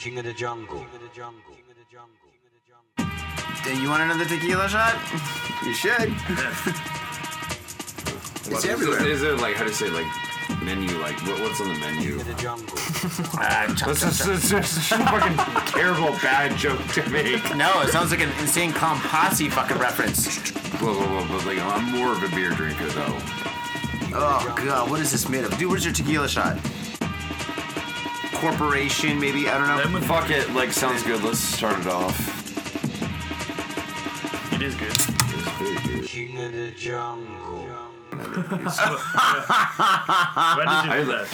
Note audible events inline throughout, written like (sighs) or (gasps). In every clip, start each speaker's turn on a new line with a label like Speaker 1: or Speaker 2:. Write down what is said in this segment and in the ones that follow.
Speaker 1: King of the jungle.
Speaker 2: Do you want another tequila shot? You should.
Speaker 3: What's-
Speaker 2: everywhere.
Speaker 3: Is there like how do you say like menu? Like what, what's on the
Speaker 2: (laughs)
Speaker 3: menu?
Speaker 1: The jungle.
Speaker 2: Uh,
Speaker 3: That's just, that's just such a fucking terrible bad joke to make.
Speaker 2: No, it sounds like an insane clown posse fucking reference.
Speaker 3: Blah, blah, blah, blah, like, I'm more of a beer drinker though.
Speaker 2: Oh god, what is this made of? Dude, where's your tequila shot? Corporation, maybe I don't know.
Speaker 3: Fuck it, like sounds good. Let's start it off.
Speaker 4: It is good.
Speaker 3: It's very good.
Speaker 1: King of the jungle.
Speaker 4: When did you do that?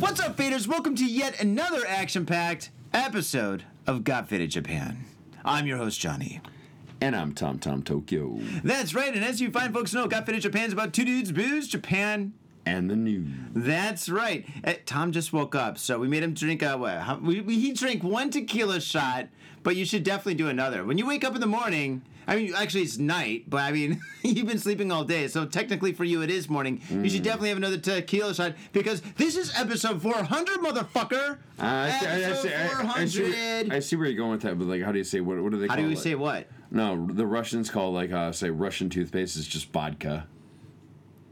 Speaker 2: What's up, faders? Welcome to yet another action-packed episode of Got Faded Japan. I'm your host, Johnny.
Speaker 3: And I'm Tom Tom Tokyo.
Speaker 2: That's right, and as you fine folks know, Got Faded Japan is about two dudes, booze, Japan.
Speaker 3: And the news.
Speaker 2: That's right. Eh, Tom just woke up, so we made him drink. Uh, what, how, we, we, he drank one tequila shot, but you should definitely do another. When you wake up in the morning, I mean, actually it's night, but I mean, (laughs) you've been sleeping all day, so technically for you it is morning. You
Speaker 3: Hmm.
Speaker 2: should definitely have another tequila shot because this is episode 400, motherfucker.
Speaker 3: Uh, I, see- I, I,
Speaker 2: episode
Speaker 3: see- I, I,
Speaker 2: 400.
Speaker 3: see, where- I see where you're going with that, but like, how do you say what? What do they?
Speaker 2: how
Speaker 3: call
Speaker 2: do we
Speaker 3: it?
Speaker 2: say what?
Speaker 3: No, the Russians call like uh, say Russian toothpaste is just vodka. (laughs)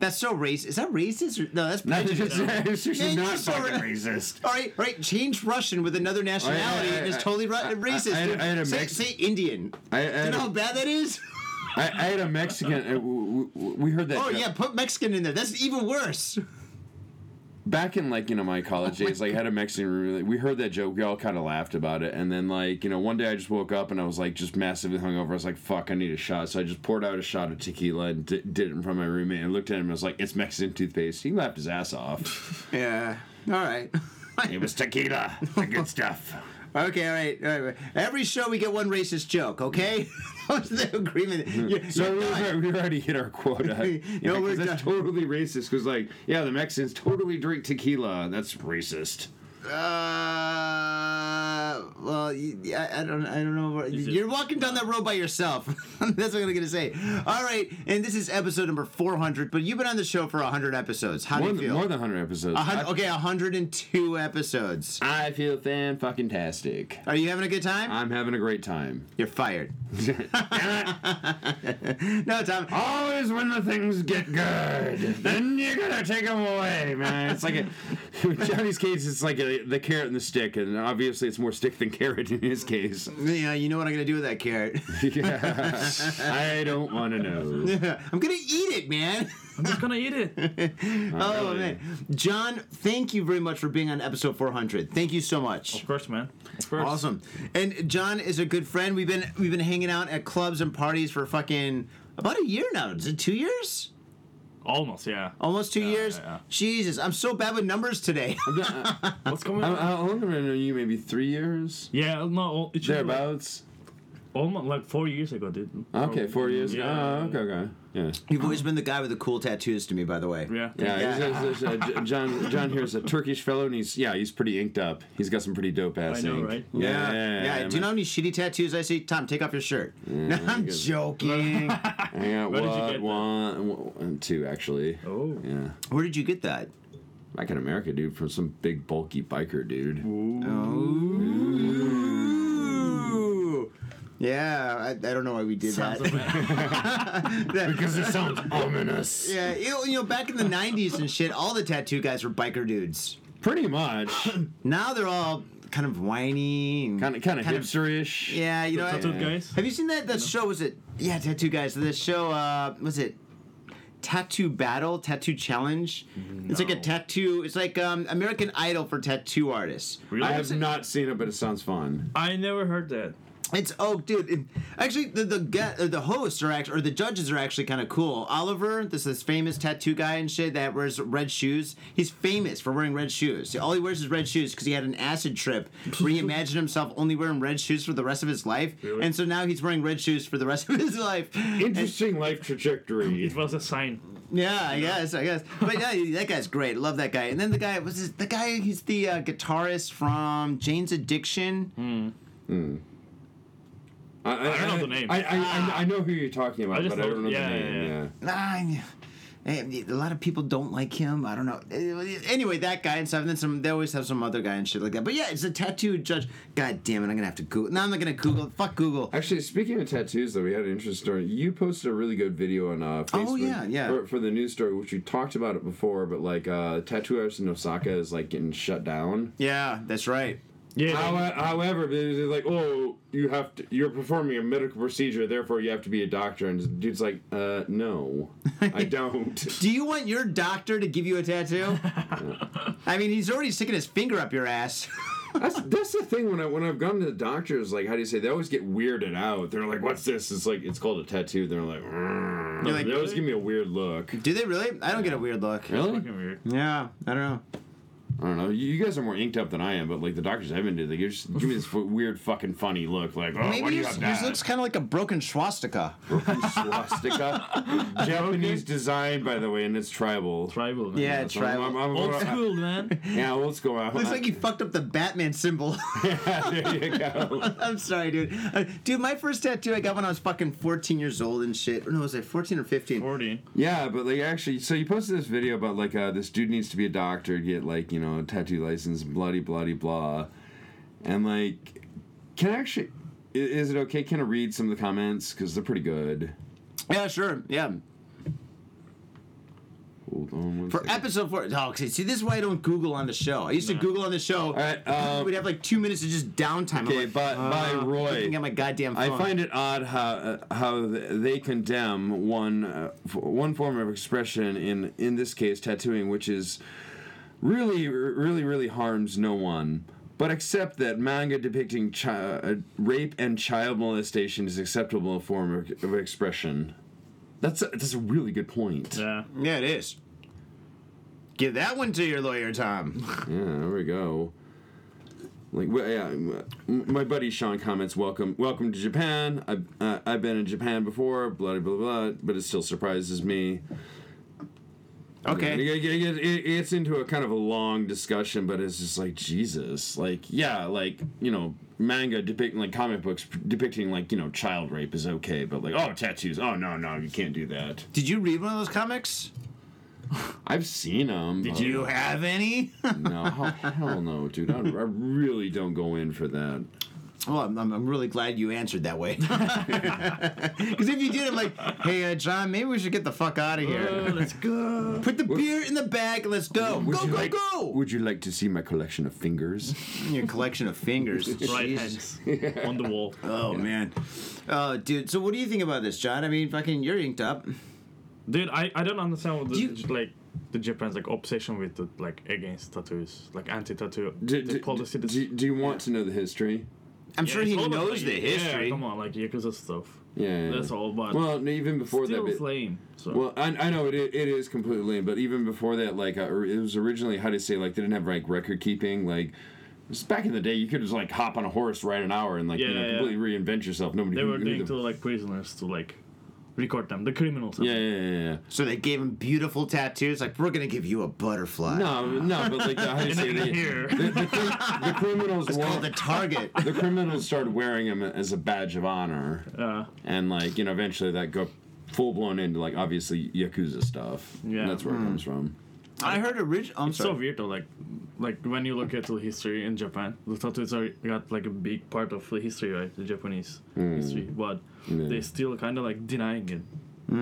Speaker 2: That's so racist. Is that racist? Or, no, that's
Speaker 3: Not just,
Speaker 2: prejudice.
Speaker 3: it's just
Speaker 2: Yeah,
Speaker 3: not
Speaker 2: it's so
Speaker 3: fucking
Speaker 2: ra-
Speaker 3: racist.
Speaker 2: All right, all right. Change Russian with another nationality
Speaker 3: I- I-
Speaker 2: is
Speaker 3: I-
Speaker 2: totally ra-
Speaker 3: I-
Speaker 2: racist.
Speaker 3: I had-
Speaker 2: dude.
Speaker 3: I had a
Speaker 2: say,
Speaker 3: mix-
Speaker 2: say Indian.
Speaker 3: I, I,
Speaker 2: you
Speaker 3: had
Speaker 2: know how
Speaker 3: a,
Speaker 2: bad that
Speaker 3: (laughs)
Speaker 2: is?
Speaker 3: I, I had a Mexican. uh, w- w- we heard that.
Speaker 2: Oh
Speaker 3: joke.
Speaker 2: yeah, put Mexican in there. That's even worse.
Speaker 3: back in like you know my college days like I had a mexican roommate we heard that joke we all kind of laughed about it and then like you know one day i just woke up and i was like just massively hungover i was like fuck i need a shot so i just poured out a shot of tequila and d- did it in front of my roommate and looked at him and was like it's mexican toothpaste he laughed his ass off
Speaker 2: (laughs) Yeah. All right.
Speaker 3: it was tequila the
Speaker 2: (laughs)
Speaker 3: good stuff
Speaker 2: Okay. All right. All right. Every show we get one racist joke. Okay. (laughs) that was the agreement. You're-
Speaker 3: Mm-hmm. so
Speaker 2: you're
Speaker 3: we,
Speaker 2: done.
Speaker 3: were, we already hit
Speaker 2: (laughs)
Speaker 3: our quota
Speaker 2: No,
Speaker 3: Yeah, 'cause
Speaker 2: we're
Speaker 3: that's
Speaker 2: done.
Speaker 3: totally racist because like yeah the mexicans totally drink tequila that's racist
Speaker 2: Uh, well, you- I, I don't, I don't know. Where, you're walking down that road by yourself. (laughs) That's what I'm gonna say. All right, and this is episode number 400. But you've been on the show for 100 episodes. How
Speaker 3: more
Speaker 2: do you
Speaker 3: than,
Speaker 2: feel?
Speaker 3: more than 100 episodes
Speaker 2: A hun- okay, 102 episodes.
Speaker 3: i feel fan fucking tastic
Speaker 2: Are you having a good
Speaker 4: Uh,
Speaker 2: time?
Speaker 3: I'm having a great time.
Speaker 2: You're
Speaker 4: (laughs)
Speaker 2: fired. (laughs) No, Tom.
Speaker 3: Always when the things get good, then you gotta take them away, man. It's like a, (laughs) in Johnny's case, it's like a, the carrot and the stick, and obviously it's more stick than carrot in his
Speaker 4: (laughs)
Speaker 3: case. (laughs)
Speaker 2: Yeah, you know what I'm gonna do with that carrot.
Speaker 3: Yeah. I don't want to
Speaker 4: (laughs)
Speaker 3: know.
Speaker 2: I'm gonna eat it, man.
Speaker 4: I'm just gonna eat it.
Speaker 2: Oh
Speaker 3: really.
Speaker 2: man, John, thank you very much for being on episode 400. Thank you so much.
Speaker 4: Of course, man. Of course.
Speaker 2: Awesome. And John is a good friend. We've been we've been hanging out at clubs and parties for fucking about a year now. Is it two years?
Speaker 4: Almost, yeah.
Speaker 2: Almost two years.
Speaker 4: yeah.
Speaker 2: Jesus, I'm so bad with numbers
Speaker 4: (laughs)
Speaker 2: today.
Speaker 4: What's going
Speaker 3: How,
Speaker 4: on?
Speaker 3: how long have I known you? Maybe three years?
Speaker 4: Yeah, no, it should be like,
Speaker 3: Thereabouts?
Speaker 4: almost like four years ago, dude.
Speaker 3: Okay, four years.
Speaker 4: Yeah.
Speaker 3: Oh, okay, okay. Yeah.
Speaker 2: You've always been the guy with the cool tattoos to me, by the way.
Speaker 4: Yeah.
Speaker 3: Yeah, There's, there's, uh, J- John. John here is a Turkish fellow, and he's yeah, he's pretty inked up. He's got some pretty dope ass.
Speaker 4: I know,
Speaker 3: ink.
Speaker 4: right?
Speaker 2: Yeah,
Speaker 3: Yeah,
Speaker 2: yeah.
Speaker 3: man.
Speaker 2: Do you know how many shitty tattoos I see? Tom, take off your shirt. no, (laughs) I'm
Speaker 3: good.
Speaker 2: joking.
Speaker 3: I got
Speaker 4: Where did you
Speaker 3: what,
Speaker 4: get that?
Speaker 3: one, one- two actually.
Speaker 4: Oh.
Speaker 3: Yeah,
Speaker 2: Where did you get that?
Speaker 3: back in America, dude, from some big bulky biker dude.
Speaker 2: Ooh. Yeah, I, I don't know why we did
Speaker 4: Sounds
Speaker 2: that.
Speaker 4: like-
Speaker 3: Because it sounds ominous.
Speaker 2: (laughs) yeah, you, you know, back in the '90s and shit, all the tattoo guys were biker dudes.
Speaker 3: Pretty much,
Speaker 2: Now they're all kind of whiny. And
Speaker 3: kind of kind of
Speaker 2: Kind of-
Speaker 3: hipsterish.
Speaker 2: Yeah, you know. I-
Speaker 4: Tattooed guys.
Speaker 2: have you seen that that show? Was it yeah, tattoo guys? That show uh, was it? tattoo battle, tattoo challenge. It's like a
Speaker 4: No.
Speaker 2: tattoo. It's like um, American Idol for tattoo artists.
Speaker 4: Really?
Speaker 3: I have not seen it, but it sounds fun.
Speaker 4: I never heard that.
Speaker 2: It's oh, dude. it- actually, the the ga- uh, the hosts are actually or the judges are actually kind of cool. Oliver, this this famous tattoo guy and shit that wears red shoes. He's famous for wearing red shoes. All he wears is red shoes because he had an acid trip where he imagined himself only wearing red shoes for the rest of his life,
Speaker 4: Really?
Speaker 2: and so now he's wearing red shoes for the rest of his life.
Speaker 3: Interesting life trajectory.
Speaker 4: It was a sign.
Speaker 2: Yeah, I guess, I guess. But yeah, that guy's great. Love that guy. And then the guy was this, the guy. He's the uh, guitarist from Jane's Addiction.
Speaker 3: I,
Speaker 4: I don't know the name.
Speaker 3: I, I, I, I know who you're talking about,
Speaker 4: I just
Speaker 3: but I
Speaker 4: know-
Speaker 3: don't know
Speaker 4: yeah,
Speaker 3: the
Speaker 4: yeah,
Speaker 3: name. Yeah,
Speaker 4: yeah.
Speaker 2: Ah, yeah. Eh, a lot of people don't like him. I don't know. Eh, Anyway, that guy and stuff. And then some. They always have some other guy and shit like that. But yeah, it's a tattoo judge. God damn it! I'm gonna have to Google. No, I'm not gonna Google. it. Fuck Google.
Speaker 3: Actually, speaking of tattoos, though, we had an interesting story. You posted a really good video on uh, Facebook
Speaker 2: Oh, yeah, yeah.
Speaker 3: For, for the news story, which we talked about it before, but like uh, tattoo artist in Osaka is like getting shut down.
Speaker 2: Yeah, that's right.
Speaker 4: Yeah.
Speaker 3: Howe- However, they're like, oh, you have to, you're performing a medical procedure, therefore you have to be a doctor. And the dude's like, uh, no,
Speaker 2: (laughs)
Speaker 3: I don't.
Speaker 2: Do you want your doctor to give you a
Speaker 3: (laughs)
Speaker 2: tattoo? I mean, he's already sticking his finger up your ass. (laughs)
Speaker 3: That's, that's the thing when I when I've gone to the doctors, like, how do you say? They always get weirded out. They're like, what's this? It's like it's called a tattoo. They're like, "Mm."
Speaker 2: You're like,
Speaker 3: they always
Speaker 4: "Really?"
Speaker 3: give me a weird look.
Speaker 2: Do they really? I don't get a weird look.
Speaker 3: Really?
Speaker 4: Fucking weird.
Speaker 2: Yeah, I don't know.
Speaker 3: I don't know. You you guys are more inked up than I am, but like the doctors I haven't did, like you just give me this fu- weird fucking funny look, like oh, why
Speaker 2: Maybe
Speaker 3: do you
Speaker 2: yours,
Speaker 3: have
Speaker 2: yours
Speaker 3: that?
Speaker 2: looks kind of like a broken swastika. (laughs)
Speaker 3: swastika, Japanese design, by the way, and it's tribal.
Speaker 4: Tribal. Man.
Speaker 2: Yeah,
Speaker 3: So I'm-
Speaker 2: tribal.
Speaker 3: I'm- I'm-
Speaker 4: Old school, man.
Speaker 3: (laughs) Yeah, let's go out.
Speaker 2: Looks like you fucked up the Batman symbol.
Speaker 3: (laughs)
Speaker 2: (laughs)
Speaker 3: there you go.
Speaker 2: I'm sorry, dude. Uh, dude, my first tattoo I got when I was fucking 14 years old and shit. Or no, was I 14 or 15?
Speaker 4: 40.
Speaker 3: Yeah, but like actually, so you posted this video about like uh, this dude needs to be a doctor, get like you know a tattoo license, bloody bloody blah, and like can I actually i- is it okay? Can I read some of the comments because they're pretty good.
Speaker 2: Yeah, sure. Yeah.
Speaker 3: Hold on. one
Speaker 2: For
Speaker 3: second.
Speaker 2: episode four. Oh, see, see, this is why I don't Google on the show. I used to Google on the show.
Speaker 3: All right. Um,
Speaker 2: We'd have like two minutes of just downtime. I'm
Speaker 3: Okay,
Speaker 2: like,
Speaker 3: but by
Speaker 2: uh,
Speaker 3: Roy.
Speaker 2: Looking at my goddamn phone.
Speaker 3: I find it odd how uh, how th- they condemn one uh, f- one form of expression in in this case tattooing, which is really r- really really harms no one. But accept that manga depicting chi- uh, rape and child molestation is acceptable form of, of expression. That's a, that's a really good point. Yeah,
Speaker 4: Yeah.
Speaker 2: Yeah, it is. Give that one to your lawyer, Tom.
Speaker 3: (laughs) there we go. Like wh- yeah, m- my buddy Sean comments, "Welcome, welcome to Japan. I've uh, I've been in Japan before, blah blah blah, blah, but it still surprises me."
Speaker 2: Okay.
Speaker 3: It, it- it- it gets into a kind of a long discussion, but it's just like Jesus, like yeah, like you know, manga depicting like comic books depicting like you know child rape is okay, but like oh tattoos, oh no no you can't do that.
Speaker 2: Did you read one of those comics?
Speaker 3: I've seen them.
Speaker 2: Do you have any? (laughs)
Speaker 3: No, (laughs) hell no, dude. I, I really don't go in for that.
Speaker 2: Well, I'm, I'm I'm really glad you answered that
Speaker 3: (laughs)
Speaker 2: way. (laughs) Because if you did, I'm like, hey, uh, John, maybe we should get the fuck out of
Speaker 3: Uh,
Speaker 4: Oh,
Speaker 2: here.
Speaker 4: let's go.
Speaker 2: Put the beer in the bag and let's go.
Speaker 3: Would
Speaker 2: Go,
Speaker 3: you
Speaker 2: go,
Speaker 3: like-
Speaker 2: go.
Speaker 3: Would you like to see my collection of
Speaker 4: (laughs)
Speaker 3: fingers?
Speaker 2: Your collection of (laughs) fingers.
Speaker 4: Right
Speaker 2: Jesus.
Speaker 4: hands on the wall.
Speaker 2: Oh, man. Oh, dude. So, what do you think about this, John? I mean, fucking, you're inked up.
Speaker 4: Dude, I, I don't understand what the,
Speaker 2: Do you-
Speaker 4: just, like the Japan's like obsession with the, like against tattoos, like anti-tattoo
Speaker 3: Do,
Speaker 4: the
Speaker 3: do-
Speaker 4: policy.
Speaker 3: do-
Speaker 4: that's-
Speaker 3: do you want to know the history?
Speaker 2: I'm
Speaker 4: Yeah,
Speaker 2: sure
Speaker 4: it's
Speaker 2: he
Speaker 4: all about,
Speaker 2: knows
Speaker 4: like,
Speaker 2: the history.
Speaker 4: Yeah, come on, like yakuza stuff.
Speaker 3: Yeah,
Speaker 4: That's all about.
Speaker 3: Well, no, even before
Speaker 4: still
Speaker 3: that. bit-
Speaker 4: lame. So
Speaker 3: Well, I, I know it, i- it is completely lame, but even before that, like uh, or- it was originally how do you say like they didn't have like record keeping like. Just back in the day, you could just like hop on a horse, ride an hour, and like you
Speaker 4: Yeah,
Speaker 3: know,
Speaker 4: yeah, yeah.
Speaker 3: completely reinvent yourself. Nobody
Speaker 4: they
Speaker 3: knew-
Speaker 4: were
Speaker 3: knew
Speaker 4: doing
Speaker 3: the-
Speaker 4: to like prisoners to like record them, the criminals. (laughs)
Speaker 3: yeah, yeah, yeah, yeah.
Speaker 2: So, they gave him beautiful tattoos. Like, we're going to give you a butterfly.
Speaker 3: No, no, but like the,
Speaker 4: (laughs)
Speaker 3: how do you
Speaker 4: You're not
Speaker 3: say
Speaker 4: gonna
Speaker 3: the,
Speaker 4: hear.
Speaker 3: the, the, cri- the criminals
Speaker 2: It's
Speaker 3: wore,
Speaker 2: called the target.
Speaker 4: (laughs)
Speaker 3: the criminals started wearing them as a badge of honor,
Speaker 4: Uh,
Speaker 3: and like you know, eventually that go full blown into like obviously yakuza stuff.
Speaker 4: Yeah.
Speaker 3: and that's where it
Speaker 2: Hmm.
Speaker 3: comes from.
Speaker 2: I heard original. I'm
Speaker 4: it's so
Speaker 2: sorry.
Speaker 4: weird though, like like when you look at the history in Japan, the tattoos are got like a big part of the history, Hmm. right? The Japanese history, but they still kind of like denying it.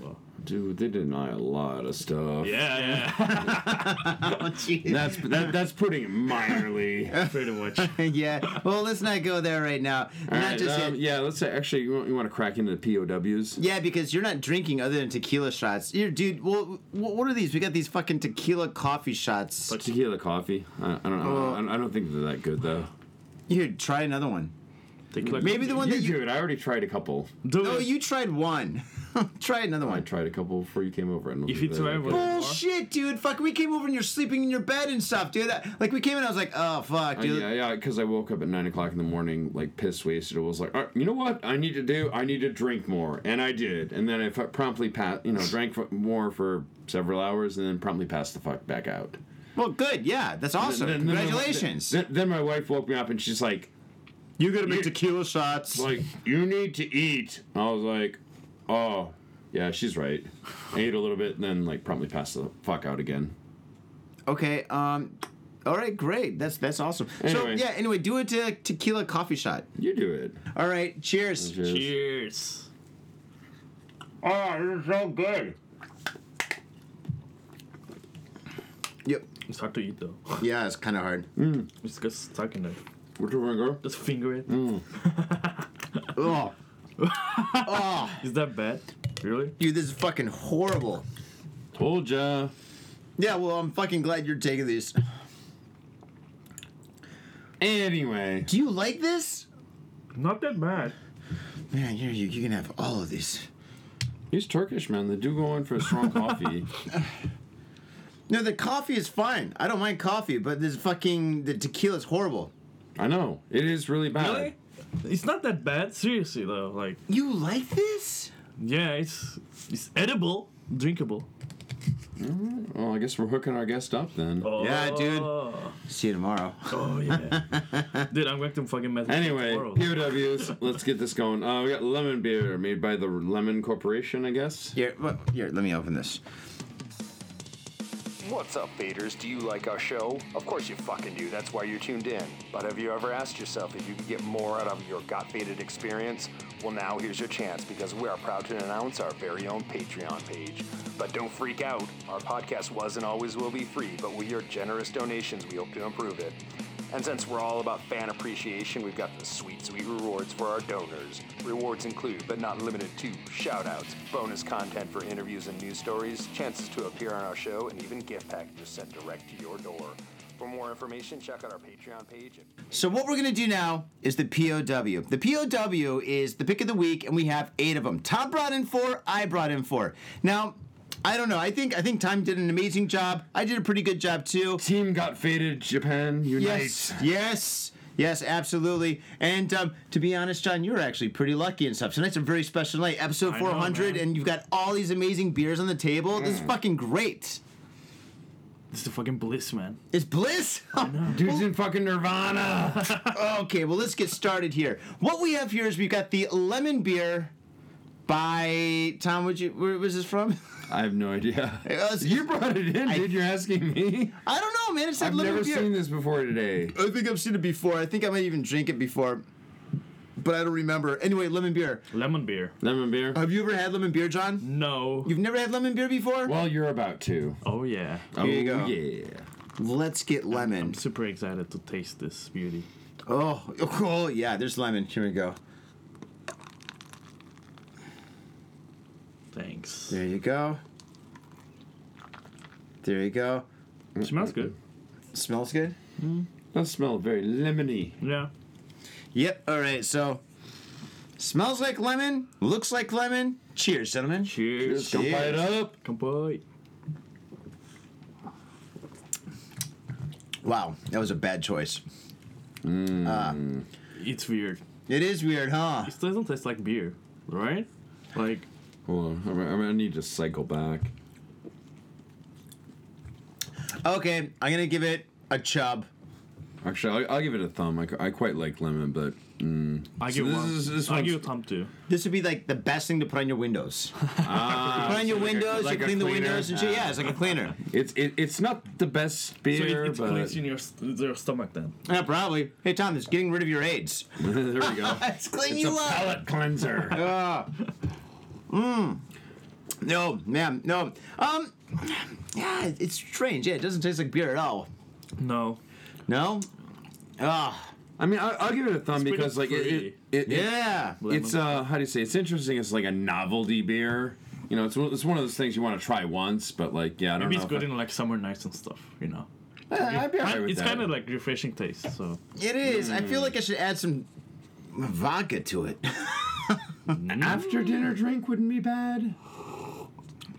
Speaker 4: Well,
Speaker 3: Dude, they deny a lot of stuff.
Speaker 4: Yeah, yeah.
Speaker 2: Oh, jeez.
Speaker 3: That's that, that's putting it minorly.
Speaker 4: (laughs) Pretty (laughs) much.
Speaker 2: (laughs) yeah. Well, let's not go there right now.
Speaker 3: All
Speaker 2: not
Speaker 3: right,
Speaker 2: just
Speaker 3: um,
Speaker 2: yet.
Speaker 3: yeah, let's say, actually, you want, you want to crack into the POWs?
Speaker 2: Yeah, because you're not drinking other than tequila shots. You're, dude, well, wh- what are these? We got these fucking tequila coffee shots.
Speaker 3: Tequila coffee. I, I don't know. I, I don't think they're that good though.
Speaker 2: Here, try another one.
Speaker 4: Take like-
Speaker 2: Maybe the one
Speaker 3: You,
Speaker 2: that you.
Speaker 3: do it. I already tried a couple.
Speaker 4: Do
Speaker 2: No,
Speaker 4: it.
Speaker 2: you tried one. (laughs) try another
Speaker 3: I
Speaker 2: one.
Speaker 3: tried a couple before you came over. And
Speaker 4: If you try one-
Speaker 2: Bullshit, dude. Fuck, we came over and you're sleeping in your bed and stuff, dude. That, like, we came in, I was like, oh, fuck, dude.
Speaker 3: yeah, yeah, because I woke up at nine o'clock in the morning, like piss wasted. I was like, All right, you know what? I need to do. I need to drink more, and I did. And then I fu- promptly passed. You know, drank f- more for several hours, and then promptly passed the fuck back out.
Speaker 2: Well, good. Yeah, that's awesome.
Speaker 3: Then- then-
Speaker 2: Congratulations.
Speaker 3: Then, then my wife woke me up, and she's like,
Speaker 2: you gotta make tequila shots.
Speaker 3: like you need to eat. I was like, oh, yeah, she's right. I ate a little bit, and then like promptly passed the fuck out again.
Speaker 2: Okay. Um. All right. Great. That's that's awesome. So
Speaker 3: Anyway.
Speaker 2: yeah. Anyway, do it to tequila coffee shot.
Speaker 3: You do it.
Speaker 2: All right. Cheers.
Speaker 3: Cheers.
Speaker 4: Cheers.
Speaker 2: Oh, this is so good. Yep.
Speaker 4: It's hard to eat though. (laughs)
Speaker 2: Yeah, it's kind of hard.
Speaker 4: Just get stuck in it.
Speaker 3: What do you want to go?
Speaker 4: Just finger it.
Speaker 3: Mm.
Speaker 2: oh. oh,
Speaker 4: Is that bad? Really?
Speaker 2: dude, this is fucking horrible.
Speaker 3: Told ya.
Speaker 2: Yeah, well, I'm fucking glad you're taking these.
Speaker 3: Anyway.
Speaker 2: Do you like this?
Speaker 4: Not that bad.
Speaker 2: Man, you you you can have all of these.
Speaker 3: He's Turkish, man. They do go in for a
Speaker 2: (laughs)
Speaker 3: strong coffee.
Speaker 2: No, the coffee is fine. I don't mind coffee, but this fucking the tequila is horrible.
Speaker 3: I know. It is really bad.
Speaker 4: Really? It's not that bad. Seriously though, like
Speaker 2: You like this?
Speaker 4: yeah, it's it's edible, drinkable.
Speaker 3: Well, I guess we're hooking our guest up then.
Speaker 4: Oh.
Speaker 2: Yeah, dude. See you tomorrow.
Speaker 3: (laughs)
Speaker 4: Oh yeah. dude, I'm going to fucking mess.
Speaker 3: Anyway,
Speaker 4: tomorrow. (laughs)
Speaker 3: POWs, let's get this going. Uh, we got lemon beer made by the Lemon Corporation, I guess.
Speaker 2: Here, well, here, let me open this.
Speaker 5: What's up, Baders? Do you like our show? Of course you fucking do. That's why you're tuned in. But have you ever asked yourself if you could get more out of your got baited experience? Well, now here's your chance because we are proud to announce our very own Patreon page. But don't freak out. Our podcast was and always will be free, but with your generous donations, we hope to improve it. And since we're all about fan appreciation, we've got the sweet, sweet rewards for our donors. Rewards include, but not limited to, shout outs, bonus content for interviews and news stories, chances to appear on our show, and even gift packages sent direct to your door. For more information, check out our Patreon page at
Speaker 2: So what we're gonna do now is the POW. The POW is the pick of the week, and we have eight of them. Tom brought in four. I brought in four. Now, I don't know. I think I think Tom did an amazing job. I did a pretty good job too.
Speaker 3: Team got faded, Japan, unite.
Speaker 2: Yes, yes, yes, absolutely. And um, to be honest, John, you were actually pretty lucky and stuff. Tonight's a very special night, episode
Speaker 4: I know,
Speaker 2: 400,
Speaker 4: man.
Speaker 2: and you've got all these amazing beers on the table. This is fucking great.
Speaker 4: this is the fucking bliss, man.
Speaker 2: It's bliss.
Speaker 3: Dude's in fucking Nirvana.
Speaker 2: (laughs) Okay, well, let's get started here. What we have here is we've got the lemon beer by Tom. Would you? Where was this from? (laughs)
Speaker 3: I have no idea.
Speaker 2: Uh,
Speaker 3: You brought it in, dude. You're asking me.
Speaker 2: I don't know, man. It said
Speaker 3: I've
Speaker 2: lemon
Speaker 3: never
Speaker 2: beer.
Speaker 3: seen this before today.
Speaker 2: I think I've seen it before. I think I might even drink it before, but I don't remember. Anyway, lemon beer.
Speaker 4: Lemon beer.
Speaker 3: Lemon beer.
Speaker 2: Have you ever had lemon beer, John?
Speaker 4: No.
Speaker 2: You've never had lemon beer before?
Speaker 3: Well, you're about to.
Speaker 4: Oh yeah.
Speaker 3: Here
Speaker 2: you go.
Speaker 3: Yeah.
Speaker 2: Let's get lemon.
Speaker 4: I'm super excited to taste this beauty.
Speaker 2: Oh, oh yeah. There's lemon. Here we go.
Speaker 4: Thanks.
Speaker 2: There you go. There you go.
Speaker 4: It smells good.
Speaker 2: Smells good.
Speaker 3: That smells very lemony.
Speaker 4: Yeah.
Speaker 2: Yep. All right. So, smells like lemon, looks like lemon. Cheers, gentlemen.
Speaker 4: Cheers.
Speaker 3: Just gonna light it up.
Speaker 4: Kampai.
Speaker 2: Wow, that was a bad choice.
Speaker 4: It's weird.
Speaker 2: It is weird, huh?
Speaker 4: It doesn't taste like beer, right? Like
Speaker 3: Hold on. I'm, I'm, I need to cycle back.
Speaker 2: Okay, I'm gonna give it a chub.
Speaker 3: Actually, I'll, I'll give it a thumb. I, cu- I quite like lemon, but
Speaker 4: I
Speaker 3: So
Speaker 4: give
Speaker 3: this
Speaker 4: one.
Speaker 3: is- this
Speaker 4: I
Speaker 3: one's-
Speaker 4: give a thumb too.
Speaker 2: This would be like the best thing to put on your
Speaker 3: (laughs)
Speaker 2: windows. put on your
Speaker 3: like a-
Speaker 2: windows,
Speaker 3: like
Speaker 2: you
Speaker 3: a
Speaker 2: clean the
Speaker 3: cleaner?
Speaker 2: windows and shit. Yeah, it's like
Speaker 3: (laughs)
Speaker 2: a cleaner.
Speaker 3: it's it, it's not the best
Speaker 4: So
Speaker 3: beer.
Speaker 4: it, it
Speaker 3: but
Speaker 4: cleans in your, s- your stomach then.
Speaker 2: yeah, probably. Hey, Tom, it's getting rid of your AIDS.
Speaker 3: (laughs) there we go.
Speaker 2: It's cleaning
Speaker 3: it's a
Speaker 2: you up.
Speaker 3: palate cleanser.
Speaker 2: Ah. Mmm. No, ma'am, no. Um, yeah, it- it's strange. Yeah, it doesn't taste like beer at all.
Speaker 4: No.
Speaker 2: No. Ah,
Speaker 3: (laughs) I mean, I, I'll give it a thumb
Speaker 4: pretty
Speaker 3: because like it, it, it, it-
Speaker 2: yeah.
Speaker 3: it's uh, how do you say? It's interesting. It's like a novelty beer. You know, it's one- it's one of those things you want to try once, but like, yeah, I don't know.
Speaker 4: Maybe it's
Speaker 3: if
Speaker 4: good
Speaker 3: I-
Speaker 4: in like summer nights and stuff, you know.
Speaker 3: Eh, I'd be alright with
Speaker 4: it's
Speaker 3: that.
Speaker 4: kind of like refreshing taste, so
Speaker 2: It is. I feel like I should add some vodka to it. (laughs)
Speaker 4: Mm.
Speaker 3: after dinner drink wouldn't be bad.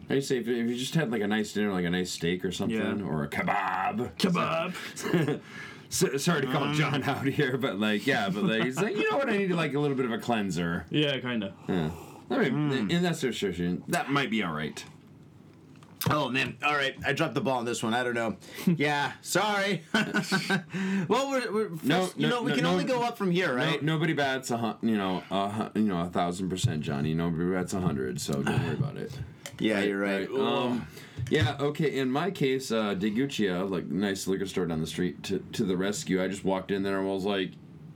Speaker 3: I say if, if you just had like a nice dinner, like a nice steak or something,
Speaker 4: Yeah.
Speaker 3: or a kebab.
Speaker 4: kebab.
Speaker 3: So, sorry to call John out here, but like, yeah, but like, he's like, you know what? I need like a little bit of a cleanser.
Speaker 4: yeah, kind of.
Speaker 3: I mean, in that situation, that might be all right.
Speaker 2: Oh man! All right, I dropped the ball on this one. I don't know. Yeah, sorry. (laughs) well, we're, we're first,
Speaker 3: No,
Speaker 2: you
Speaker 3: no,
Speaker 2: know we
Speaker 3: no,
Speaker 2: can
Speaker 3: no.
Speaker 2: only go up from here,
Speaker 3: No,
Speaker 2: right?
Speaker 3: nobody bats a hun- you know a hun- you know a thousand percent, Johnny. Nobody bats a hundred, so don't worry about it.
Speaker 2: yeah, you're right. Uh,
Speaker 3: Um, yeah. Okay. In my case, uh, Degucia, like nice liquor store down the street, to to the rescue. I just walked in there and was like,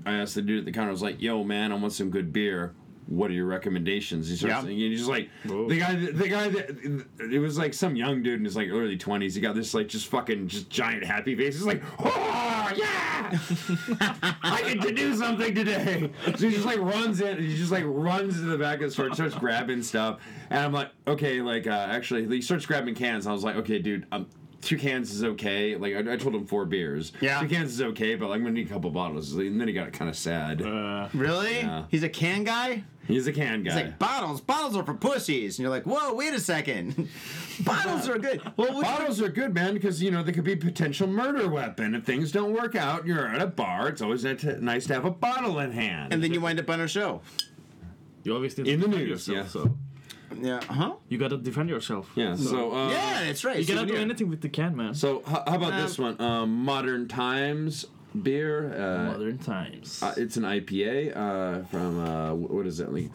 Speaker 3: I asked the dude at the counter, I was like, "Yo, man, I want some good beer. What are your recommendations?" He starts
Speaker 2: Yeah.
Speaker 3: saying, and he's just like,
Speaker 4: Whoa.
Speaker 3: the guy, that- the guy that it was like some young dude in his like early twenties. He got this like just fucking just giant happy face. He's like, "Oh yeah." I get to do something today. So he just like runs in. He just like runs into the back of the store, and starts grabbing stuff, and I'm like, okay, like uh, actually, he starts grabbing cans. I was like, okay, dude, um, two cans is okay. Like I, I told him four beers.
Speaker 2: Yeah.
Speaker 3: two cans is okay, but like I'm gonna need a couple bottles. And then he got kind of sad.
Speaker 4: Uh,
Speaker 2: really?
Speaker 3: yeah.
Speaker 2: He's a can guy.
Speaker 3: He's a can guy.
Speaker 2: He's like bottles. Bottles are for pussies, and you're like, whoa, wait a second. (laughs) bottles are good. Well, we,
Speaker 3: Bottles are good, man, because you know they could be potential murder weapon if things don't work out. You're at a bar; it's always nit- nice to have a bottle in hand.
Speaker 2: and then you wind up on our show.
Speaker 4: you always need
Speaker 3: In
Speaker 4: to
Speaker 3: the
Speaker 4: defend
Speaker 3: news,
Speaker 4: yourself,
Speaker 3: yeah.
Speaker 4: so
Speaker 2: Yeah. Huh?
Speaker 4: you gotta defend yourself.
Speaker 3: yeah, so uh,
Speaker 2: Uh-huh. yeah, that's right.
Speaker 4: You cannot do
Speaker 3: yeah.
Speaker 4: anything with the can, man.
Speaker 3: So h- how about this one? Um, Modern Times beer. Uh,
Speaker 4: Modern times.
Speaker 3: uh, it's an IPA uh, from uh, wh- what is it? Like,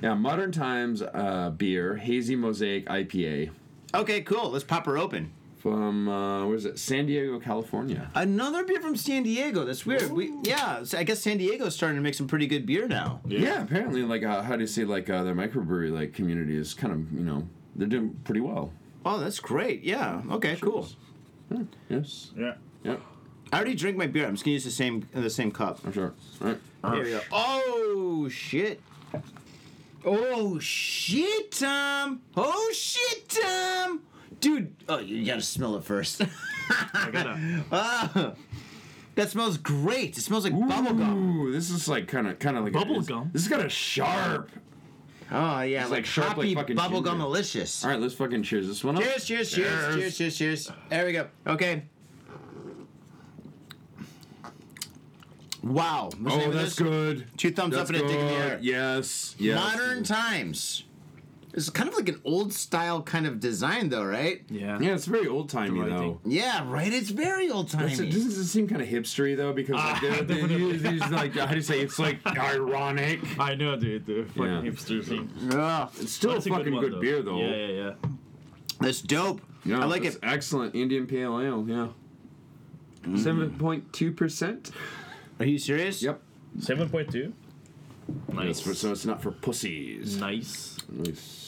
Speaker 3: yeah, Modern Times uh, beer, hazy mosaic IPA
Speaker 2: okay, cool. Let's pop her open.
Speaker 3: from uh, where is it? San Diego, California.
Speaker 2: Another beer from San Diego. That's weird. We yeah. so I guess San Diego's starting to make some pretty good beer now.
Speaker 3: Yeah, apparently, like uh, how do you say like uh, their microbrewery like community is kind of you know they're doing pretty well.
Speaker 2: Oh, that's great. Yeah. Okay. Cool.
Speaker 3: Yes.
Speaker 4: yeah.
Speaker 3: Yep.
Speaker 2: I already drank my beer. I'm just gonna use the same the same cup.
Speaker 3: I'm sure. All right.
Speaker 2: Here we go. Oh shit. Oh shit, Tom. Oh shit, Tom. Dude. Oh, you gotta smell it first. (laughs)
Speaker 4: I
Speaker 3: (laughs)
Speaker 4: gotta.
Speaker 2: Ah, that smells great. It smells like bubble gum.
Speaker 3: Ooh, this is like kind of kind of like a-
Speaker 4: Bubble gum?
Speaker 3: This is kind of sharp.
Speaker 2: Oh yeah,
Speaker 3: It's
Speaker 2: like,
Speaker 3: like sharp, like
Speaker 2: hoppy
Speaker 3: fucking
Speaker 2: bubble
Speaker 3: ginger.
Speaker 2: gum delicious.
Speaker 3: All right, let's fucking cheers this one up.
Speaker 2: Cheers, cheers, cheers, cheers, cheers, cheers. There we go. Okay. Wow. What's the name
Speaker 3: Oh,
Speaker 2: of
Speaker 3: that's
Speaker 2: this?
Speaker 3: good.
Speaker 2: Two thumbs
Speaker 3: That's
Speaker 2: up and a dig in the
Speaker 3: good.
Speaker 2: air.
Speaker 3: Yes. Yes.
Speaker 2: Modern times. It's kind of like an old style kind of design, though, right?
Speaker 4: Yeah.
Speaker 3: Yeah, it's very old timey
Speaker 4: Right
Speaker 3: though.
Speaker 2: Yeah, right. It's very old timey. Ah,
Speaker 3: It's- doesn't it seem kind of hipstery though? Because like,
Speaker 2: (laughs)
Speaker 3: they're, they're, they're just like how do you say it's like ironic.
Speaker 4: I know, dude. The fucking
Speaker 3: Yeah.
Speaker 4: hipster thing.
Speaker 2: Ugh,
Speaker 3: It's still
Speaker 4: That's
Speaker 3: a fucking
Speaker 4: one,
Speaker 3: good, beer though.
Speaker 4: Yeah, yeah, yeah.
Speaker 2: that's dope.
Speaker 3: Yeah,
Speaker 2: I like
Speaker 3: it's
Speaker 2: it. Mm.
Speaker 3: Excellent Indian pale ale. Yeah. Seven point two percent.
Speaker 2: Are you serious?
Speaker 3: Yep.
Speaker 4: Seven point two.
Speaker 3: That's
Speaker 4: Nice.
Speaker 3: for, so it's not for pussies.
Speaker 4: nice.
Speaker 2: Mm.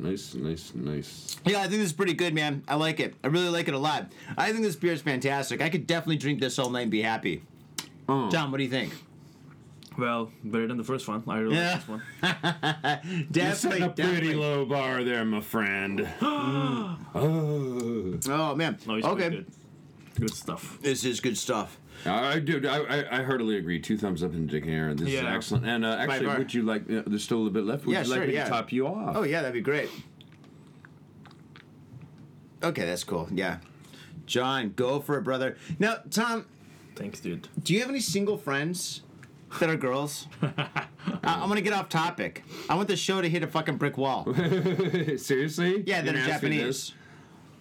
Speaker 3: Nice, nice, nice, nice.
Speaker 2: Yeah, I think this is pretty good, man. I like it. I really like it a lot. I think this beer is fantastic. I could definitely drink this all night and be happy.
Speaker 3: Oh.
Speaker 2: Tom, what do you think?
Speaker 4: Well, better than the first one. I really
Speaker 2: Yeah.
Speaker 4: like this one.
Speaker 3: You're setting
Speaker 2: Definitely,
Speaker 3: a pretty
Speaker 2: definitely.
Speaker 3: low bar there,
Speaker 2: (gasps)
Speaker 3: my friend. (gasps) Ah. oh.
Speaker 2: Oh man.
Speaker 4: No, it's
Speaker 2: okay.
Speaker 4: okay. good. Good stuff.
Speaker 2: This is good stuff.
Speaker 3: I, I do. I, I, I heartily agree. Two thumbs up in Dick and Aaron. This is
Speaker 4: Yeah.
Speaker 3: excellent. And uh, actually,
Speaker 2: far.
Speaker 3: would you like? Uh, there's still a little bit left. Would
Speaker 2: Yeah,
Speaker 3: you like
Speaker 2: sure,
Speaker 3: me
Speaker 2: yeah.
Speaker 3: to top you off?
Speaker 2: Oh yeah, that'd be great. Okay, that's cool. Yeah. John, go for it, brother. Now, Tom,
Speaker 4: Thanks, dude.
Speaker 2: do you have any single friends that are
Speaker 4: (laughs)
Speaker 2: girls? I, am gonna get off topic. I want the show to hit a fucking brick (laughs) wall.
Speaker 3: (laughs) Seriously?
Speaker 2: Yeah, that
Speaker 3: You're
Speaker 2: are
Speaker 3: gonna ask me
Speaker 2: Japanese.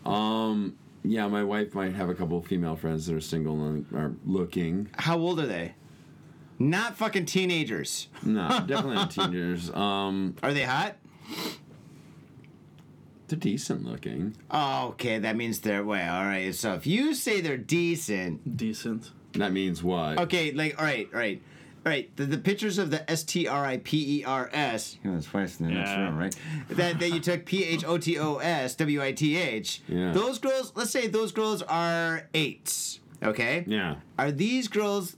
Speaker 3: this? Um. Yeah, my wife might have a couple of female friends that are single and are looking.
Speaker 2: How old are they? Not fucking teenagers.
Speaker 3: No,
Speaker 2: (laughs)
Speaker 3: definitely not teenagers. Um,
Speaker 2: Are they hot?
Speaker 3: they're decent looking.
Speaker 2: Oh, okay, that means they're way. All right. So if you say they're decent,
Speaker 4: Decent.
Speaker 3: That means what?
Speaker 2: Okay, like all right, all right. All right, the, the pictures of the S T R I P E R S. You know, it's twice in the next
Speaker 4: Yeah.
Speaker 2: room, right? That, that you took P H O T O S W I T H.
Speaker 3: Yeah.
Speaker 2: Those girls, let's say those girls are eights, okay?
Speaker 3: Yeah.
Speaker 2: Are these girls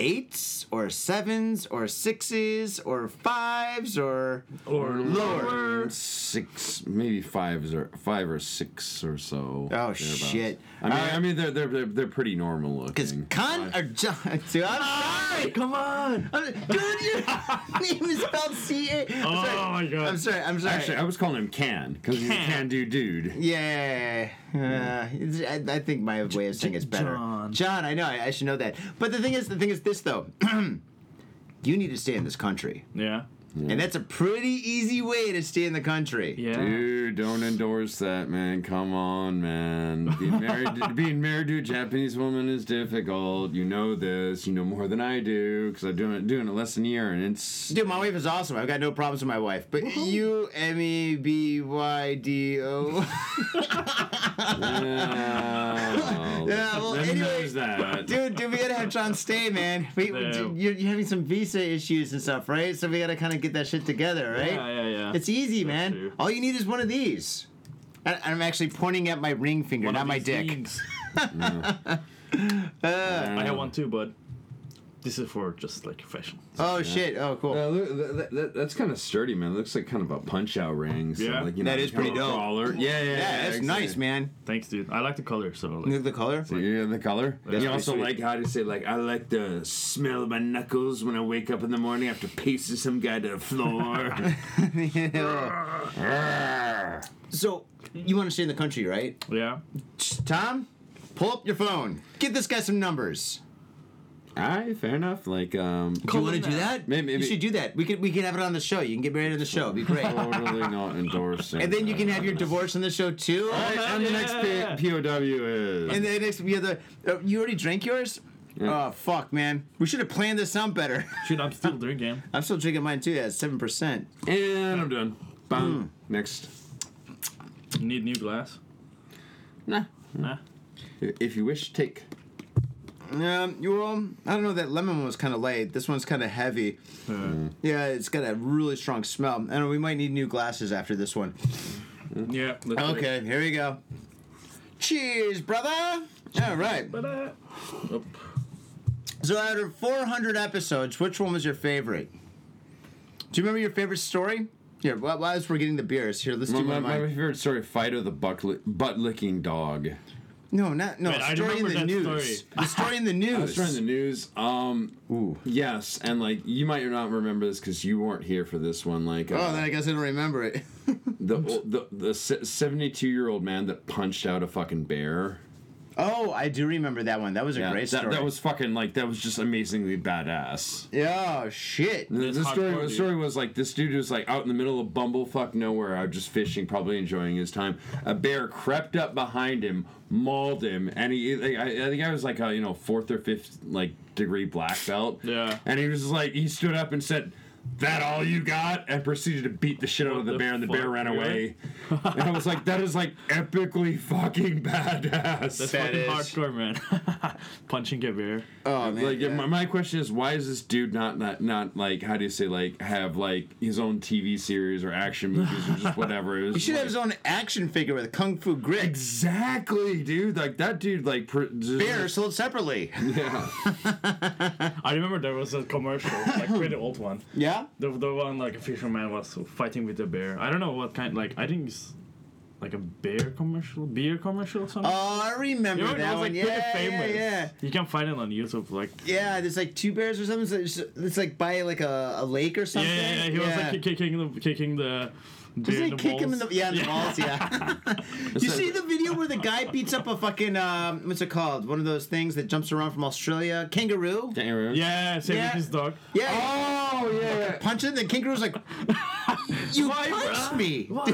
Speaker 2: eights or sevens or sixes or fives or
Speaker 4: Or
Speaker 2: lower?
Speaker 3: Six, maybe five or five or six or so.
Speaker 2: Oh
Speaker 3: thereabouts.
Speaker 2: shit! Uh,
Speaker 3: I mean, I mean, they're they're they're, they're pretty normal
Speaker 2: Because
Speaker 3: looking.
Speaker 2: con or John, (laughs) dude, I'm sorry.
Speaker 4: Come on!
Speaker 2: I'm- Dude, your (laughs) name is spelled C A.
Speaker 4: Oh my God.
Speaker 2: I'm sorry. I'm sorry.
Speaker 3: Actually, I was calling him Can because he's a
Speaker 4: Can.
Speaker 3: can do dude.
Speaker 2: Yeah, uh, it's- I, I think my way of saying it's better.
Speaker 4: John.
Speaker 2: John, I know, I, I should know that. But the thing is, the thing is this though. (clears throat) you need to stay in this country,
Speaker 4: Yeah.
Speaker 2: and that's a pretty easy way to stay in the country.
Speaker 4: Yeah.
Speaker 3: Dude, don't endorse that, man. Come on, man. Being married,
Speaker 2: (laughs)
Speaker 3: to, being married to a Japanese woman is difficult. You know this. You know more than I do because I've doing it doing it less than a year, and
Speaker 2: (laughs)
Speaker 3: it's
Speaker 2: Dude, my wife is awesome. I've got no problems with my wife. But U M E B Y D
Speaker 4: (laughs)
Speaker 2: O. (laughs)
Speaker 3: Wow.
Speaker 2: Yeah, well,
Speaker 3: Then
Speaker 2: anyway,
Speaker 3: there's
Speaker 2: (laughs)
Speaker 3: that.
Speaker 2: Dude, dude, we gotta have John stay, man.
Speaker 4: (laughs)
Speaker 2: We,
Speaker 4: No.
Speaker 2: dude, you're, you're having some visa issues and stuff, right? So we gotta kind of get that shit together, right?
Speaker 4: Yeah, yeah, yeah.
Speaker 2: It's easy, man.
Speaker 4: true.
Speaker 2: All you need is one of these. And and I'm actually pointing at my ring finger,
Speaker 4: One
Speaker 2: not
Speaker 4: of
Speaker 2: my
Speaker 4: these
Speaker 2: dick.
Speaker 4: things.
Speaker 2: Uh,
Speaker 4: I have one too, but this is for just like fashion.
Speaker 2: oh shit! Oh cool.
Speaker 3: Uh, look, that, that- that- that's kind of sturdy, man. It looks like kind of a punch out ring. So
Speaker 4: Yeah.
Speaker 3: like, you know,
Speaker 2: That is
Speaker 3: kind of
Speaker 2: pretty
Speaker 3: a
Speaker 2: dope.
Speaker 3: Crawler. Yeah, yeah, yeah.
Speaker 2: yeah, that's
Speaker 3: exactly.
Speaker 2: nice, man.
Speaker 4: Thanks, dude. I like the color, so like,
Speaker 2: Look at the color.
Speaker 3: So you hear the color.
Speaker 4: That's
Speaker 3: you also
Speaker 4: pretty
Speaker 3: like
Speaker 4: sweet.
Speaker 3: how to say like I like the smell of my knuckles when I wake up in the morning after pacing some guy to
Speaker 2: (laughs)
Speaker 3: the floor.
Speaker 2: (laughs)
Speaker 3: (laughs) Ah,
Speaker 2: so you want to stay in the country, right?
Speaker 4: yeah.
Speaker 2: Tom, pull up your phone. Get this guy some numbers.
Speaker 3: All right, fair enough. Like um,
Speaker 2: Do you want to do that?
Speaker 3: Maybe- maybe-
Speaker 2: You should do that. We could we could have it on the show. You can get married on the show. It'd be
Speaker 4: (laughs)
Speaker 2: great.
Speaker 4: Oh,
Speaker 3: totally not endorsing.
Speaker 2: And then you can have your (laughs)
Speaker 3: that.
Speaker 2: divorce on the show too.
Speaker 3: All right, and the next
Speaker 4: Oh, Yeah.
Speaker 3: P- POW is.
Speaker 2: And then next we have the. Uh, you already drank yours. Oh fuck, man! We should have planned this out better. (laughs)
Speaker 4: Shoot, I'm still drinking.
Speaker 2: I'm still drinking mine too. At seven percent.
Speaker 3: And I'm done.
Speaker 2: Hmm.
Speaker 3: Bang. Next.
Speaker 4: Need new glass.
Speaker 3: Nah.
Speaker 2: Hmm.
Speaker 4: Nah.
Speaker 3: If you wish, take.
Speaker 2: Um, you well, I don't know. That lemon one was kind of light. This one's kind of heavy.
Speaker 4: Uh,
Speaker 2: Yeah, it's got a really strong smell. I know we might need new glasses after this one.
Speaker 4: Yeah. let's do it.
Speaker 2: Okay, here we go. Cheers, brother. All right.
Speaker 4: But uh, oh,
Speaker 2: So out of 400 episodes, which one was your favorite? Do you remember your favorite story? Here, wh- while as we're getting the beers, here, let's
Speaker 3: My,
Speaker 2: do one
Speaker 3: my,
Speaker 2: of
Speaker 3: my
Speaker 2: mine.
Speaker 3: favorite story: fight of the butt, li- butt licking dog.
Speaker 2: No, not no.
Speaker 4: Wait, I
Speaker 2: story in
Speaker 4: remember
Speaker 2: the
Speaker 4: that
Speaker 2: news.
Speaker 4: story.
Speaker 2: The story in the
Speaker 3: (laughs) I was
Speaker 2: news.
Speaker 3: trying the news. Um,
Speaker 2: Ooh.
Speaker 3: yes, and like you might not remember this because you weren't here for this one. Like, uh,
Speaker 2: Oh, then I guess I don't remember it.
Speaker 3: the ol- the the seventy-two year old man that punched out a fucking bear.
Speaker 2: Oh, I do remember that one. That was a
Speaker 3: Yeah,
Speaker 2: great
Speaker 3: that,
Speaker 2: story.
Speaker 3: that was fucking like that was just amazingly badass.
Speaker 2: Yeah, shit.
Speaker 3: The,
Speaker 4: That's
Speaker 3: the
Speaker 4: hard
Speaker 3: story, the
Speaker 4: party.
Speaker 3: story was like this dude was like out in the middle of bumblefuck nowhere, out just fishing, probably enjoying his time. A bear crept up behind him, mauled him, and he. Like, I, I think I was like a you know fourth or fifth like degree black belt.
Speaker 4: Yeah.
Speaker 3: And he was like, he stood up and said, "That all you got?" and proceeded to beat the shit out of the,
Speaker 4: the
Speaker 3: bear, and the
Speaker 4: fuck,
Speaker 3: bear ran
Speaker 4: really?
Speaker 3: away. and I was like, that is like epically fucking badass.
Speaker 4: that's
Speaker 2: That
Speaker 4: fucking
Speaker 2: is-
Speaker 4: hardcore, man. (laughs) Punching a bear.
Speaker 2: Oh man.
Speaker 3: like my, my question is why is this dude not, not not like how do you say like have like his own TV series or action movies or
Speaker 2: (laughs)
Speaker 3: just whatever it was
Speaker 2: he should have his own action figure with kung fu grip.
Speaker 3: exactly dude like that dude like pr- just-
Speaker 2: Beer sold separately. (laughs)
Speaker 3: yeah
Speaker 4: I remember there was a commercial, like pretty old one.
Speaker 2: Yeah.
Speaker 4: The, the one like a fisherman was fighting with a bear. I don't know what kind. Like I think it's like a bear commercial, beer commercial or something.
Speaker 2: Oh, I remember
Speaker 4: You know, it
Speaker 2: that
Speaker 4: was,
Speaker 2: one.
Speaker 4: like,
Speaker 2: Yeah,
Speaker 4: pretty
Speaker 2: yeah,
Speaker 4: famous.
Speaker 2: yeah.
Speaker 4: You can find it on YouTube. Like
Speaker 2: Yeah, there's like two bears or something. so It's, it's like by like a, a lake or
Speaker 4: yeah,
Speaker 2: something.
Speaker 4: yeah, yeah. He was like ki- kicking the kicking the bear
Speaker 2: Does
Speaker 4: in
Speaker 2: he
Speaker 4: the
Speaker 2: kick him in the
Speaker 4: balls.
Speaker 2: yeah in the balls? Yeah.
Speaker 4: (laughs)
Speaker 2: (laughs) you
Speaker 3: So-
Speaker 2: see the video where the guy beats up a fucking um, what's it called? One of those things that jumps around from Australia, kangaroo.
Speaker 3: Can't remember.
Speaker 4: Yeah, same
Speaker 2: Yeah.
Speaker 4: with his dog.
Speaker 2: Yeah.
Speaker 3: oh yeah
Speaker 4: (laughs)
Speaker 2: Punch it, the kangaroo's like, You
Speaker 4: Why,
Speaker 2: punched
Speaker 4: bruh?
Speaker 2: me.
Speaker 4: Why?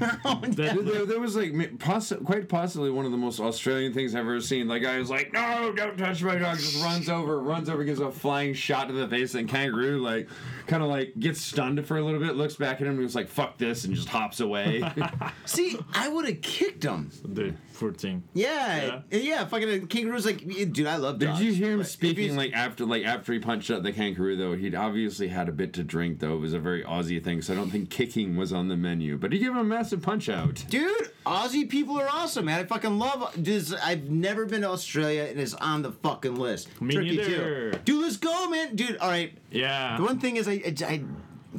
Speaker 4: That-
Speaker 3: There, there was like ma- possi- quite possibly one of the most Australian things I've ever seen. Like I was like, no, don't touch my dog. Just runs over, runs over, gives a flying shot to the face, and kangaroo like kind of like gets stunned for a little bit, looks back at him, and was like, fuck this, and just hops
Speaker 2: (laughs)
Speaker 3: away. (laughs)
Speaker 2: See, I would have kicked him.
Speaker 4: the food thing.
Speaker 2: Yeah, yeah. fucking kangaroo's like, dude, I love
Speaker 3: Did
Speaker 2: dogs.
Speaker 3: you hear him
Speaker 2: but if
Speaker 3: speaking
Speaker 2: he's-
Speaker 3: like after like after he punched out the kangaroo though? He'd obviously had a bit to drink though. It was a very Aussie thing, so I don't think kicking was on the menu. But he gave him a massive punch out.
Speaker 2: Dude, Aussie people are awesome, man. I fucking love this. I've never been to Australia and it's on the fucking list.
Speaker 4: Me neither.
Speaker 2: too. Dude, let's go, man. Dude, all right.
Speaker 4: Yeah.
Speaker 2: The one thing is, I, I, I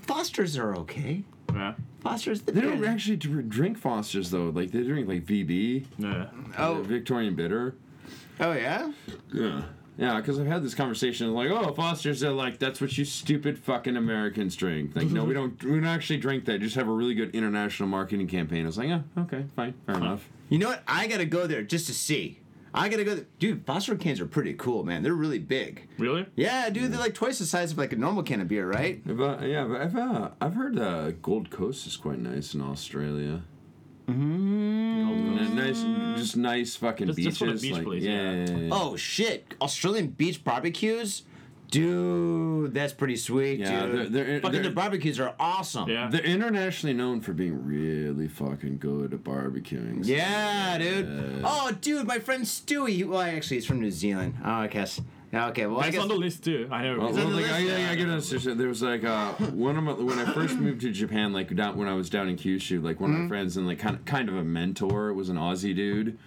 Speaker 2: Fosters are okay.
Speaker 4: yeah.
Speaker 2: Fosters,
Speaker 3: They don't actually dr- drink Fosters though. Like they drink like VB,
Speaker 4: Yeah.
Speaker 3: oh.
Speaker 2: Oh.
Speaker 3: Victorian Bitter.
Speaker 2: Oh yeah.
Speaker 3: Yeah, yeah. Because I've had this conversation like, oh, Fosters are like that's what you stupid fucking Americans drink. Like, no, we don't. We don't actually drink that. Just have a really good international marketing campaign. I was like, yeah, okay, fine, fair enough.
Speaker 2: You know what? I gotta go there just to see. I gotta go. There. Dude, Foster cans are pretty cool, man. They're really big.
Speaker 4: Really?
Speaker 2: Yeah, dude, they're like twice the size of like a normal can of beer, right?
Speaker 3: I've, uh, yeah, but I've uh, I've heard uh, Gold Coast is quite nice in Australia. N- nice, just nice fucking
Speaker 4: Mm-hmm. Just-
Speaker 3: beaches.
Speaker 4: just for the beach
Speaker 3: like,
Speaker 4: place,
Speaker 3: yeah,
Speaker 4: yeah.
Speaker 3: yeah, yeah.
Speaker 2: Oh shit! Australian beach barbecues, dude. That's pretty sweet,
Speaker 3: Yeah,
Speaker 2: dude.
Speaker 3: they're- they're-
Speaker 2: Fucking
Speaker 3: they're-
Speaker 2: the barbecues are awesome.
Speaker 4: Yeah.
Speaker 3: They're internationally known for being really fucking good at barbecuing. so-
Speaker 2: Yeah, dude. Oh, dude, my friend Stewie. Well, actually, he's from New Zealand. Oh, I guess. Yeah, Okay, well, I
Speaker 4: That's
Speaker 2: guess.
Speaker 4: on the list too. I never.
Speaker 3: Well,
Speaker 2: on the
Speaker 3: like,
Speaker 2: list?
Speaker 3: I, yeah, yeah, I get it. So- so There was like uh, one of my, when I first moved to Japan, like down when I was down in Kyushu, like one of
Speaker 4: Mm-hmm.
Speaker 3: my friends and like kind of, kind of a mentor was an Aussie dude.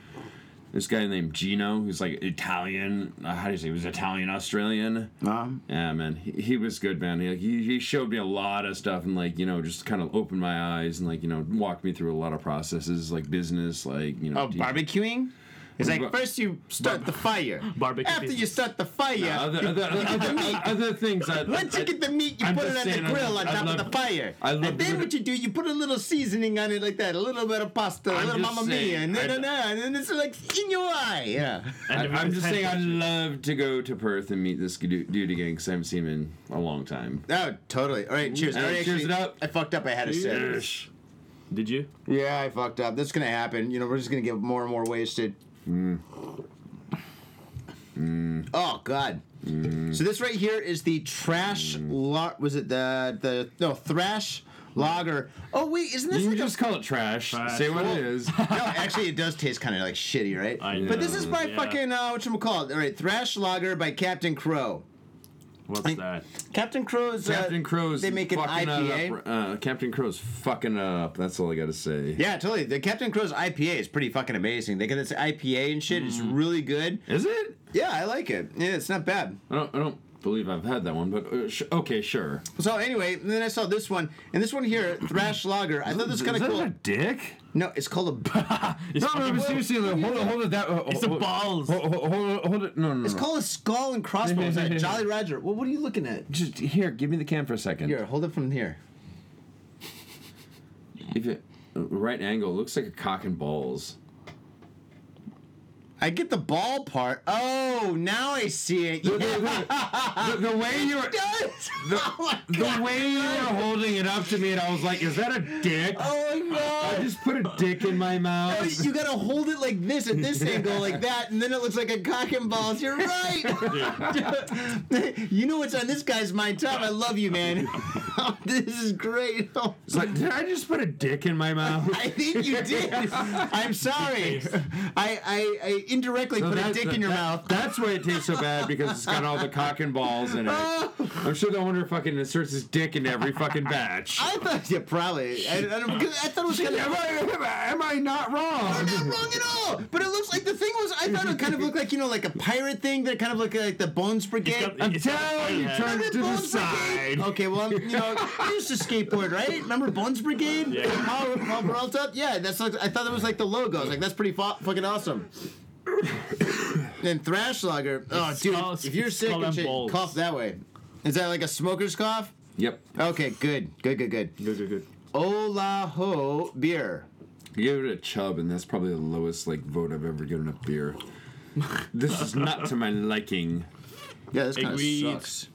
Speaker 3: This guy named Gino, who's like Italian. Uh, how do you say? He was Italian
Speaker 4: Oh,
Speaker 3: Australian.
Speaker 2: Um,
Speaker 3: Yeah, man, he, he was good, man. He, like, he he showed me a lot of stuff and like you know just kind of opened my eyes and like you know walked me through a lot of processes like business, like you know.
Speaker 2: oh,
Speaker 3: teach-
Speaker 2: barbecuing. It's like
Speaker 3: Bar-
Speaker 2: first you start the fire.
Speaker 4: Barbecue
Speaker 2: After you
Speaker 4: pizza.
Speaker 2: start the fire,
Speaker 3: Other, other,
Speaker 2: (laughs)
Speaker 3: other, other, other things. I,
Speaker 2: Once you
Speaker 3: I-
Speaker 2: get the meat, you
Speaker 3: I'm
Speaker 2: put it
Speaker 3: just
Speaker 2: on the
Speaker 3: saying, I
Speaker 2: grill
Speaker 3: love-
Speaker 2: on
Speaker 3: I
Speaker 2: top of
Speaker 3: love-
Speaker 2: the fire.
Speaker 3: I love
Speaker 2: and then
Speaker 3: the-
Speaker 2: what you do, you put a little seasoning on it like that, a little bit of pasta, a
Speaker 3: I'm
Speaker 2: little
Speaker 3: just
Speaker 2: mamma mia,
Speaker 3: saying,
Speaker 2: and then,
Speaker 3: I-
Speaker 2: and then, and then it's like in your eye. Yeah. (laughs)
Speaker 3: I,
Speaker 4: And
Speaker 3: I'm just saying, I'd
Speaker 4: I.
Speaker 3: love to go to Perth and meet this du- dude again because I haven't seen him in a long time.
Speaker 2: Oh, totally. All right, cheers.
Speaker 3: All right,
Speaker 2: I
Speaker 3: cheers it up.
Speaker 2: I fucked up. I had a sip.
Speaker 4: Did you?
Speaker 2: Yeah, I fucked up. That's gonna happen. You know, we're just gonna get more and more wasted.
Speaker 3: Mm.
Speaker 2: Oh God.
Speaker 3: Mm.
Speaker 2: So this right here is the trash lot. Was it the the no thrash lager? Oh wait, isn't this
Speaker 3: You
Speaker 2: like a
Speaker 3: just call it trash.
Speaker 4: Trash.
Speaker 3: Say what it
Speaker 2: Well- (laughs)
Speaker 3: is.
Speaker 2: no, actually, it does taste kind of like shitty, right?
Speaker 4: I
Speaker 2: But this
Speaker 4: know,
Speaker 2: is by
Speaker 4: yeah.
Speaker 2: fucking uh, what you call it? All right, Thrash Lager by Captain Crow.
Speaker 4: What's that?
Speaker 2: Captain Crow's. uh,
Speaker 3: Captain Crow's.
Speaker 2: They make an
Speaker 3: fucking it
Speaker 2: IPA.
Speaker 3: Up. Uh, Captain Crow's fucking it up. That's all I gotta say.
Speaker 2: Yeah, totally. The Captain Crow's IPA is pretty fucking amazing. They got this IPA and shit. It's
Speaker 3: Mm.
Speaker 2: really good.
Speaker 3: Is it?
Speaker 2: Yeah, I like it. Yeah, it's not bad.
Speaker 3: I don't. I don't believe I've had that one, but uh, sh- okay, sure.
Speaker 2: So anyway, and then I saw this one, and this one here, Thrash Lager. I thought this was kind
Speaker 3: Is
Speaker 2: of
Speaker 3: that
Speaker 2: cool.
Speaker 3: a dick?
Speaker 2: No, it's called a.
Speaker 4: It's
Speaker 3: No, no,
Speaker 4: fucking-
Speaker 3: but seriously, like, hold it, hold it. That uh,
Speaker 4: It's the
Speaker 3: hold-
Speaker 4: balls.
Speaker 3: Hold, hold, hold, hold it. No, no, no.
Speaker 2: It's called a skull and crossbones.
Speaker 3: (laughs)
Speaker 2: at Jolly Roger. Well, what are you looking at?
Speaker 3: Just here, give me the can for a second.
Speaker 2: Here, hold it from here.
Speaker 3: If it uh, right angle, it looks like a cock and balls.
Speaker 2: I get the ball part. Oh, now I see it.
Speaker 3: The-
Speaker 2: Yeah,
Speaker 3: the- the- the way you were.
Speaker 2: it does. (laughs) oh my
Speaker 3: The
Speaker 2: god.
Speaker 3: way you were holding it up to me, and I was like, "Is that a dick?"
Speaker 2: Oh my
Speaker 3: I
Speaker 2: god.
Speaker 3: just put a dick in my (laughs)
Speaker 2: Oh,
Speaker 3: mouth.
Speaker 2: You gotta hold it like this at this angle,
Speaker 3: (laughs)
Speaker 2: like that, and then it looks like a cock and balls. You're right. you know what's on this guy's mind, Tom? I love you, man. (laughs) this is great. (laughs)
Speaker 3: It's like, did I just put a dick in my mouth?
Speaker 2: I think you did.
Speaker 3: (laughs)
Speaker 2: I'm sorry. I, I, I indirectly put a
Speaker 3: That-
Speaker 2: dick
Speaker 3: that-
Speaker 2: in your
Speaker 3: that-
Speaker 2: mouth.
Speaker 3: That's why it tastes so bad because it's got all the cock and balls (laughs) in it. I'm sure the owner fucking inserts his dick in every fucking batch.
Speaker 2: I thought, yeah, probably. I, I, don't, I thought it was gonna.
Speaker 3: Am I, am I- am I not wrong?
Speaker 2: Not (laughs) wrong at all. But it looks like the thing was. I thought it kind of looked like you know, like a pirate thing. That kind of looked like the Bones Brigade.
Speaker 4: got-
Speaker 3: I'm telling you,
Speaker 2: Remember
Speaker 3: turn it to the
Speaker 2: Bones Brigade?
Speaker 3: side.
Speaker 2: Okay, well, I'm, you know, I used to skateboard, right? Remember Bones Brigade?
Speaker 4: Yeah.
Speaker 2: Paul, Paul Peralta? Yeah, that's like, I thought that was like the logo. I was like, that's pretty fu- fucking awesome. Then Thrash Lager. Oh, dude,
Speaker 4: skull-
Speaker 2: if you're
Speaker 4: it's
Speaker 2: sick
Speaker 4: skull
Speaker 2: and
Speaker 4: and
Speaker 2: shit,
Speaker 4: balls.
Speaker 2: cough that way. Is that like a smoker's cough?
Speaker 3: Yep.
Speaker 2: Okay, good, good, good, good.
Speaker 4: Good, good, good.
Speaker 2: Olaho beer.
Speaker 3: Give it a chub, and that's probably the lowest like vote I've ever given a (laughs) beer. This is not to my liking.
Speaker 2: Yeah, this kind of
Speaker 4: Agreed.
Speaker 2: sucks.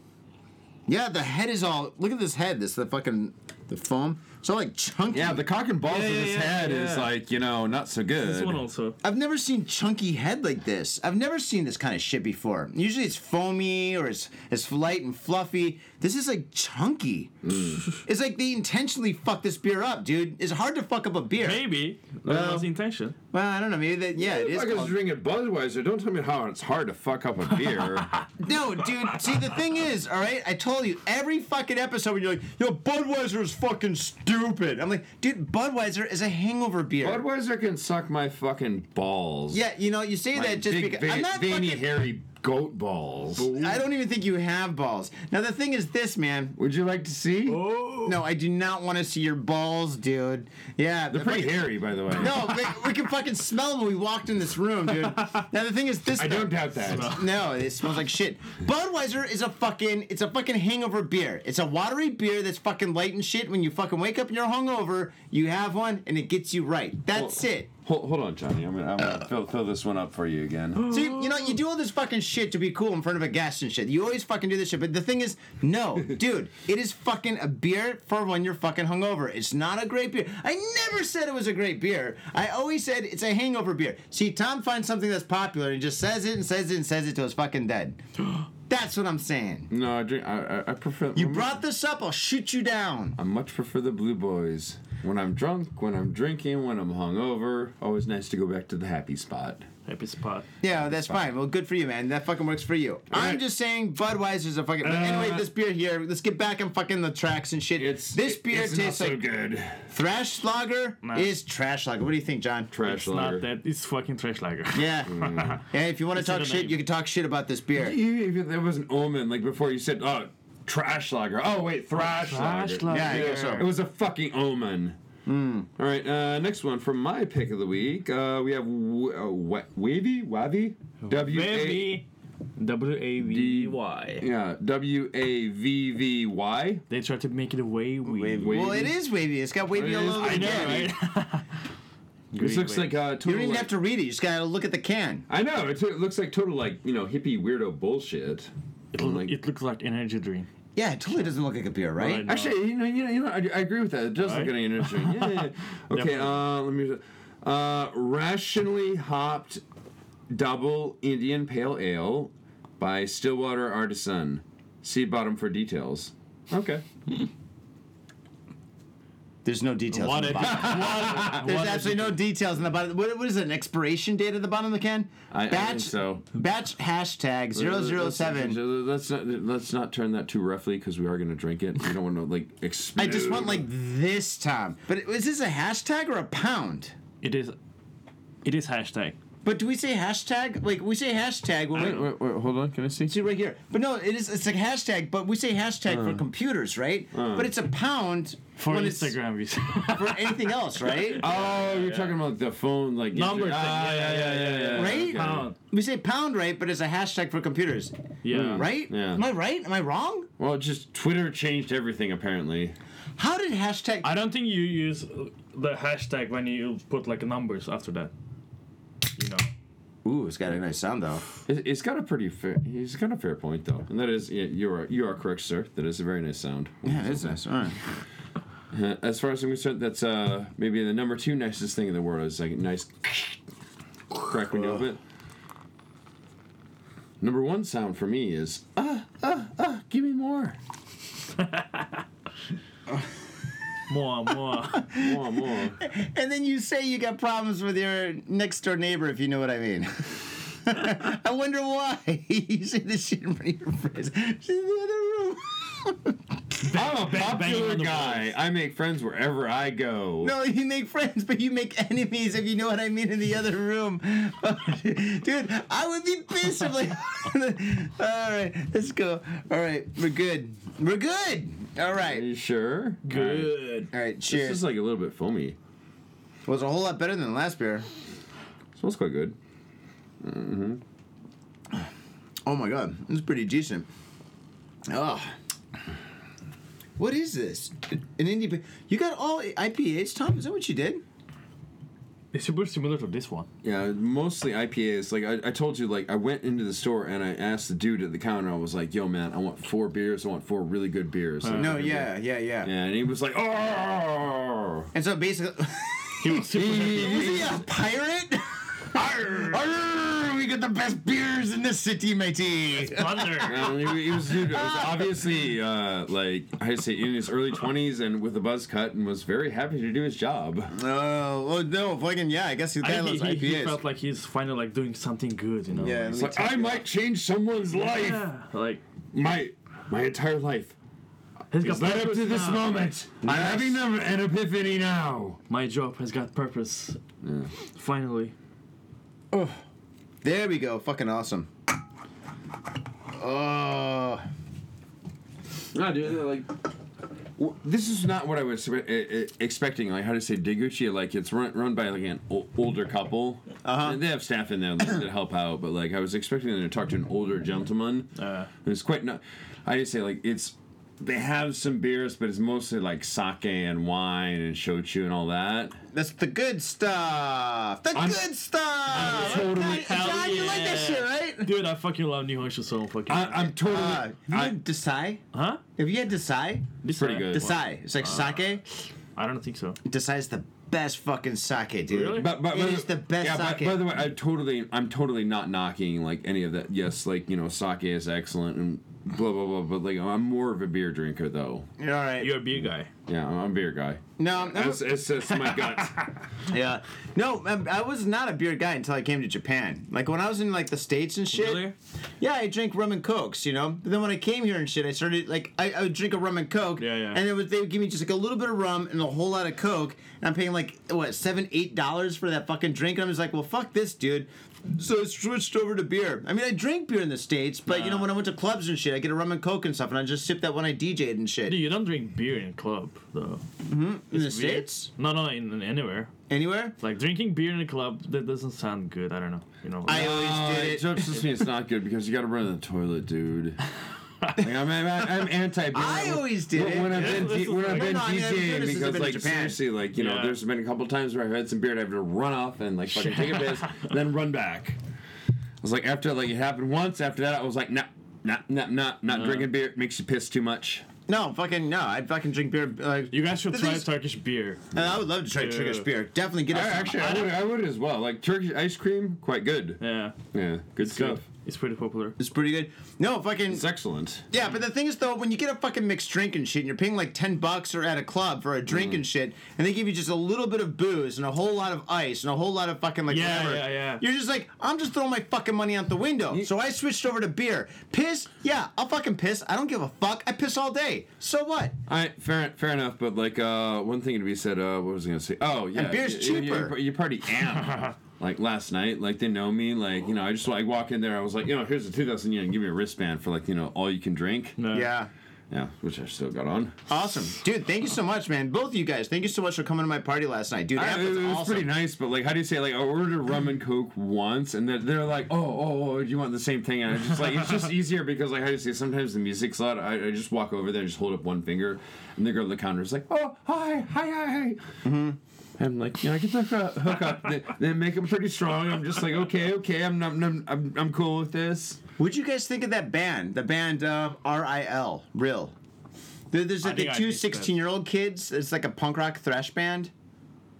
Speaker 2: Yeah, the head is all. Look at this head. This the fucking The foam. So like chunky.
Speaker 3: Yeah, the cock and balls
Speaker 4: Yeah,
Speaker 3: in
Speaker 4: yeah,
Speaker 3: his
Speaker 4: yeah,
Speaker 3: head is
Speaker 4: yeah.
Speaker 3: like you know not so good.
Speaker 4: This one also.
Speaker 2: I've never seen chunky head like this. I've never seen this kind of shit before. Usually it's foamy or it's it's light and fluffy. This is like chunky.
Speaker 3: Mm.
Speaker 2: it's like they intentionally fucked this beer up, dude. It's hard to fuck up a beer.
Speaker 4: Maybe. that
Speaker 2: Well-
Speaker 4: was the intention.
Speaker 2: Well, I don't know. Maybe that. Yeah, it is.
Speaker 3: Fuckers
Speaker 2: called-
Speaker 3: drinking Budweiser. Don't tell me how it's hard to fuck up a (laughs) beer.
Speaker 2: No, dude. See, the thing is, all right. I told you every fucking episode when you're like, "Yo, Budweiser is fucking stupid." I'm like, dude, Budweiser is a hangover beer.
Speaker 3: Budweiser can suck my fucking balls.
Speaker 2: yeah, you know, you say
Speaker 3: My
Speaker 2: that just
Speaker 3: big,
Speaker 2: because
Speaker 3: ve-
Speaker 2: I'm not
Speaker 3: veiny,
Speaker 2: fucking.
Speaker 3: hairy goat balls.
Speaker 2: I don't even think you have balls. Now the thing is, this man.
Speaker 3: Would you like to see?
Speaker 4: Oh.
Speaker 2: No, I do not want to see your balls, dude. Yeah,
Speaker 3: They're pretty hairy, by the way.
Speaker 2: No, we, we can fucking smell them when we walked in this room, dude. Now the thing is, this.
Speaker 3: I don't doubt that.
Speaker 2: No, it smells like shit. Budweiser is a fucking it's a fucking hangover beer. It's a watery beer that's fucking light and shit. When you fucking wake up and you're hungover, you have one and it gets you right. That's it.
Speaker 3: Hold, hold on, Johnny. I'm gonna, I'm gonna fill, fill this one up for
Speaker 2: (gasps)
Speaker 3: you again.
Speaker 2: So you, you know you do all this fucking shit to be cool in front of a guest and shit. You always fucking do this shit. But the thing is,
Speaker 3: (laughs)
Speaker 2: no, dude, it is fucking a beer for when you're fucking hungover. It's not a great beer. I never said it was a great beer. I always said it's a hangover beer. See, Tom finds something that's popular and he just says it and says it and says it till it's fucking
Speaker 3: (gasps)
Speaker 2: dead. That's what I'm saying.
Speaker 3: No, I drink. I, I, I prefer.
Speaker 2: You brought this up, I'll shoot you down.
Speaker 3: I much prefer the Blue Boys. When I'm drunk, when I'm drinking, when I'm hungover, always nice to go back to the happy spot.
Speaker 4: Happy spot.
Speaker 2: Yeah, that's fine. Well, good for you, man. That fucking works for you. I'm
Speaker 3: right. Uh,
Speaker 2: just saying Budweiser's a fucking. But anyway, this beer here. Let's get back on fucking the tracks and shit.
Speaker 3: It's
Speaker 2: this
Speaker 3: it-
Speaker 2: beer
Speaker 3: it's
Speaker 2: tastes
Speaker 3: not so
Speaker 2: like
Speaker 3: good.
Speaker 2: thrash lager
Speaker 4: Nah.
Speaker 2: is trash lager. What do you think, John?
Speaker 3: Trash
Speaker 4: It's
Speaker 3: lager.
Speaker 4: not that. It's fucking trash lager. (laughs)
Speaker 2: Yeah.
Speaker 3: Mm.
Speaker 2: Hey, if you want to
Speaker 4: It's in
Speaker 2: talk
Speaker 4: the
Speaker 2: shit,
Speaker 4: name.
Speaker 2: you can talk shit about this beer.
Speaker 3: Even if there was an omen, like before you said, oh, trash lager. Oh, wait, thrash,
Speaker 4: Trash
Speaker 3: lager.
Speaker 4: lager.
Speaker 2: Yeah, I guess so.
Speaker 3: It was a fucking omen.
Speaker 2: Hmm.
Speaker 3: All right, uh, next one from my pick of the week. Uh, we have w- uh, wa- Wavy? Wavy? W A.
Speaker 4: Baby. W A V Y.
Speaker 3: Yeah, W A V V Y.
Speaker 4: They tried to make it a way we.
Speaker 3: Wavy.
Speaker 2: Well, it is wavy. It's got wavy
Speaker 3: It
Speaker 2: all
Speaker 3: is.
Speaker 2: over the
Speaker 3: I know,
Speaker 2: can.
Speaker 4: right? (laughs)
Speaker 3: This looks like uh, total.
Speaker 2: You don't even
Speaker 3: like-
Speaker 2: have to read it. You just gotta look at the can.
Speaker 3: I know it's, it looks like total like you know hippie weirdo bullshit.
Speaker 4: It,
Speaker 3: I'm
Speaker 4: loo-
Speaker 3: like-
Speaker 4: it looks like energy drink.
Speaker 2: Yeah, it totally doesn't look like a beer, right?
Speaker 4: Right.
Speaker 3: Actually, you know, you know, you know, I, I agree with that. It does
Speaker 4: Right?
Speaker 3: look kind of interesting. Yeah.
Speaker 4: (laughs)
Speaker 3: yeah, yeah. Okay.
Speaker 4: Definitely.
Speaker 3: uh, let me. Uh, rationally hopped double Indian Pale Ale by Stillwater Artisan. See bottom for details. Okay.
Speaker 2: There's no details. on
Speaker 4: What
Speaker 2: the
Speaker 4: a,
Speaker 2: bottom.
Speaker 4: what a-
Speaker 2: There's
Speaker 4: what a-
Speaker 2: absolutely no details in the bottom. What, what is it, an expiration date at the bottom of the can?
Speaker 3: I- I
Speaker 2: batch,
Speaker 3: think so. Uh,
Speaker 2: Batch hashtag 007.
Speaker 3: Let's not let's not turn that too roughly because we are gonna drink it. We don't want to like
Speaker 2: I
Speaker 3: explode.
Speaker 2: just want like this time. But is this a hashtag or a pound?
Speaker 4: (laughs) It is. It is hashtag.
Speaker 2: But do we say hashtag? Like we say hashtag when
Speaker 3: Wait,
Speaker 2: we
Speaker 3: wait, wait, hold on. Can I see?
Speaker 2: see right here. But no, it is it's a hashtag, but we say hashtag for computers, right? But it's a pound
Speaker 4: For
Speaker 2: when it's-
Speaker 4: Instagram, we say.
Speaker 2: for anything
Speaker 4: (laughs)
Speaker 2: else, right?
Speaker 3: Oh, you're talking about the phone, like
Speaker 4: Number thing,
Speaker 3: Ah,
Speaker 4: yeah, yeah, yeah, yeah,
Speaker 2: Right?
Speaker 3: okay.
Speaker 4: Pound.
Speaker 2: We say pound right, but it's a hashtag for computers.
Speaker 4: Yeah.
Speaker 2: Right?
Speaker 3: Yeah.
Speaker 2: Am I right? Am I wrong?
Speaker 3: Well, just Twitter changed everything apparently.
Speaker 2: How did hashtag
Speaker 4: I don't think you use the hashtag when you put like numbers after that. You know.
Speaker 2: Ooh, it's got a nice sound though.
Speaker 3: It- It's got a pretty fair. He's got a fair point though, and that is yeah, you are you are correct, sir. That is a very nice sound.
Speaker 2: Yeah, it's nice. All (laughs) right.
Speaker 3: Uh, As far as I'm concerned, that's uh maybe the number two nicest thing in the world is like a nice crack when you open it. Number one sound for me is ah ah ah. Give me more,
Speaker 4: More, more.
Speaker 3: (laughs) more, more.
Speaker 4: (laughs)
Speaker 2: And then you say you got problems with your next door neighbor, if you know what I (laughs) mean. I wonder why (laughs) you say this shit in front of your friends. She's in the other room. (laughs)
Speaker 3: I'm a
Speaker 4: banging
Speaker 3: popular
Speaker 4: on the
Speaker 3: guy.
Speaker 4: walls.
Speaker 3: I make friends wherever I go.
Speaker 2: No, you make friends, but you make enemies, if you know what I mean, in the other room. (laughs) Dude, I would be pissed if, like, (laughs) all right, let's go. All right, we're good. We're good. All
Speaker 3: Are
Speaker 2: right.
Speaker 3: you sure?
Speaker 4: Good.
Speaker 2: All right,
Speaker 3: This
Speaker 2: cheers.
Speaker 3: is like a little bit foamy.
Speaker 2: was a whole lot better than the last beer.
Speaker 3: Smells quite good.
Speaker 2: Oh my god, it's pretty decent. Ugh. What is this? An indie? beer? You got all IPAs, Tom? Is that what you did?
Speaker 4: It's super similar to this one.
Speaker 3: Yeah, mostly IPAs. Like I, I told you, like I went into the store and I asked the dude at the counter. I was like, "Yo, man, I want four beers. I want four really good beers." Like,
Speaker 2: No, yeah, yeah, yeah,
Speaker 3: Yeah, and he was like, "Oh,
Speaker 2: And so basically, (laughs)
Speaker 4: He was super happy.
Speaker 2: is he a pirate? Arr, arr, we got the best beers in this city, matey.
Speaker 4: Thunder.
Speaker 3: And he, he was, dude, it was obviously uh, like I say in his early twenties and with a buzz cut, and was very happy to do his job.
Speaker 2: Oh, well, no, fucking yeah. I guess he
Speaker 4: I
Speaker 2: kind
Speaker 4: think
Speaker 2: of loves
Speaker 4: he, he, he
Speaker 2: IPAs.
Speaker 4: felt like he's finally like doing something good, you know.
Speaker 2: yeah, let me
Speaker 4: like,
Speaker 3: Like
Speaker 2: take
Speaker 3: I
Speaker 2: you
Speaker 3: might change someone's life,
Speaker 4: yeah. like
Speaker 3: my my entire life.
Speaker 4: has
Speaker 3: It's
Speaker 4: got
Speaker 3: led up
Speaker 4: purpose
Speaker 3: to this
Speaker 4: now.
Speaker 3: moment. I'm having an an epiphany now.
Speaker 4: My job has got purpose. Finally.
Speaker 2: There we go. Fucking awesome. Oh.
Speaker 3: No, dude, they're like. w- This is not what I was spe- e- e- expecting. Like how to say Diguchi, like it's run, run by like an o- older couple. Uh-huh. And they have staff in there like, that help out, but like I was expecting them to talk to an older gentleman. Uh. It's quite not. I just say like it's. They have some beers, but it's mostly like sake and wine and shochu and all that.
Speaker 2: That's the good stuff. The
Speaker 3: I'm-
Speaker 2: good stuff.
Speaker 3: totally-
Speaker 2: John, John, you like that shit, right?
Speaker 4: Dude, I fucking love Nihon Shoso fucking.
Speaker 3: I, I'm totally.
Speaker 2: Uh, have you
Speaker 3: I,
Speaker 2: had Desai?
Speaker 4: huh?
Speaker 2: Have you had Desai?
Speaker 4: This
Speaker 3: pretty
Speaker 4: guy-
Speaker 3: good.
Speaker 2: Desai. It's like sake.
Speaker 4: I don't think so.
Speaker 2: Desai is the best fucking sake, dude.
Speaker 4: Really?
Speaker 3: But, but,
Speaker 2: It
Speaker 3: but-
Speaker 2: is the best
Speaker 3: yeah, but-
Speaker 2: sake.
Speaker 3: By, the way, I totally, I'm totally not knocking like any of that. Yes, like you know, sake is excellent and blah blah blah. But like, I'm more of a beer drinker though.
Speaker 2: All right.
Speaker 4: You're a beer guy.
Speaker 3: Yeah, I'm, I'm a beer guy.
Speaker 2: No, I'm-
Speaker 3: That's it's just my gut.
Speaker 2: yeah, no. I'm- I was not a beer guy until I came to Japan. Like when I was in like the states and shit.
Speaker 4: Really?
Speaker 2: Yeah, I drank rum and cokes, you know. But then when I came here and shit, I started like I, I would drink a rum and coke.
Speaker 4: Yeah, yeah.
Speaker 2: And it was they would give me just like a little bit of rum and a whole lot of coke, and I'm paying like what seven, eight dollars for that fucking drink. And I'm just like, well, fuck this, dude. So I switched over to beer. I mean, I drink beer in the states, but you know when I went to clubs and shit, I get a rum and coke and stuff, and I just sip that when I DJ'd and shit.
Speaker 4: Dude, you don't drink beer in a club though.
Speaker 2: in the
Speaker 4: It's weird.
Speaker 2: states,
Speaker 4: No, no, in, in anywhere.
Speaker 2: anywhere.
Speaker 4: Like drinking beer in a club, that doesn't sound good. I don't know. You know.
Speaker 2: I always
Speaker 3: (laughs) Uh,
Speaker 2: did
Speaker 3: it
Speaker 2: it.
Speaker 3: just to me, it's not good because you got to run to the
Speaker 2: (laughs)
Speaker 3: toilet, dude. Like, I'm, I'm, I'm anti.
Speaker 2: I always did it.
Speaker 3: When I've been,
Speaker 4: this
Speaker 3: D-
Speaker 4: is
Speaker 3: when I've
Speaker 4: like-
Speaker 3: been
Speaker 2: No, no, I mean, I've been doing
Speaker 3: DJing,
Speaker 2: this since I've
Speaker 3: because
Speaker 2: been in
Speaker 3: like
Speaker 2: Japan.
Speaker 3: seriously, like you know,
Speaker 4: Yeah.
Speaker 3: there's been a couple times where I've had some beer and I have to run off and like fucking take a (laughs) piss, then run back. I was like, after like it happened once, after that I was like, nah, nah, nah, nah, not drinking beer it makes you piss too much.
Speaker 2: No, fucking no. I fucking drink beer. Like,
Speaker 4: you guys should
Speaker 2: the
Speaker 4: try
Speaker 2: things-
Speaker 4: Turkish beer.
Speaker 2: and I would love to try
Speaker 4: Yeah.
Speaker 2: Turkish beer. Definitely get
Speaker 3: I,
Speaker 2: it.
Speaker 3: actually, I would, I would as well. Like Turkish ice cream, quite good. Yeah,
Speaker 4: Yeah.
Speaker 3: good
Speaker 4: It's
Speaker 3: stuff.
Speaker 4: good. It's pretty popular.
Speaker 2: it's pretty good. No, fucking
Speaker 3: It's excellent.
Speaker 2: yeah. But the thing is, though, when you get a fucking mixed drink and shit, and you're paying like ten bucks or at a club for a drink
Speaker 3: Mm.
Speaker 2: and shit, and they give you just a little bit of booze and a whole lot of ice and a whole lot of fucking like
Speaker 4: Yeah,
Speaker 2: whatever,
Speaker 4: yeah, yeah.
Speaker 2: You're just like, I'm just throwing my fucking money out the window. So I switched over to beer. Piss? Yeah, I'll fucking piss. I don't give a fuck. I piss all day. So what?
Speaker 3: All right, fair, fair enough. But like, uh, one thing to be said. Uh, what was I gonna say? Oh, yeah,
Speaker 2: And beer's
Speaker 3: you- you-
Speaker 2: cheaper.
Speaker 3: You, you party
Speaker 2: (laughs)
Speaker 3: amp. like last night, like they know me. Like you know, I just like walk in there. I was like, you know, here's a two thousand yen. Give me a wristband for like you know all you can drink.
Speaker 4: Yeah.
Speaker 2: Yeah.
Speaker 3: Yeah, which I still got on.
Speaker 2: Awesome, dude. Thank you so much, man. Both of you guys, thank you so much for coming to my party last night, dude.
Speaker 3: I-
Speaker 2: That
Speaker 3: it
Speaker 2: was
Speaker 3: was
Speaker 2: awesome.
Speaker 3: pretty nice, but like, how do you say? Like, I ordered rum and coke once, and they're, they're like, oh, oh, oh, do you want the same thing? And I just like, it's (laughs) just easier because like, how do you say? Sometimes the music's loud. I, I just walk over there and just hold up one finger, and the girl at the counter is like, oh, hi, hi, hi, hi. Mm-hmm. And like, you know, I get the hook- hook up. They, they make them pretty strong. I'm just like, okay, okay, I'm I'm I'm, I'm, I'm cool with this.
Speaker 2: What'd you guys think of that band? The band uh, RIL, Real. There's like the
Speaker 4: think I
Speaker 2: two
Speaker 4: missed that.
Speaker 2: 16 year old kids. It's like a punk rock thrash band.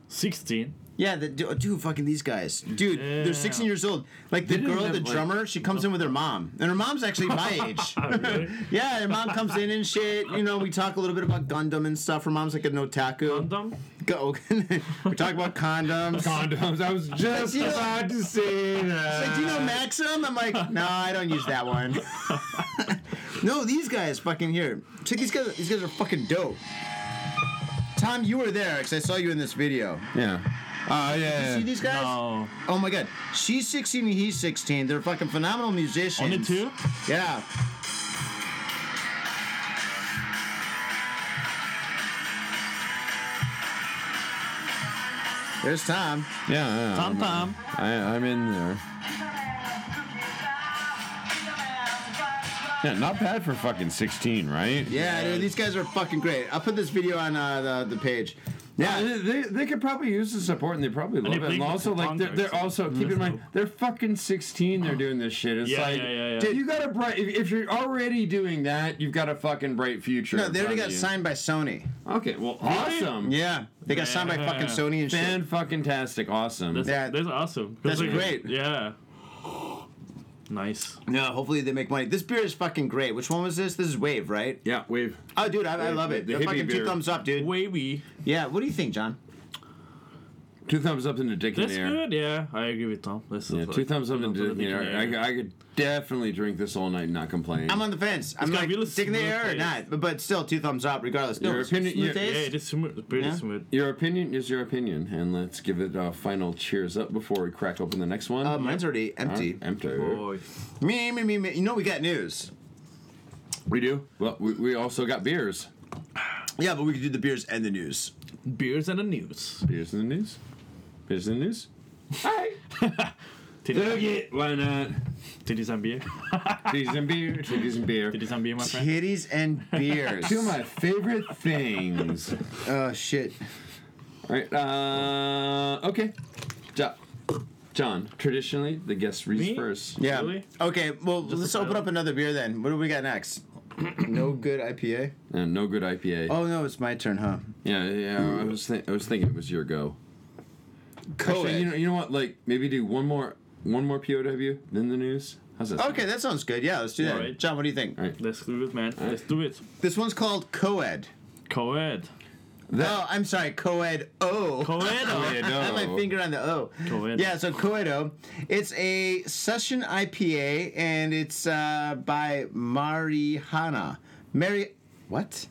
Speaker 4: Sixteen.
Speaker 2: Yeah, the, dude, dude, fucking these guys. Dude, they're 16 years old. Like the
Speaker 3: They didn't
Speaker 2: girl,
Speaker 3: have,
Speaker 2: the
Speaker 3: like-
Speaker 2: drummer, she comes in with her mom. And her mom's actually
Speaker 4: (laughs)
Speaker 2: my age.
Speaker 4: Really?
Speaker 2: yeah, her mom comes in and shit. You know, we talk a little bit about Gundam and stuff. Her mom's like a notaku.
Speaker 4: Condom?
Speaker 2: Go. (laughs) we talk about condoms.
Speaker 3: Condoms. I was just
Speaker 2: you know-
Speaker 3: about to say
Speaker 2: It's
Speaker 3: that.
Speaker 2: like, do you
Speaker 4: Uh,
Speaker 2: know Maxim? I'm like,
Speaker 4: (laughs)
Speaker 2: no, I don't use that one. no, these guys fucking here. Check these guys. These guys are fucking dope. Tom, you were there because I saw you in this video.
Speaker 3: Yeah. Oh yeah.
Speaker 2: See these guys?
Speaker 4: No.
Speaker 2: Oh my god, she's 16 and he's 16. They're fucking phenomenal musicians.
Speaker 4: Only two?
Speaker 2: Yeah. There's Tom.
Speaker 3: Yeah. yeah, I'm-
Speaker 4: Tom Tom.
Speaker 3: I, I'm in there. Yeah, not bad for fucking 16, right?
Speaker 2: Yeah, dude, these guys are fucking great. I'll put this video on uh, the, the page. Yeah.
Speaker 3: They, they, they could probably use the support and they probably love
Speaker 4: they
Speaker 3: it.
Speaker 4: bring
Speaker 3: And
Speaker 4: the
Speaker 3: also, like, they're,
Speaker 4: Tatanka,
Speaker 3: they're
Speaker 4: so-
Speaker 3: also, keep in
Speaker 4: (laughs)
Speaker 3: mind, they're fucking 16. They're doing this shit. It's
Speaker 4: Yeah,
Speaker 3: like,
Speaker 4: yeah, yeah, yeah.
Speaker 3: dude, you got a bright, if, if you're already doing that, you've got a fucking bright future.
Speaker 2: No,
Speaker 3: in
Speaker 2: they already got
Speaker 3: front of you.
Speaker 2: signed by Sony.
Speaker 3: Okay, well, awesome.
Speaker 2: Yeah, they got signed by fucking
Speaker 4: Yeah.
Speaker 2: Sony and shit.
Speaker 3: Fan fucking tastic. Awesome.
Speaker 4: That's,
Speaker 2: That-
Speaker 4: that's awesome. 'Cause,
Speaker 2: that's great.
Speaker 4: Yeah. Nice.
Speaker 2: No, hopefully they make money. This beer is fucking great. Which one was this? This is Wave, right?
Speaker 3: yeah, wave.
Speaker 2: Oh, dude, I, I love it.
Speaker 3: the
Speaker 2: The
Speaker 3: hippie
Speaker 2: fucking two
Speaker 3: beer.
Speaker 2: thumbs up, dude.
Speaker 4: Wavy.
Speaker 2: Yeah, what do you think, John?
Speaker 3: Two thumbs up in the dick in
Speaker 4: That's
Speaker 3: the air.
Speaker 4: good. Yeah, I agree with Tom. This
Speaker 3: Yeah,
Speaker 4: is
Speaker 3: two thumbs up in the dick in the
Speaker 4: in the
Speaker 3: air. I,
Speaker 4: air.
Speaker 3: could- I could definitely drink this all night and not complain.
Speaker 2: I'm on the fence. I'm
Speaker 4: got
Speaker 2: like
Speaker 4: real
Speaker 2: dick in the
Speaker 4: smooth
Speaker 2: air or
Speaker 4: taste.
Speaker 2: not, but, but still two thumbs up regardless. No,
Speaker 3: Your
Speaker 2: it's
Speaker 3: opinion-
Speaker 2: smooth
Speaker 3: your-
Speaker 4: yeah,
Speaker 2: taste.
Speaker 4: it is smooth. It's pretty
Speaker 2: Yeah.
Speaker 4: smooth.
Speaker 3: your opinion is your opinion, and let's give it a final cheers up before we crack open the next one.
Speaker 2: Uh, mine's already empty.
Speaker 3: Alright, empty.
Speaker 4: Boy.
Speaker 2: Me, me, me, me. You know we got news.
Speaker 3: We do. Well, we, we also got beers.
Speaker 2: Yeah, but we could do the beers and the news.
Speaker 4: Beers and the news.
Speaker 3: Beers in the news. Beers in the news. Hi.
Speaker 4: Titties,
Speaker 3: it. Why not?
Speaker 4: titties and beer.
Speaker 3: Titties and beer. Titties and beer.
Speaker 4: Titties and beer, my friend.
Speaker 2: Titties (laughs) and beers.
Speaker 3: Two of my favorite things. All
Speaker 2: Oh shit.
Speaker 3: right. Uh. Okay. Jo- John. Traditionally, the guest reads
Speaker 4: Me?
Speaker 3: first.
Speaker 2: Yeah.
Speaker 4: Really?
Speaker 2: Okay. Well, let's
Speaker 4: the
Speaker 2: open
Speaker 4: title?
Speaker 2: up another beer then. What do we got (clears throat) next? no good IPA.
Speaker 3: And no good IPA.
Speaker 2: Oh no, it's my turn, huh?
Speaker 3: Yeah. Yeah. I was. Th- I was thinking it was your go.
Speaker 2: Coed.
Speaker 3: Actually, you know. You know what? Like maybe do one more. One more POW. Then the news. How's that?
Speaker 2: (laughs) Okay, that sounds good. Yeah, let's do that.
Speaker 4: Alright.
Speaker 2: John, what do you think?
Speaker 3: Alright.
Speaker 4: Let's do it, man. Let's do it.
Speaker 2: This one's called Coed.
Speaker 4: Coed.
Speaker 2: oh, I'm sorry, Coed O.
Speaker 4: Coed.
Speaker 3: Yeah, no.
Speaker 2: I had my finger on the O.
Speaker 4: Coedo.
Speaker 2: Yeah, so Coedo. It's a session IPA and it's uh, by Marihana. Mary. What?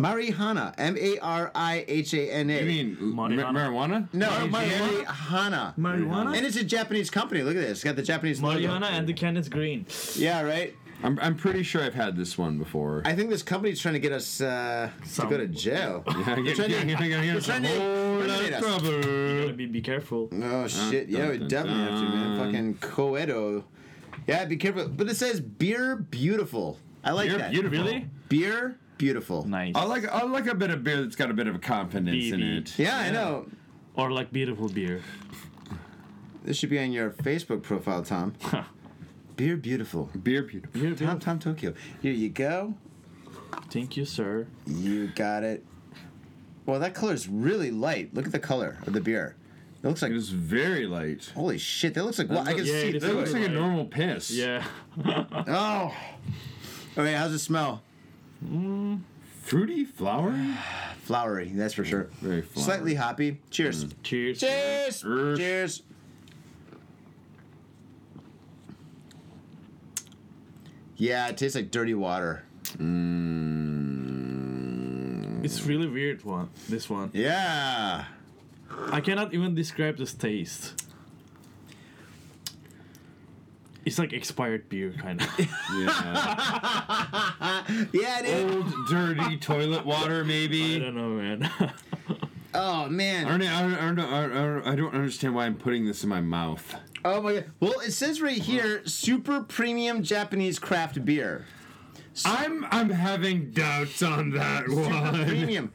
Speaker 2: Marihana. M A R I H A N A.
Speaker 3: You mean ma-
Speaker 4: Marijuana.
Speaker 3: marijuana?
Speaker 2: No,
Speaker 4: Marijuana?
Speaker 2: Marihana.
Speaker 4: Marijuana?
Speaker 2: and it's a Japanese company. Look at this. It's got the Japanese
Speaker 4: Marijuana
Speaker 2: logo.
Speaker 4: and the can is green.
Speaker 2: Yeah, right?
Speaker 3: I'm, I'm pretty sure I've had this one before. (laughs)
Speaker 2: I think this company's trying to get us uh, to
Speaker 4: Some-
Speaker 2: go to jail.
Speaker 3: I get-
Speaker 2: trying to-
Speaker 3: I
Speaker 4: (laughs)
Speaker 3: think I get
Speaker 2: we're trying to
Speaker 3: a whole lot
Speaker 2: eliminate
Speaker 3: of
Speaker 2: us.
Speaker 3: trouble.
Speaker 4: Gotta be, be careful.
Speaker 2: Oh shit!
Speaker 3: dun,
Speaker 2: yeah, we
Speaker 3: dun,
Speaker 2: definitely have to, man.
Speaker 3: dun.
Speaker 2: Fucking Coedo. Yeah, be careful. But it says beer beautiful. I like
Speaker 3: You're
Speaker 2: that.
Speaker 3: beautiful.
Speaker 4: Really?
Speaker 2: Beer beautiful.
Speaker 4: Nice.
Speaker 3: I like I like a bit of beer that's got a bit of confidence in
Speaker 4: BB.
Speaker 3: it.
Speaker 2: Yeah, I know.
Speaker 4: Or like beautiful beer.
Speaker 2: This should be on your Facebook profile, Tom. beer beautiful.
Speaker 3: Beer beautiful.
Speaker 2: Tom Tom Tokyo. Here you go.
Speaker 4: Thank you, sir.
Speaker 2: You got it. Well, that color's really light. Look at the color of the beer. It looks like
Speaker 3: It is very light.
Speaker 2: holy shit. That looks like well, I can
Speaker 4: yeah,
Speaker 2: see
Speaker 4: it is
Speaker 3: That
Speaker 2: through
Speaker 3: looks
Speaker 2: it.
Speaker 3: like a
Speaker 4: Light.
Speaker 3: normal piss.
Speaker 4: Yeah.
Speaker 2: Oh. All right. How's it smell?
Speaker 3: Fruity flower?
Speaker 2: Flowery. That's for sure.
Speaker 3: Very flowery.
Speaker 2: Slightly hoppy. Cheers.
Speaker 4: (laughs) Cheers.
Speaker 2: Mm. Cheers.
Speaker 3: Ersh.
Speaker 2: Cheers. Yeah, it tastes like dirty water.
Speaker 4: It's really weird one. This one.
Speaker 2: Yeah.
Speaker 4: I cannot even describe this taste. It's like expired beer, kind of.
Speaker 2: (laughs)
Speaker 3: Yeah.
Speaker 2: Yeah, it is.
Speaker 3: Old dirty toilet water
Speaker 4: I
Speaker 3: maybe.
Speaker 4: don't know, man. (laughs)
Speaker 2: Oh
Speaker 3: I
Speaker 2: man.
Speaker 3: don't, I, don't, I, don't, I, don't, I don't understand why I'm putting this in my mouth.
Speaker 2: Oh my god. Well, it says right here super premium Japanese craft beer.
Speaker 3: I'm I'm having doubts on that one. (laughs)
Speaker 2: Premium.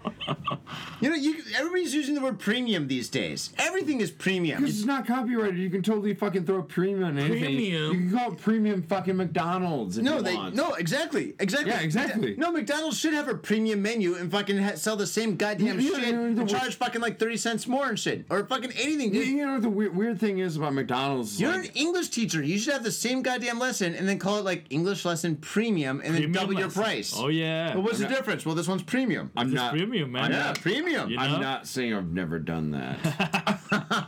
Speaker 2: you know, you everybody's using the word premium these days. Everything is premium.
Speaker 3: This is not copyrighted. You can totally fucking throw premium on anything.
Speaker 4: Premium?
Speaker 3: You can call it premium fucking McDonald's. If
Speaker 2: No,
Speaker 3: you
Speaker 2: they
Speaker 3: want.
Speaker 2: no exactly exactly
Speaker 3: Yeah, exactly.
Speaker 2: No, McDonald's should have a premium menu and fucking ha- sell the same goddamn
Speaker 3: You- you-
Speaker 2: shit
Speaker 3: you-
Speaker 2: and
Speaker 3: the-
Speaker 2: charge fucking like thirty cents more and shit or fucking anything.
Speaker 3: You,
Speaker 2: Dude.
Speaker 3: you know what the weird, weird thing is about McDonald's? is
Speaker 2: You're
Speaker 3: like,
Speaker 2: an English teacher. You should have the same goddamn lesson and then call it like English lesson premium and then double your price.
Speaker 4: Oh yeah.
Speaker 2: But what's
Speaker 3: I'm
Speaker 2: the
Speaker 3: not-
Speaker 2: difference? Well, this one's premium.
Speaker 3: I'm
Speaker 4: It's
Speaker 3: not.
Speaker 4: premium, man.
Speaker 2: yeah, premium.
Speaker 4: You know?
Speaker 3: I'm not saying I've never done that.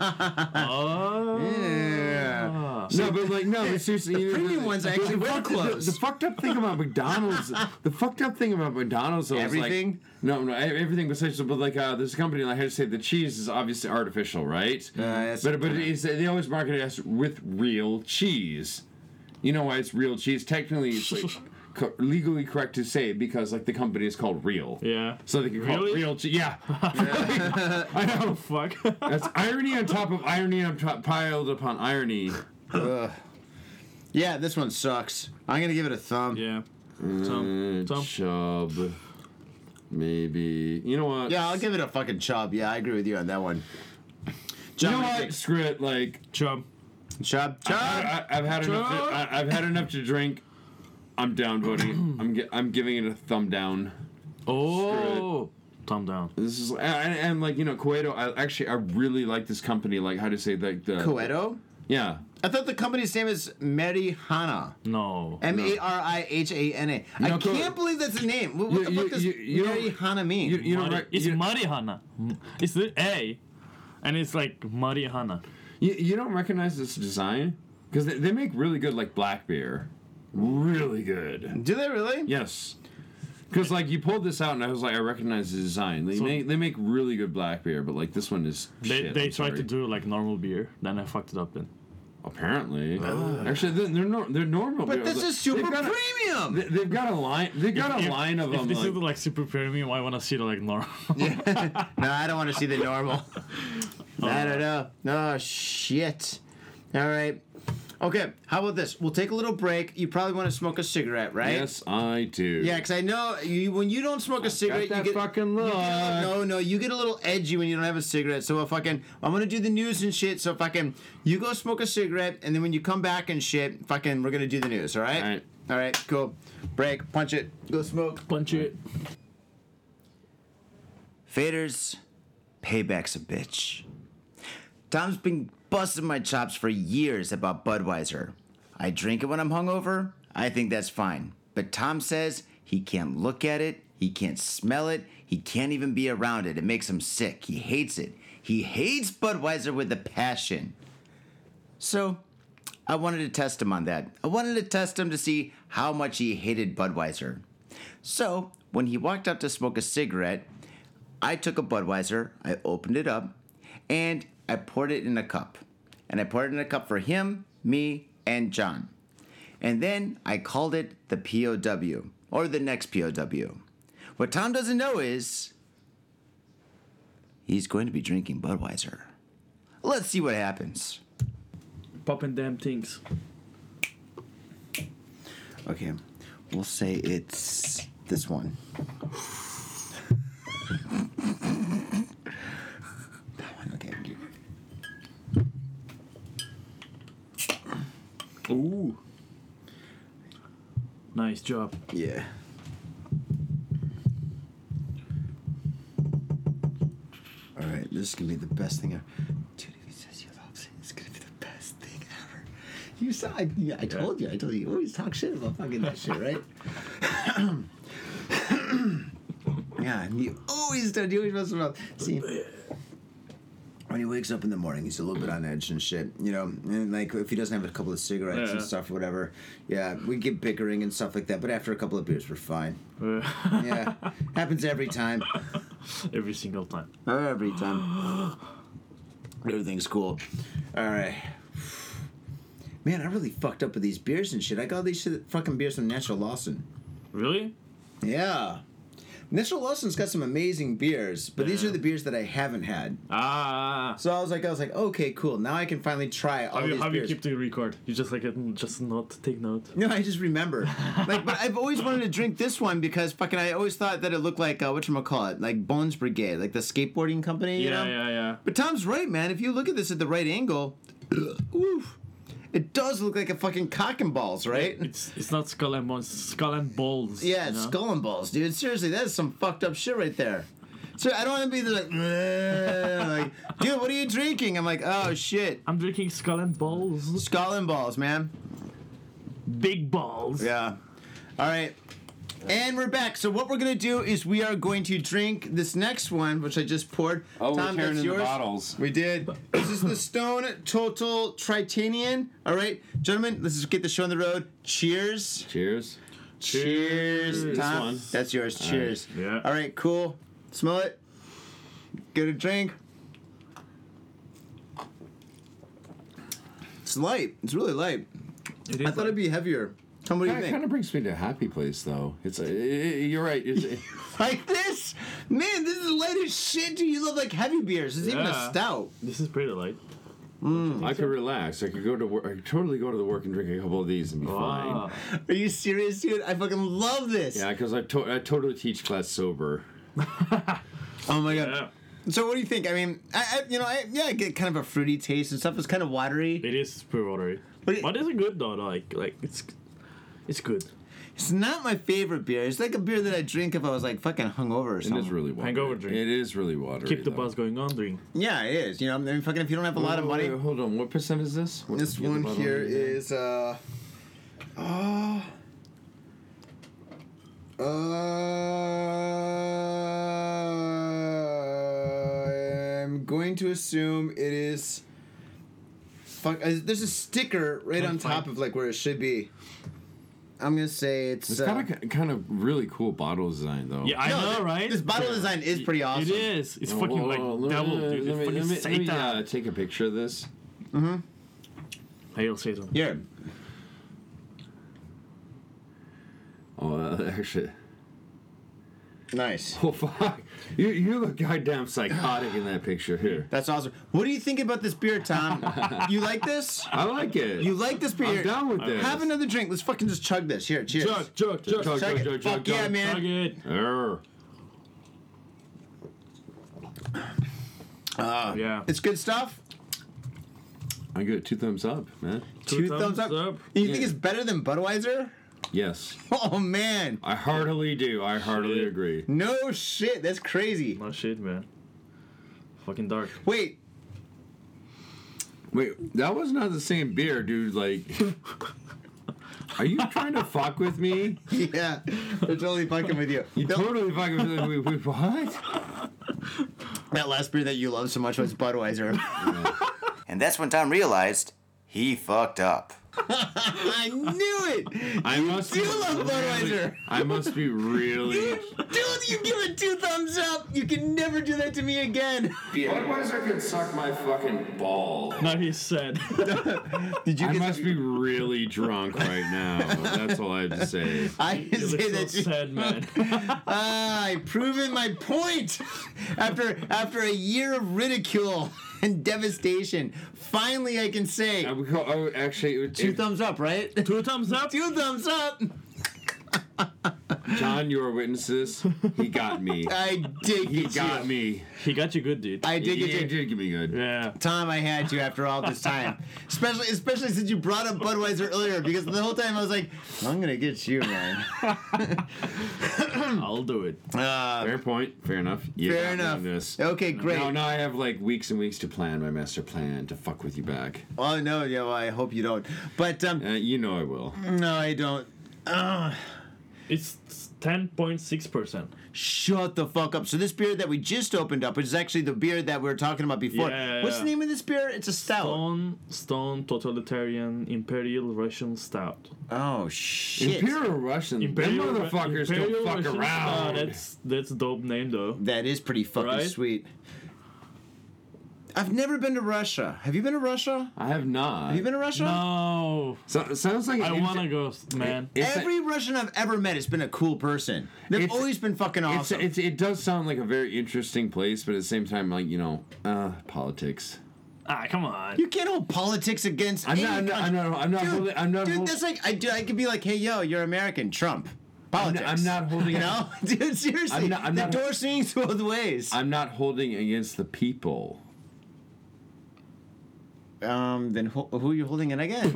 Speaker 4: (laughs) Oh.
Speaker 2: Yeah.
Speaker 3: no, but
Speaker 2: (laughs)
Speaker 3: like no, but seriously, you know,
Speaker 2: premium ones
Speaker 3: the-
Speaker 2: actually
Speaker 3: the
Speaker 2: were
Speaker 3: fucked- the-
Speaker 2: closed.
Speaker 3: The, fucked up thing
Speaker 2: (laughs)
Speaker 3: about McDonald's, the fucked up thing about McDonald's, though, is
Speaker 2: Everything?
Speaker 3: Like, no, no, e- everything besides, but like uh, there's a company, like I had to say, the cheese is obviously artificial, right?
Speaker 2: that's-
Speaker 3: but but it's, they always market it as with real cheese. You know why it's real cheese? Technically, it's like,
Speaker 2: (laughs)
Speaker 3: co- legally correct to say because like the company is called Real.
Speaker 4: Yeah.
Speaker 3: So they can call
Speaker 4: Really?
Speaker 3: it real cheese.
Speaker 4: (laughs)
Speaker 3: Yeah. I know.
Speaker 4: Fuck. (laughs)
Speaker 3: That's irony on top of irony on top, piled upon irony.
Speaker 2: Yeah, this one sucks. I'm gonna give it a thumb.
Speaker 3: Mm,
Speaker 4: yeah. Tom. Tom.
Speaker 3: Chub. maybe you know what?
Speaker 2: Yeah, I'll give it a fucking chub. Yeah, I agree with you on that one.
Speaker 3: You
Speaker 2: Chub,
Speaker 3: know what? Uh, Screw it. Like
Speaker 4: Chub.
Speaker 2: chub, chub.
Speaker 3: I, I, I've had enough. To, I, I've had enough to drink. I'm (clears throat) downvoting. I'm gi- I'm giving it a thumb down.
Speaker 4: Oh, thumb down.
Speaker 3: This is and, and, and, like you know Coeto. I actually I really like this company. Like how do you say like the
Speaker 2: Coeto.
Speaker 3: Yeah,
Speaker 2: I thought the company's name is Marihana.
Speaker 4: No.
Speaker 2: M A R I H A N A. I
Speaker 3: No, Coe-
Speaker 2: can't believe that's the name. What, what
Speaker 3: You-
Speaker 2: the
Speaker 3: you-
Speaker 2: fuck does
Speaker 3: you- you don't-
Speaker 2: Marihana mean?
Speaker 3: you, you know
Speaker 4: Mari-
Speaker 3: right,
Speaker 4: it's
Speaker 3: you,
Speaker 4: Marihana. It's the A, and it's like Marihana.
Speaker 3: you, you don't recognize this design because they, they make really good like black beer, really good.
Speaker 2: Do they really?
Speaker 3: Yes, because like you pulled this out and I was like I recognize the design. They make they make really good black beer, but like this one is
Speaker 4: They,
Speaker 3: shit,
Speaker 4: they
Speaker 3: I'm
Speaker 4: tried
Speaker 3: sorry.
Speaker 4: to do like normal beer, then I fucked it up. Then
Speaker 3: apparently actually they're they're, nor- they're normal.
Speaker 2: But
Speaker 3: beer.
Speaker 2: this is super
Speaker 3: They've got a-
Speaker 2: premium.
Speaker 3: they- They've got a line. They've got a
Speaker 4: If-
Speaker 3: line of
Speaker 4: if
Speaker 3: them.
Speaker 4: This
Speaker 3: like-
Speaker 4: is like super premium. I want to see it
Speaker 3: (laughs)
Speaker 4: like normal.
Speaker 2: no, I don't want to see the normal. I don't know. Oh shit. All right. Okay. How about this? We'll take a little break. You probably want to smoke a cigarette, right?
Speaker 3: yes, I do.
Speaker 2: Yeah, because I know you, when you don't smoke a cigarette,
Speaker 3: that
Speaker 2: you get
Speaker 3: fucking
Speaker 2: you get a
Speaker 3: look.
Speaker 2: little- no, no, you get a little edgy when you don't have a cigarette. So if fucking, I'm gonna do the news and shit. So fucking, you go smoke a cigarette, and then when you come back and shit, fucking, we're gonna do the news. All right.
Speaker 3: All right.
Speaker 2: All right. Cool. Break. Punch it. Go smoke.
Speaker 4: Punch it.
Speaker 2: Faders, payback's a bitch. Tom's been busting my chops for years about Budweiser. I drink it when I'm hungover, I think that's fine. But Tom says he can't look at it, he can't smell it, he can't even be around it. It makes him sick. He hates it. He hates Budweiser with a passion. So, I wanted to test him on that. I wanted to test him to see how much he hated Budweiser. So, when he walked out to smoke a cigarette, I took a Budweiser, I opened it up, and I poured it in a cup. And I poured it in a cup for him, me, and John. And then I called it the POW, or the next POW. What Tom doesn't know is he's going to be drinking Budweiser. Let's see what happens.
Speaker 4: Popping damn things.
Speaker 2: Okay, we'll say it's this one. that one, okay.
Speaker 4: Ooh. Nice job. (laughs)
Speaker 2: Yeah. All right, this is gonna be the best thing ever. Dude, if he says you loves it, it's gonna be the best thing ever. You saw, I, yeah, I told you, I told you, you always talk shit about fucking that shit, right? (coughs) yeah, and you always do. You always mess about. See, when he wakes up in the morning, he's a little bit on edge and shit, you know. And like, if he doesn't have a couple of cigarettes and
Speaker 4: Yeah.
Speaker 2: stuff, whatever. Yeah, we get bickering and stuff like that. But after a couple of beers, we're fine.
Speaker 4: Uh,
Speaker 2: Yeah, happens every time.
Speaker 4: Every single time.
Speaker 2: Every time. (gasps) Everything's cool. All right. Man, I really fucked up with these beers and shit. I got these shit, fucking beers from Natural Lawson.
Speaker 4: Really?
Speaker 2: Yeah. Natural Lawson's got some amazing beers, but these are
Speaker 4: Yeah.
Speaker 2: the beers that I haven't had.
Speaker 4: Ah.
Speaker 2: So I was like, I was like, okay, cool. Now I can finally try all
Speaker 4: How you,
Speaker 2: these
Speaker 4: how you
Speaker 2: beers.
Speaker 4: keep the record? You just like mm, just note, take note.
Speaker 2: No, I just remember. Like, but I've always wanted to drink this one because fucking I always thought that it looked like uh, what you call it, like Bones Brigade, like the skateboarding company. You
Speaker 4: Yeah,
Speaker 2: know?
Speaker 4: yeah, yeah.
Speaker 2: But Tom's right, man. If you look at this at the right angle, (clears throat) oof, it does look like a fucking cock and balls, right?
Speaker 4: It's it's not skull and bones, skull and balls.
Speaker 2: yeah,
Speaker 4: you
Speaker 2: it's
Speaker 4: know?
Speaker 2: skull and balls, dude. Seriously, that is some fucked up shit right there. So I don't want to be the, like, (laughs) "Ugh," like, dude, what are you drinking? I'm like, oh shit,
Speaker 4: I'm drinking skull and balls.
Speaker 2: skull and balls, man.
Speaker 4: Big balls.
Speaker 2: Yeah. All right. And we're back. So what we're gonna do is we are going to drink this next one, which I just poured.
Speaker 3: Oh, we're tearing
Speaker 2: that's
Speaker 3: in the
Speaker 2: yours.
Speaker 3: bottles.
Speaker 2: We did. This is the Stone Total Tritanian. All right, gentlemen, let's just get the show on the road. Cheers.
Speaker 3: Cheers.
Speaker 2: Cheers.
Speaker 3: This
Speaker 2: Tom,
Speaker 3: one.
Speaker 2: that's yours. Cheers.
Speaker 4: Yeah.
Speaker 2: All right, cool. Smell it. Get a drink. It's light. It's really light.
Speaker 4: It is
Speaker 2: I thought it'd be heavier. Tom, what do you
Speaker 3: That
Speaker 2: think?
Speaker 3: kind of brings me to a happy place, though. It's uh, you're right.
Speaker 2: (laughs)
Speaker 3: It's,
Speaker 2: (laughs) like this? Man, this is the lightest shit, dude. You love like heavy beers. It's even a
Speaker 4: Yeah.
Speaker 2: stout.
Speaker 4: This is pretty light.
Speaker 3: I could relax. I could go to work. I could totally go to the work and drink a couple of these and be
Speaker 4: Wow.
Speaker 3: fine.
Speaker 2: Are you serious, dude? I fucking love this.
Speaker 3: Yeah, because I, to- I totally teach class sober.
Speaker 2: Oh my god.
Speaker 4: Yeah.
Speaker 2: So what do you think? I mean, I, I you know, I, yeah, I get kind of a fruity taste and stuff. It's kind of watery.
Speaker 4: It is super watery.
Speaker 2: But it-
Speaker 4: But it's good though. Like like it's it's good.
Speaker 2: It's not my favorite beer. It's like a beer that I drink if I was like fucking hungover or
Speaker 3: It
Speaker 2: something.
Speaker 3: is really watery.
Speaker 4: Hangover drink.
Speaker 3: It is really watery.
Speaker 4: Keep the
Speaker 3: though.
Speaker 4: buzz going on, drink.
Speaker 2: Yeah, it is. You know, I mean, fucking if you don't have a lot of
Speaker 3: Wait,
Speaker 2: money.
Speaker 3: wait, hold on. What percent is this? What-
Speaker 2: This
Speaker 3: get the
Speaker 2: one
Speaker 3: bottle
Speaker 2: here
Speaker 3: of it.
Speaker 2: is uh, uh, uh, I'm going to assume it is. Fuck, uh, there's a sticker right on top of like where it should be. I'm gonna say it's.
Speaker 3: It's
Speaker 2: uh,
Speaker 3: got a ki- kind of really cool bottle design though.
Speaker 4: Yeah, I
Speaker 2: No,
Speaker 4: know,
Speaker 2: th-
Speaker 4: right?
Speaker 2: This bottle design is pretty awesome.
Speaker 4: It is. It's
Speaker 3: Oh,
Speaker 4: fucking
Speaker 3: whoa,
Speaker 4: like
Speaker 3: whoa, let me-
Speaker 4: devil,
Speaker 3: let
Speaker 4: dude.
Speaker 3: me-
Speaker 4: It's fucking
Speaker 3: let me- let me,
Speaker 4: Satan.
Speaker 3: uh, take a picture of this.
Speaker 4: Hail Satan.
Speaker 2: Yeah.
Speaker 3: Oh, uh, (laughs) actually.
Speaker 2: Nice.
Speaker 3: Oh fuck! You you look goddamn psychotic in that picture here.
Speaker 2: That's awesome. What do you think about this beer, Tom? you like this?
Speaker 3: I like it.
Speaker 2: You like this beer?
Speaker 3: I'm down with this.
Speaker 2: Have another drink. Let's fucking just chug this. Here, cheers.
Speaker 4: Chug, chug, chug,
Speaker 3: Chug,
Speaker 4: chug,
Speaker 2: Chug
Speaker 3: chug,
Speaker 2: it.
Speaker 3: chug,
Speaker 2: Fuck
Speaker 3: chug,
Speaker 2: yeah,
Speaker 3: chug.
Speaker 2: man.
Speaker 4: it.
Speaker 3: Err.
Speaker 4: Yeah.
Speaker 2: Uh, It's good stuff.
Speaker 3: I give it two thumbs up, man.
Speaker 2: Two, thumbs, up. You think
Speaker 3: Yeah.
Speaker 2: it's better than Budweiser? (laughs)
Speaker 3: Yes,
Speaker 2: Oh man.
Speaker 3: I heartily do. I heartily
Speaker 4: Shit.
Speaker 3: agree.
Speaker 2: No shit. That's crazy.
Speaker 4: No shit, man. Fucking dark. (laughs)
Speaker 2: Wait. (laughs)
Speaker 3: Wait, that was not the same beer, dude. Like, are you trying to fuck with me?
Speaker 2: Yeah. They're totally fucking with you.
Speaker 3: You
Speaker 2: That-
Speaker 3: totally fucking with me. Wait, wait, What?
Speaker 2: That last beer that you love so much was Budweiser. (laughs) and that's when Tom realized he fucked up. (laughs) I knew it.
Speaker 3: I must
Speaker 2: do love Budweiser.
Speaker 3: I must be (laughs) really.
Speaker 2: Dude, you give it two thumbs up. You can never do that to me again. (laughs)
Speaker 3: Budweiser can suck my fucking ball.
Speaker 4: Now he's
Speaker 2: (laughs)
Speaker 4: sad.
Speaker 2: Did you
Speaker 3: I
Speaker 2: get
Speaker 3: must be really drunk right now. That's all I have to say.
Speaker 2: I
Speaker 4: you
Speaker 2: say
Speaker 4: look so
Speaker 2: that you,
Speaker 4: sad, man.
Speaker 2: (laughs) Ah, I've proven my point. after after a year of ridicule and devastation, finally I can say
Speaker 3: I would Uh, call, I would actually, it-
Speaker 2: two thumbs up, right?
Speaker 4: Two thumbs up.
Speaker 2: Two thumbs up.
Speaker 3: John, you were witness to this. He got me.
Speaker 2: I dig
Speaker 3: He got me.
Speaker 4: He got you good, dude.
Speaker 2: I dig
Speaker 3: he,
Speaker 2: it.
Speaker 3: he
Speaker 2: dude.
Speaker 3: did give me good.
Speaker 4: yeah.
Speaker 2: Tom, I had to after all this time, especially especially since you brought up Budweiser earlier. Because the whole time I was like, I'm gonna get you, man.
Speaker 4: I'll do it.
Speaker 2: Uh,
Speaker 3: Fair point. Fair enough. You got
Speaker 2: fair
Speaker 3: me
Speaker 2: enough.
Speaker 3: on This.
Speaker 2: Okay, great.
Speaker 3: Now, now I have like weeks and weeks to plan my master plan to fuck with you back.
Speaker 2: Oh no, yeah, well, I hope you don't. But um,
Speaker 3: Uh, you know I will.
Speaker 2: no, I don't.
Speaker 4: It's 10.6%.
Speaker 2: Shut the fuck up. So this beer that we just opened up, which is actually the beer that we were talking about before.
Speaker 4: Yeah.
Speaker 2: What's the name of this beer? It's a stout.
Speaker 4: Stone, stone, totalitarian, imperial, Russian stout.
Speaker 2: Oh shit.
Speaker 3: Imperial Russian.
Speaker 4: Imperial,
Speaker 3: them motherfuckers
Speaker 4: Imperial
Speaker 3: don't fuck
Speaker 4: Russian
Speaker 3: around.
Speaker 4: Stout, that's that's a dope name though.
Speaker 2: That is pretty fucking
Speaker 4: Right?
Speaker 2: sweet. I've never been to Russia. Have you been to Russia?
Speaker 3: I have not.
Speaker 2: Have you been to Russia?
Speaker 4: No,
Speaker 3: So, sounds like
Speaker 4: I
Speaker 3: an
Speaker 4: wanna go, man.
Speaker 3: It's a-
Speaker 2: Every Russian I've ever met has been a cool person. They've
Speaker 3: It's-
Speaker 2: always been fucking
Speaker 3: It's,
Speaker 2: awesome.
Speaker 3: it's, it does sound like a very interesting place, but at the same time, like you know, uh, politics.
Speaker 4: ah, come on.
Speaker 2: you can't hold politics against.
Speaker 3: I'm
Speaker 2: any
Speaker 3: not. I'm not. I'm
Speaker 2: country.
Speaker 3: not. I'm not.
Speaker 2: Dude,
Speaker 3: holding, I'm not.
Speaker 2: dude,
Speaker 3: hol-
Speaker 2: that's like I do. I could be like, hey, yo, you're American, Trump,
Speaker 3: I'm
Speaker 2: politics.
Speaker 3: not-
Speaker 2: (laughs)
Speaker 3: I'm not holding.
Speaker 2: You know, dude, seriously,
Speaker 3: I'm not- I'm
Speaker 2: the
Speaker 3: not-
Speaker 2: door swings both ways.
Speaker 3: I'm not holding against the people.
Speaker 2: um, then who, who are you holding it against?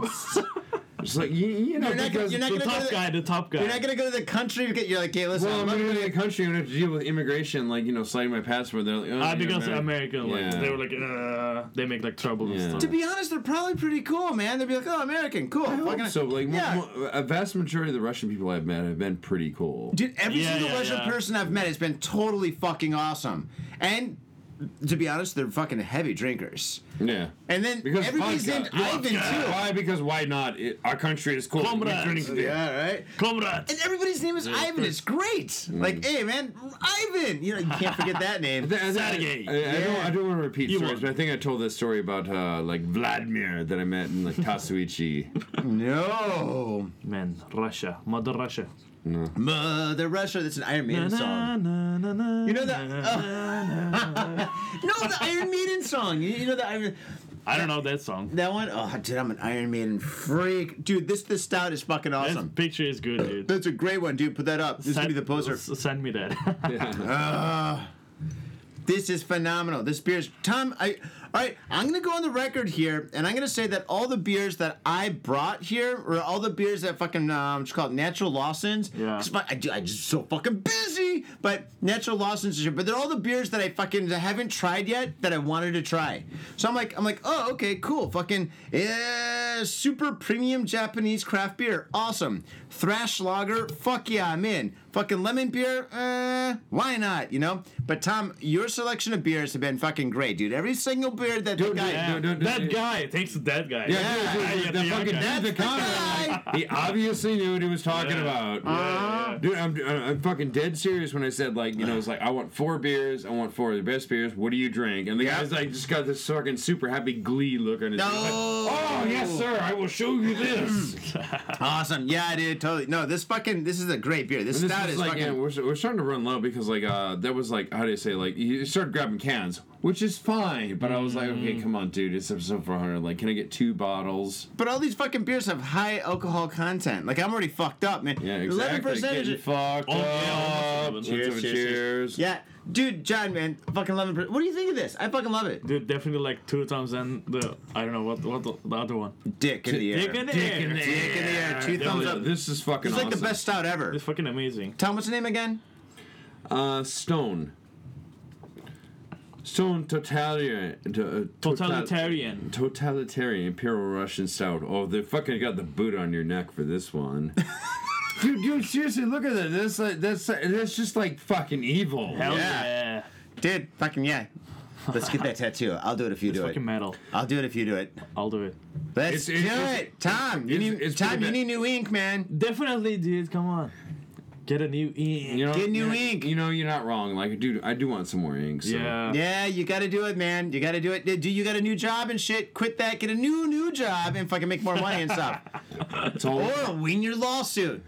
Speaker 3: It's like you, you know,
Speaker 2: You're not gonna-
Speaker 3: because
Speaker 2: you're not
Speaker 4: The
Speaker 2: gonna go to
Speaker 4: top
Speaker 2: the-
Speaker 4: guy, the top guy.
Speaker 2: You're not gonna go to the country because you're like, hey, listen,
Speaker 3: well,
Speaker 2: I'm
Speaker 3: I'm
Speaker 2: not
Speaker 3: gonna
Speaker 2: gonna-
Speaker 3: be in a country. I'm gonna have to deal with immigration, like you know, citing my passport. They're like, oh,
Speaker 4: Ah,
Speaker 3: you're
Speaker 4: because
Speaker 3: Ameri-
Speaker 4: American, like
Speaker 3: Yeah.
Speaker 4: they were like, uh, they make like trouble
Speaker 3: Yeah.
Speaker 4: and stuff.
Speaker 2: to be honest, they're probably pretty cool, man. They'd be like, oh, American, cool.
Speaker 3: I
Speaker 2: Fucking-
Speaker 3: hope So, like, mo-
Speaker 2: yeah.
Speaker 3: mo- a vast majority of the Russian people I've met have been pretty cool.
Speaker 2: Dude, every
Speaker 4: Yeah,
Speaker 2: single
Speaker 4: yeah,
Speaker 2: Russian
Speaker 4: yeah.
Speaker 2: person I've met has been totally fucking awesome. And to be honest, they're fucking heavy drinkers.
Speaker 3: yeah.
Speaker 2: And then
Speaker 3: Because
Speaker 2: everybody's
Speaker 3: vodka.
Speaker 2: named Ivan
Speaker 4: Vodka.
Speaker 2: too.
Speaker 3: Why? Because why not? It, our country is cool. We
Speaker 4: Comrades.
Speaker 3: drink beer.
Speaker 2: Yeah, right.
Speaker 4: Comrade.
Speaker 2: And everybody's name is Ivan. It's great. Like, hey, man, Ivan. You know, you can't forget that name.
Speaker 3: Th- th-
Speaker 4: Sergey.
Speaker 3: I, I don't, I don't want to repeat
Speaker 4: You
Speaker 3: stories,
Speaker 4: won't.
Speaker 3: but I think I told this story about uh, like Vladimir that I met in
Speaker 4: (laughs)
Speaker 3: like Tatsuichi.
Speaker 2: No,
Speaker 4: Man, Russia, Mother Russia.
Speaker 2: Mother Russia. That's an Iron Maiden song. oh. You know that? No, the Iron Maiden song. You, you know the Iron.
Speaker 4: I don't know that song.
Speaker 2: That one, oh, dude, I'm an Iron Maiden freak, dude. This this stout is fucking
Speaker 4: That
Speaker 2: awesome.
Speaker 4: picture is good, dude.
Speaker 2: That's a great one, dude. Put that up. This is gonna be the poster.
Speaker 4: S- Send me that. (laughs)
Speaker 3: (laughs)
Speaker 2: This is phenomenal. This beer is Tom. I all right. I'm gonna go on the record here, and I'm gonna say that all the beers that I brought here, or all the beers that fucking um, just called Natural Lawson's.
Speaker 4: Yeah.
Speaker 2: 'cause my- I, do- I just so fucking busy, but Natural Lawson's is here. But they're all the beers that I fucking haven't tried yet that I wanted to try. So I'm like, I'm like, oh okay, cool. Fucking eh, super premium Japanese craft beer, awesome. Thrash lager, fuck yeah, I'm in. Fucking lemon beer, uh, why not? You know. But Tom, your selection of beers have been fucking great, dude. Every single beer that the guy.
Speaker 4: Yeah,
Speaker 3: No, no, no,
Speaker 4: that
Speaker 3: no.
Speaker 4: guy takes that guy.
Speaker 2: Yeah,
Speaker 3: dude,
Speaker 4: yeah,
Speaker 3: dude, the
Speaker 4: yeah,
Speaker 3: fucking
Speaker 4: okay.
Speaker 3: dude, the
Speaker 2: guy.
Speaker 3: comment, like, he obviously knew what he was talking
Speaker 4: Yeah. Uh,
Speaker 3: about. Dude, I'm, I'm fucking dead serious when I said like, you know, it's like I want four beers, I want four of the best beers. What do you drink? And the guy's like, just got this fucking super happy glee look on his face. Like,
Speaker 2: No.
Speaker 3: oh yes, sir, I will show
Speaker 2: (clears throat)
Speaker 3: you this.
Speaker 2: Awesome. Yeah, dude. Totally. No, this fucking. This is a great beer. This,
Speaker 3: This
Speaker 2: stout
Speaker 3: is,
Speaker 2: is,
Speaker 3: like
Speaker 2: fucking.
Speaker 3: yeah, we're, we're starting to run low because like uh that was like how do you say like you started grabbing cans, which is fine. But I was like,
Speaker 2: Mm.
Speaker 3: okay, come on, dude, it's episode 400. Like, can I get two bottles?
Speaker 2: But all these fucking beers have high alcohol content. Like I'm already fucked up, man.
Speaker 3: Yeah,
Speaker 2: 11%
Speaker 3: exactly.
Speaker 2: is-
Speaker 3: Getting fucked
Speaker 4: Oh, yeah,
Speaker 3: up.
Speaker 4: almost
Speaker 3: cheers,
Speaker 2: eleven.
Speaker 3: cheers,
Speaker 2: Yeah, dude, John, man, fucking eleven percent. What do you think of this? I fucking love it.
Speaker 4: Dude, definitely like two times and the I don't know what what the, the other one.
Speaker 2: Dick in the air.
Speaker 4: Dick in the air.
Speaker 2: Dick in the air. Two
Speaker 3: Yeah,
Speaker 2: thumbs
Speaker 3: yeah,
Speaker 2: up. This
Speaker 3: This is fucking
Speaker 2: is like the
Speaker 3: awesome.
Speaker 2: best stout ever.
Speaker 4: It's fucking amazing.
Speaker 2: Tom, what's the name again?
Speaker 3: Uh, Stone. Stone totalitarian. to- uh, total-
Speaker 4: Totalitarian.
Speaker 3: Totalitarian Imperial Russian Stout. Oh, they fucking got the boot on your neck for this one. dude, dude, seriously, look at that. That's like, that's that's just like fucking evil.
Speaker 4: Hell
Speaker 2: Yeah.
Speaker 4: yeah.
Speaker 2: Dude, fucking yeah. Let's get (laughs) that tattoo. I'll do it if you do it.
Speaker 4: Fucking metal.
Speaker 2: I'll do it if you do it.
Speaker 4: I'll do it.
Speaker 2: Let's
Speaker 3: It's-
Speaker 2: do
Speaker 3: it's-
Speaker 2: it, Tom. You
Speaker 3: it's-
Speaker 2: need
Speaker 3: it's
Speaker 2: Tom.
Speaker 3: pretty
Speaker 2: You
Speaker 3: bad.
Speaker 2: need new ink, man.
Speaker 4: Definitely, dude. Come on. Get a new E. ink.
Speaker 3: You know,
Speaker 2: Get new
Speaker 3: you know,
Speaker 2: ink.
Speaker 3: You know, you're not wrong. Like, dude, I do want some more ink. So.
Speaker 4: yeah.
Speaker 2: Yeah, you gotta do it, man. You gotta do it. Do you got a new job and shit? Quit that. Get a new new job and fucking make more money and (laughs) stuff.
Speaker 3: It's all,
Speaker 2: Or win your
Speaker 3: (laughs)
Speaker 2: lawsuit.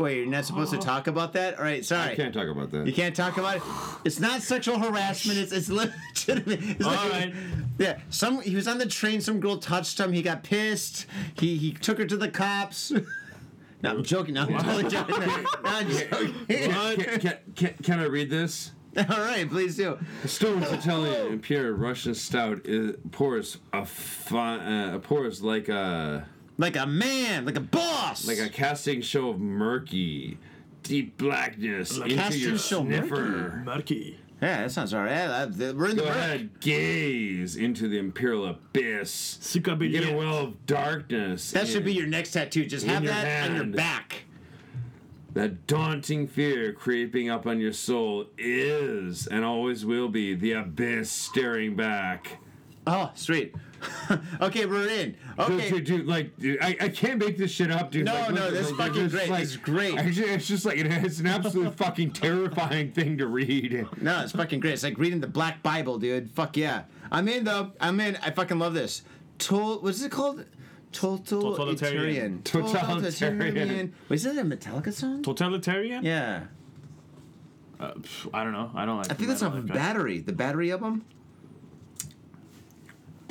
Speaker 2: Wait, you're not supposed
Speaker 3: (gasps)
Speaker 2: to talk about that? All right, sorry.
Speaker 3: I can't talk about that.
Speaker 2: You can't talk about it. It's not sexual harassment. It's (laughs) it's legitimate. It's
Speaker 4: All
Speaker 2: like-
Speaker 4: right.
Speaker 2: Yeah. Some he was on the train. Some girl touched him. He got pissed. He he took her to the cops. (laughs) no, I'm joking. No, I'm totally joking. No,
Speaker 3: (laughs)
Speaker 2: I'm joking.
Speaker 3: Can, can, can, can I read this?
Speaker 2: (laughs) All right, please do.
Speaker 3: Stone's Italian Imperial Russian Stout is, pours a fi- uh, pours like a
Speaker 2: Like a man, like a boss.
Speaker 3: like a casting show of murky, deep blackness into
Speaker 2: casting
Speaker 3: your
Speaker 2: show
Speaker 3: sniffer.
Speaker 4: Murky.
Speaker 2: yeah, that sounds all right. I- I- we're in the
Speaker 3: Go
Speaker 2: break.
Speaker 3: ahead, gaze into the imperial abyss.
Speaker 4: Suka
Speaker 3: Get a
Speaker 4: billet.
Speaker 3: well of darkness.
Speaker 2: That should
Speaker 3: in-
Speaker 2: be your next tattoo. Just
Speaker 3: In
Speaker 2: have
Speaker 3: your
Speaker 2: that on your
Speaker 3: hand.
Speaker 2: back.
Speaker 3: That daunting fear creeping up on your soul is and always will be the abyss staring back.
Speaker 2: Oh, sweet. okay, we're in.
Speaker 3: Dude,
Speaker 2: Okay.
Speaker 3: dude, dude, like, dude, I, I can't make this shit up, dude.
Speaker 2: No,
Speaker 3: like,
Speaker 2: no,
Speaker 3: look,
Speaker 2: this is
Speaker 3: like,
Speaker 2: fucking
Speaker 3: just,
Speaker 2: great.
Speaker 3: like-
Speaker 2: This is great.
Speaker 3: I ju- It's just like, it- it's
Speaker 2: (laughs)
Speaker 3: an absolute fucking terrifying thing to read.
Speaker 2: No, it's fucking great. It's like reading the Black Bible, dude. Fuck yeah. I'm in though. I'm in. I fucking love this. Tol what's it called? Totalitarian.
Speaker 4: Totalitarian.
Speaker 3: Totalitarian.
Speaker 2: Was that a Metallica song?
Speaker 4: Totalitarian?
Speaker 2: yeah.
Speaker 4: Uh, pff, I don't know. I don't like
Speaker 2: I think that's
Speaker 4: metal,
Speaker 2: off of
Speaker 4: okay.
Speaker 2: Battery, the Battery album.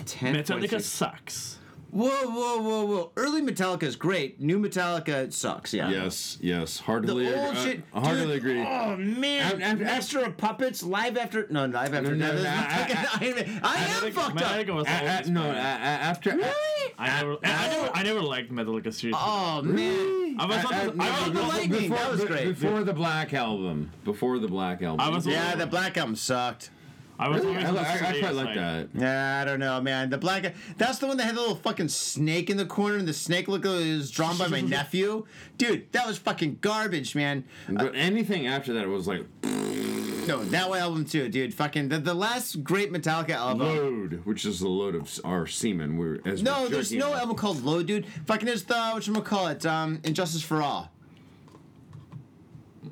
Speaker 2: 10
Speaker 4: Metallica sucks.
Speaker 2: Whoa, whoa, whoa, whoa. Early Metallica is great. New Metallica sucks, yeah.
Speaker 3: Yes,
Speaker 2: Uh-huh.
Speaker 3: yes.
Speaker 2: The
Speaker 3: Heartily, ag-
Speaker 2: old
Speaker 3: uh,
Speaker 2: shit.
Speaker 3: heartily
Speaker 2: dude,
Speaker 3: agree.
Speaker 2: Oh man,
Speaker 3: Af- af-
Speaker 2: Master of Puppets live after no live after.
Speaker 3: No,
Speaker 2: No,
Speaker 3: no,
Speaker 2: this
Speaker 3: no,
Speaker 2: is
Speaker 3: I-
Speaker 2: fucking Iron Man. (laughs) I, am
Speaker 4: Metallica-
Speaker 2: fucked
Speaker 4: Metallica
Speaker 2: up.
Speaker 4: was
Speaker 3: A- a-
Speaker 4: always
Speaker 3: no, a- a-
Speaker 4: fine.
Speaker 3: after. a-
Speaker 2: Really?
Speaker 4: I never, I, never, I never liked Metallica seriously.
Speaker 2: Oh man.
Speaker 4: I was
Speaker 3: a-
Speaker 4: on
Speaker 3: a-
Speaker 4: the, I was
Speaker 2: no,
Speaker 4: on the-
Speaker 2: Lightning,
Speaker 3: before-
Speaker 2: that was
Speaker 3: be-
Speaker 2: great.
Speaker 3: Before the Black Album. Before the Black Album.
Speaker 4: I was
Speaker 2: Yeah, the Black Album sucked.
Speaker 4: I was
Speaker 3: Really? I,
Speaker 4: always on the
Speaker 3: li- I, I
Speaker 4: Slayer
Speaker 3: quite like
Speaker 4: side.
Speaker 3: that.
Speaker 2: Nah, I don't know, man. The black that's the one that had the little fucking snake in the corner and the snake look was drawn
Speaker 3: (laughs)
Speaker 2: by my nephew. Dude, that was fucking garbage, man.
Speaker 3: But anything after that was like
Speaker 2: No, that album too, dude. Fucking the, the last great Metallica album.
Speaker 3: load, which is the load of s- our semen. We're as
Speaker 2: No,
Speaker 3: we're
Speaker 2: there's
Speaker 3: jerking
Speaker 2: no
Speaker 3: off.
Speaker 2: album called Low, dude. Fucking there's the whatchamacallit, um, Injustice for All.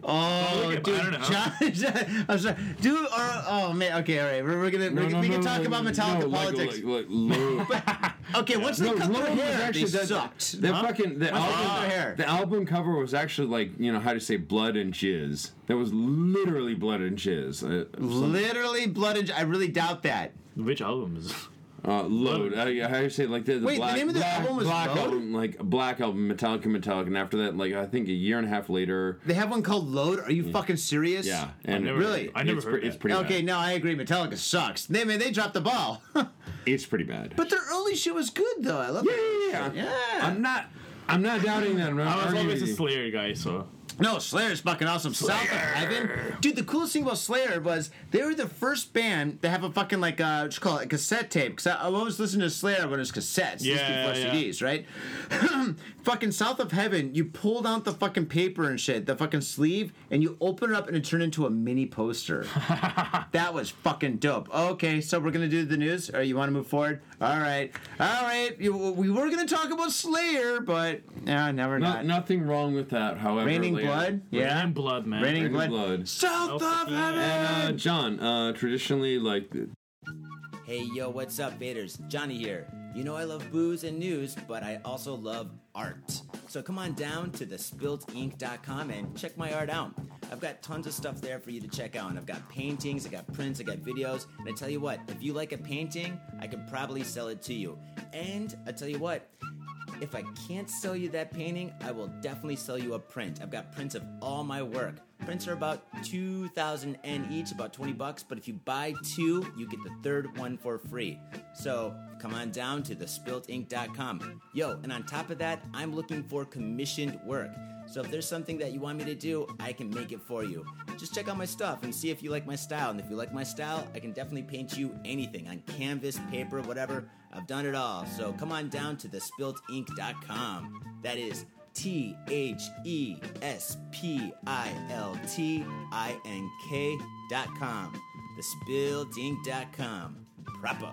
Speaker 2: Oh,
Speaker 4: look at- I
Speaker 2: dude,
Speaker 4: don't know.
Speaker 2: John, (laughs) I'm sorry, dude. Or, oh man, okay, all right. We're, we're gonna we, we can talk about Metallica
Speaker 3: no, like,
Speaker 2: politics.
Speaker 3: Like, like,
Speaker 2: (laughs)
Speaker 3: Low-
Speaker 2: okay, once
Speaker 3: No,
Speaker 2: they cut
Speaker 3: Low
Speaker 2: their
Speaker 3: was
Speaker 2: hair, they
Speaker 3: actually- that-
Speaker 2: sucked.
Speaker 3: That fucking the
Speaker 2: Once they cut their
Speaker 3: album,
Speaker 2: hair.
Speaker 3: the album cover was actually like you know how to say blood and jizz. That was literally blood and jizz. Uh,
Speaker 2: Literally blood and I really doubt that.
Speaker 4: Which album is?
Speaker 3: Uh, load. I, I how you say it, like the, the
Speaker 2: Wait, the
Speaker 3: black,
Speaker 2: name of the
Speaker 3: black,
Speaker 2: album was
Speaker 3: black
Speaker 2: Load?
Speaker 3: album, like black album, Metallica, Metallica, and after that, like I think a year and a half later,
Speaker 2: They have one called Load. Are you fucking serious?
Speaker 3: yeah, and
Speaker 4: never-
Speaker 2: Really?
Speaker 4: I never
Speaker 3: it's,
Speaker 4: heard
Speaker 3: pre- it's
Speaker 4: that.
Speaker 3: pretty
Speaker 2: Okay,
Speaker 3: bad.
Speaker 2: no, I agree. Metallica sucks. They man, they dropped the ball. (laughs)
Speaker 3: It's pretty bad.
Speaker 2: but their early shit was good though. I love it.
Speaker 3: yeah, yeah.
Speaker 2: Yeah.
Speaker 3: I'm not, I'm not doubting that. I'm not
Speaker 4: I was
Speaker 3: arguing
Speaker 4: always a
Speaker 3: with you.
Speaker 4: Slayer guy, so
Speaker 2: No, Slayer's fucking awesome. South of Heaven, dude. The coolest thing about Slayer was they were the first band to have a fucking like uh, what you call it, a cassette tape. Because I, I always listened to Slayer when it was cassettes, just
Speaker 4: Yeah,
Speaker 2: before
Speaker 4: yeah.
Speaker 2: CDs, right? (clears throat) fucking South of Heaven, you pulled out the fucking paper and shit, the fucking sleeve, and you open it up and it turned into a mini
Speaker 4: (laughs)
Speaker 2: poster. that was fucking dope. Okay, so we're gonna do the news. Or you want to move forward? All right, all right. You, we were gonna talk about Slayer, but no, now we're
Speaker 3: No,
Speaker 2: not.
Speaker 3: nothing wrong with that. However, uh,
Speaker 2: Raining
Speaker 3: later-
Speaker 2: blood, yeah.
Speaker 4: Raining Blood, man.
Speaker 2: Raining
Speaker 3: Raining
Speaker 2: blood.
Speaker 3: blood.
Speaker 2: South of
Speaker 3: Uh,
Speaker 2: heaven.
Speaker 3: John, uh, traditionally, like
Speaker 6: Hey yo, what's up, Vaders? Johnny here. You know I love booze and news, but I also love art. So come on down to thespiltink.com and check my art out. I've got tons of stuff there for you to check out. And I've got paintings, I got prints, I got videos, and I tell you what, if you like a painting, I could probably sell it to you. And I tell you what, if I can't sell you that painting, I will definitely sell you a print. I've got prints of all my work. Prints are about 2,000 N each, about 20 bucks, but if you buy two, you get the third one for free. So come on down to thespiltink.com. Yo, and on top of that, I'm looking for commissioned work. So if there's something that you want me to do, I can make it for you. Just check out my stuff and see if you like my style. And if you like my style, I can definitely paint you anything on canvas, paper, whatever. I've done it all. So come on down to thespiltink.com. That is T H E S P I L T I N K.com. Thespiltink.com. Proper.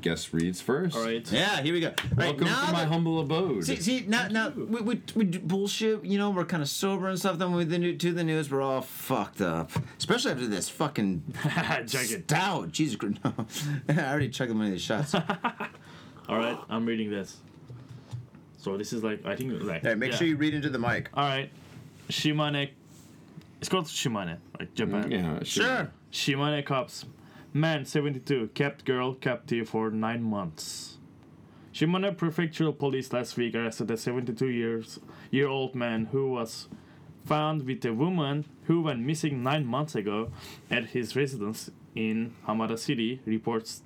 Speaker 3: guest reads first.
Speaker 4: All right.
Speaker 2: Yeah, here we go. Right,
Speaker 3: Welcome
Speaker 2: now
Speaker 3: to my
Speaker 2: the-
Speaker 3: humble abode.
Speaker 2: See, see, now, now we, we, we do bullshit. You know, we're kind of sober and stuff. Then we the new, do the news, we're all fucked up. Especially after this fucking
Speaker 4: (laughs) Jagged.
Speaker 2: stout. Jesus Christ! (laughs) No. I already chugged one of these shots. All
Speaker 4: All right, I'm reading this. So this is like I think like.
Speaker 2: right, make
Speaker 4: yeah.
Speaker 2: sure you read into the mic.
Speaker 4: All right, Shimane. It's called Shimane, like Japan.
Speaker 3: yeah,
Speaker 2: Sure.
Speaker 4: Shimane cops. Man 72 kept girl captive for nine months. Shimane Prefectural Police last week arrested a 72 years year old man who was found with a woman who went missing nine months ago at his residence in Hamada City, reports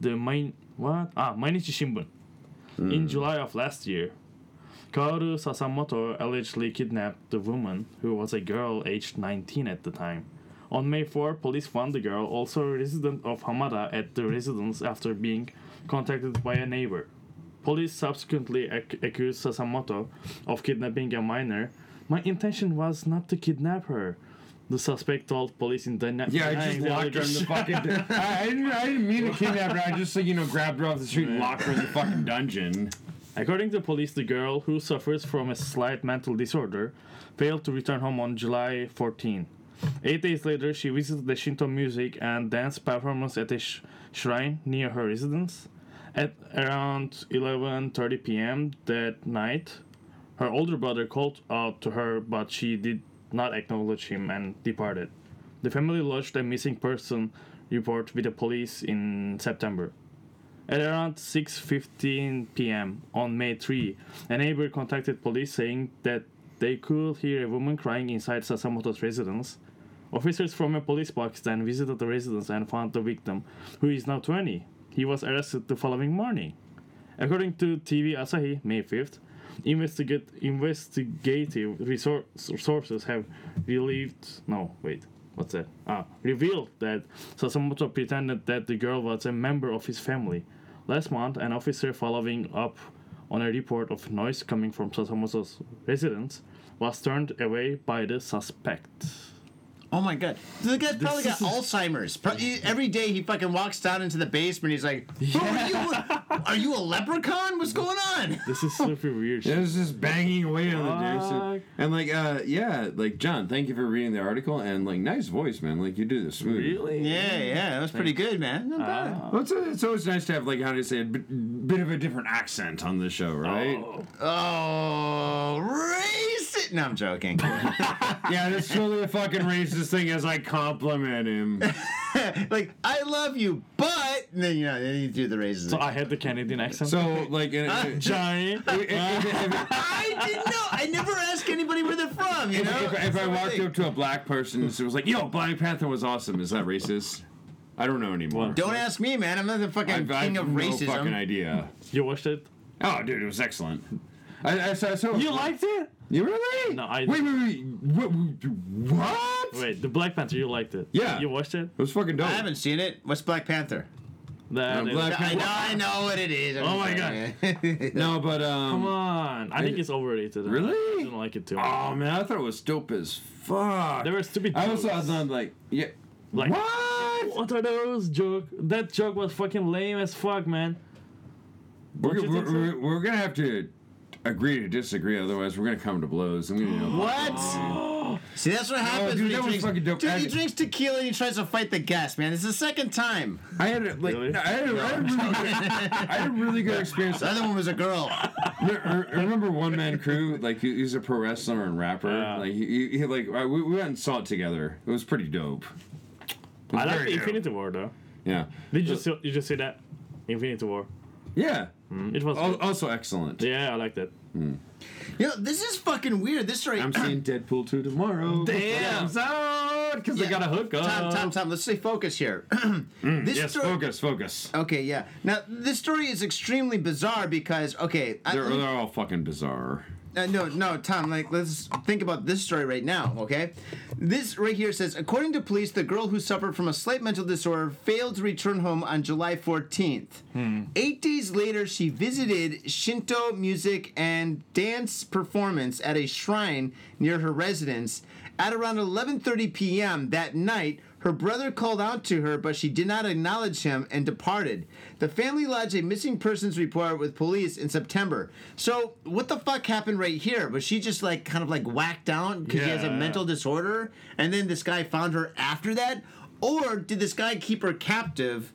Speaker 4: the main what ah Mainichi Shimbun. In July of last year, Kaoru Sasamoto allegedly kidnapped the woman, who was a girl aged 19 at the time. On May 4, police found the girl, also a resident of Hamada, at the residence after being contacted by a neighbor. Police subsequently ac- accused Sasamoto of kidnapping a minor. My intention was not to kidnap her. The suspect told police in Dena-
Speaker 3: Yeah, I
Speaker 4: denying
Speaker 3: just
Speaker 4: the
Speaker 3: locked her in the
Speaker 4: allegation.
Speaker 3: fucking. (laughs) I, I, didn't, I didn't mean to kidnap her. I just, like, you know, grabbed her off the street and locked her in the fucking dungeon.
Speaker 4: According to police, the girl, who suffers from a slight mental disorder, failed to return home on July 14. Eight days later, she visited the Shinto music and dance performance at a sh- shrine near her residence. At around 11:30 p.m. that night, her older brother called out to her, but she did not acknowledge him and departed. The family lodged a missing person report with the police in September. At around 6:15 p.m. on May 3, a neighbor contacted police saying that they could hear a woman crying inside Sasamoto's residence. Officers from a police box then visited the residence and found the victim, who is now 20. He was arrested the following morning. According to TV Asahi, May 5th, investigate, investigative resor- sources have relieved. No, wait, what's that? Ah, revealed that Sasamoto pretended that the girl was a member of his family. Last month, an officer following up on a report of noise coming from Sasamoto's residence was turned away by the suspect.
Speaker 2: Oh my god, the guy's probably got Alzheimer's. Pro- he- every day he fucking walks down into the basement. He's like, "Who are you?
Speaker 7: Are you a leprechaun? What's going on?
Speaker 4: This is super weird.
Speaker 3: It
Speaker 4: shit.
Speaker 3: was just banging away on the desk.
Speaker 4: Fuck.
Speaker 3: And, and like, uh, yeah, like John, thank you for reading the article and like, nice voice, man. Like you do this smooth.
Speaker 4: Really?
Speaker 7: Yeah, yeah, that was pretty good, man. Not bad.
Speaker 3: Well, it's, it's always nice to have like how do you say a bit, bit of a different accent on the show, right?
Speaker 4: Oh.
Speaker 7: Oh, racist! No,
Speaker 3: (laughs)
Speaker 7: I'm joking.
Speaker 3: (laughs) Yeah, that's totally a fucking racist thing as I compliment him.
Speaker 7: like, I love you, but and then you know, then you do the racist.
Speaker 4: So I had the Canadian accent.
Speaker 3: So like, (laughs) in, in-
Speaker 4: Johnny.
Speaker 3: if, if- if-
Speaker 7: I didn't know. I never ask anybody where they're from. You know,
Speaker 3: if- if
Speaker 7: That's
Speaker 3: I
Speaker 7: the
Speaker 3: walked
Speaker 7: thing.
Speaker 3: up to a black person and it was like, "Yo, Black Panther was awesome," is that racist? I don't know anymore.
Speaker 7: don't ask me, man. I'm not the fucking
Speaker 3: I've- I've
Speaker 7: king of
Speaker 3: no
Speaker 7: racism.
Speaker 3: fucking idea.
Speaker 4: You watched it?
Speaker 3: Oh, dude, it was excellent. I, I saw, I saw
Speaker 4: You liked it?
Speaker 3: You really?
Speaker 4: No, I-
Speaker 3: Wait, wait, wait. What? what?
Speaker 4: Wait, the Black Panther. You liked it?
Speaker 3: Yeah.
Speaker 4: You watched it?
Speaker 3: It was fucking dope.
Speaker 7: I haven't seen it. What's Black Panther?
Speaker 4: That
Speaker 3: No,
Speaker 4: is-
Speaker 3: Black-
Speaker 7: (laughs) I know, I know what it is. I'm
Speaker 4: Oh my
Speaker 7: sorry.
Speaker 3: No, but um.
Speaker 4: Come on. I think it's overrated.
Speaker 3: Really?
Speaker 4: I didn't like it too. much.
Speaker 3: Oh man, I thought it was dope as fuck.
Speaker 4: There were stupid
Speaker 3: I was, I
Speaker 4: jokes.
Speaker 3: was on, like, yeah.
Speaker 4: Like-
Speaker 3: what?
Speaker 4: What are those joke? That joke was fucking lame as fuck, man.
Speaker 3: We're,
Speaker 4: Don't you
Speaker 3: we're,
Speaker 4: think so?
Speaker 3: we're, we're gonna have to agree to disagree, otherwise we're gonna come to blows. I'm gonna, you know,
Speaker 7: What? (laughs) See, that's what happens
Speaker 3: dude,
Speaker 7: when he
Speaker 3: that was
Speaker 7: drinks.
Speaker 3: fucking dope.
Speaker 7: Dude, he
Speaker 3: I-
Speaker 7: drinks tequila and he tries to fight the guest, man. It's the second time.
Speaker 3: I had a, like
Speaker 4: Really?
Speaker 3: no, I, had a, I, had a really good, I had a really
Speaker 4: (laughs)
Speaker 3: good experience.
Speaker 7: The
Speaker 3: I
Speaker 7: other one was a
Speaker 3: (laughs)
Speaker 7: girl.
Speaker 3: remember One Man Crew? Like he, he's a pro wrestler and rapper.
Speaker 4: Yeah.
Speaker 3: Like he, he, he like I, we, we went and saw it together. It was pretty dope. It was
Speaker 4: I like
Speaker 3: very Uh,
Speaker 4: the
Speaker 3: dope.
Speaker 4: Infinity War though.
Speaker 3: Yeah,
Speaker 4: Did you see, did you see that? Infinity War. Mm,
Speaker 3: yeah.
Speaker 4: It was.
Speaker 3: Al- Also excellent.
Speaker 4: Hmm. Yeah, I liked it.
Speaker 7: You know, this is fucking weird. This story.
Speaker 3: I'm
Speaker 7: (clears throat)
Speaker 3: seeing Deadpool 2 tomorrow.
Speaker 7: Damn.
Speaker 3: Because
Speaker 7: Yeah.
Speaker 3: I got a hook up.
Speaker 7: Tom, Tom, Tom. Let's stay focused here. (clears throat) this
Speaker 3: Mm, Yes,
Speaker 7: story.
Speaker 3: focus, focus.
Speaker 7: Okay, yeah. Now this story is extremely bizarre because okay, I,
Speaker 3: They're, they're all fucking bizarre.
Speaker 7: Uh, no, no, Tom. Like, let's think about this story right now, okay? This right here says, according to police, the girl who suffered from a slight mental disorder failed to return home on July 14th.
Speaker 3: Hmm.
Speaker 7: Eight days later, she visited Shinto music and dance performance at a shrine near her residence. At around 11:30 p.m. that night, her brother called out to her, but she did not acknowledge him and departed. The family lodged a missing persons report with police in September. So, what the fuck happened right here? Was she just like kind of like whacked out because she has a
Speaker 4: Yeah.
Speaker 7: mental disorder, and then this guy found her after that, or did this guy keep her captive?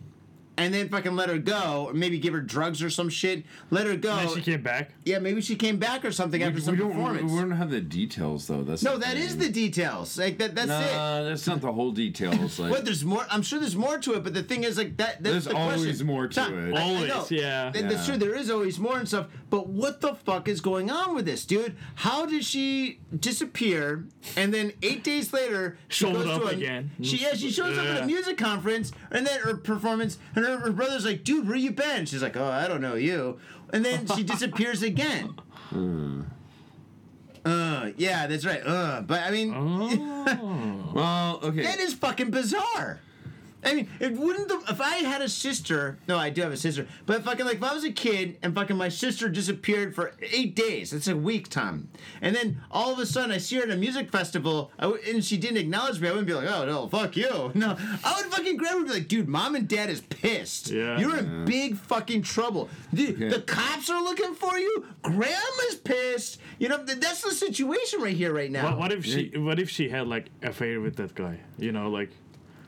Speaker 7: And then fucking let her go, or maybe give her drugs or some shit. Let her go.
Speaker 4: And she came back.
Speaker 7: yeah, maybe she came back or something after some
Speaker 3: we don't,
Speaker 7: performance.
Speaker 3: We don't have the details though. That's
Speaker 7: no, that is the details. Like that. That's it.
Speaker 3: Nah, that's not the whole
Speaker 7: (laughs)
Speaker 3: details. Like,
Speaker 7: But there's more. I'm sure there's more to it. But the thing is, like that. That's
Speaker 3: There's
Speaker 7: the
Speaker 3: always
Speaker 7: question.
Speaker 3: more to it.
Speaker 7: I- I
Speaker 4: Always,
Speaker 7: know.
Speaker 4: yeah.
Speaker 7: Th- That's
Speaker 3: Yeah.
Speaker 7: true. There is always more and stuff. But what the fuck is going on with this, dude? How did she disappear and then eight days later she
Speaker 4: Showed
Speaker 7: goes
Speaker 4: up
Speaker 7: to a,
Speaker 4: again.
Speaker 7: She yeah, she shows up at a
Speaker 4: Yeah.
Speaker 7: music conference and then her performance and her, her brother's like, dude, where you been? She's like, oh, I don't know you. And then
Speaker 4: (laughs)
Speaker 7: she disappears again.
Speaker 3: Hmm.
Speaker 7: Uh, yeah, that's right. Uh, but I mean,
Speaker 4: Oh.
Speaker 3: well, okay.
Speaker 7: that is fucking bizarre. I mean, it wouldn't the, if I had a sister. No, I do have a sister, but fucking like if I was a kid and fucking my sister disappeared for eight days. That's a week, Tom. And then all of a sudden I see her at a music festival I w- and she didn't acknowledge me. I wouldn't be like, oh no, fuck you. (laughs) No, I would fucking grab her and be like, dude, mom and dad is pissed.
Speaker 4: Yeah.
Speaker 7: you're in big fucking trouble. The, the cops are looking for you. Grandma's pissed. You know th- that's the situation right here, right now.
Speaker 4: What, what if she? What if she had like affair with that guy? You know, like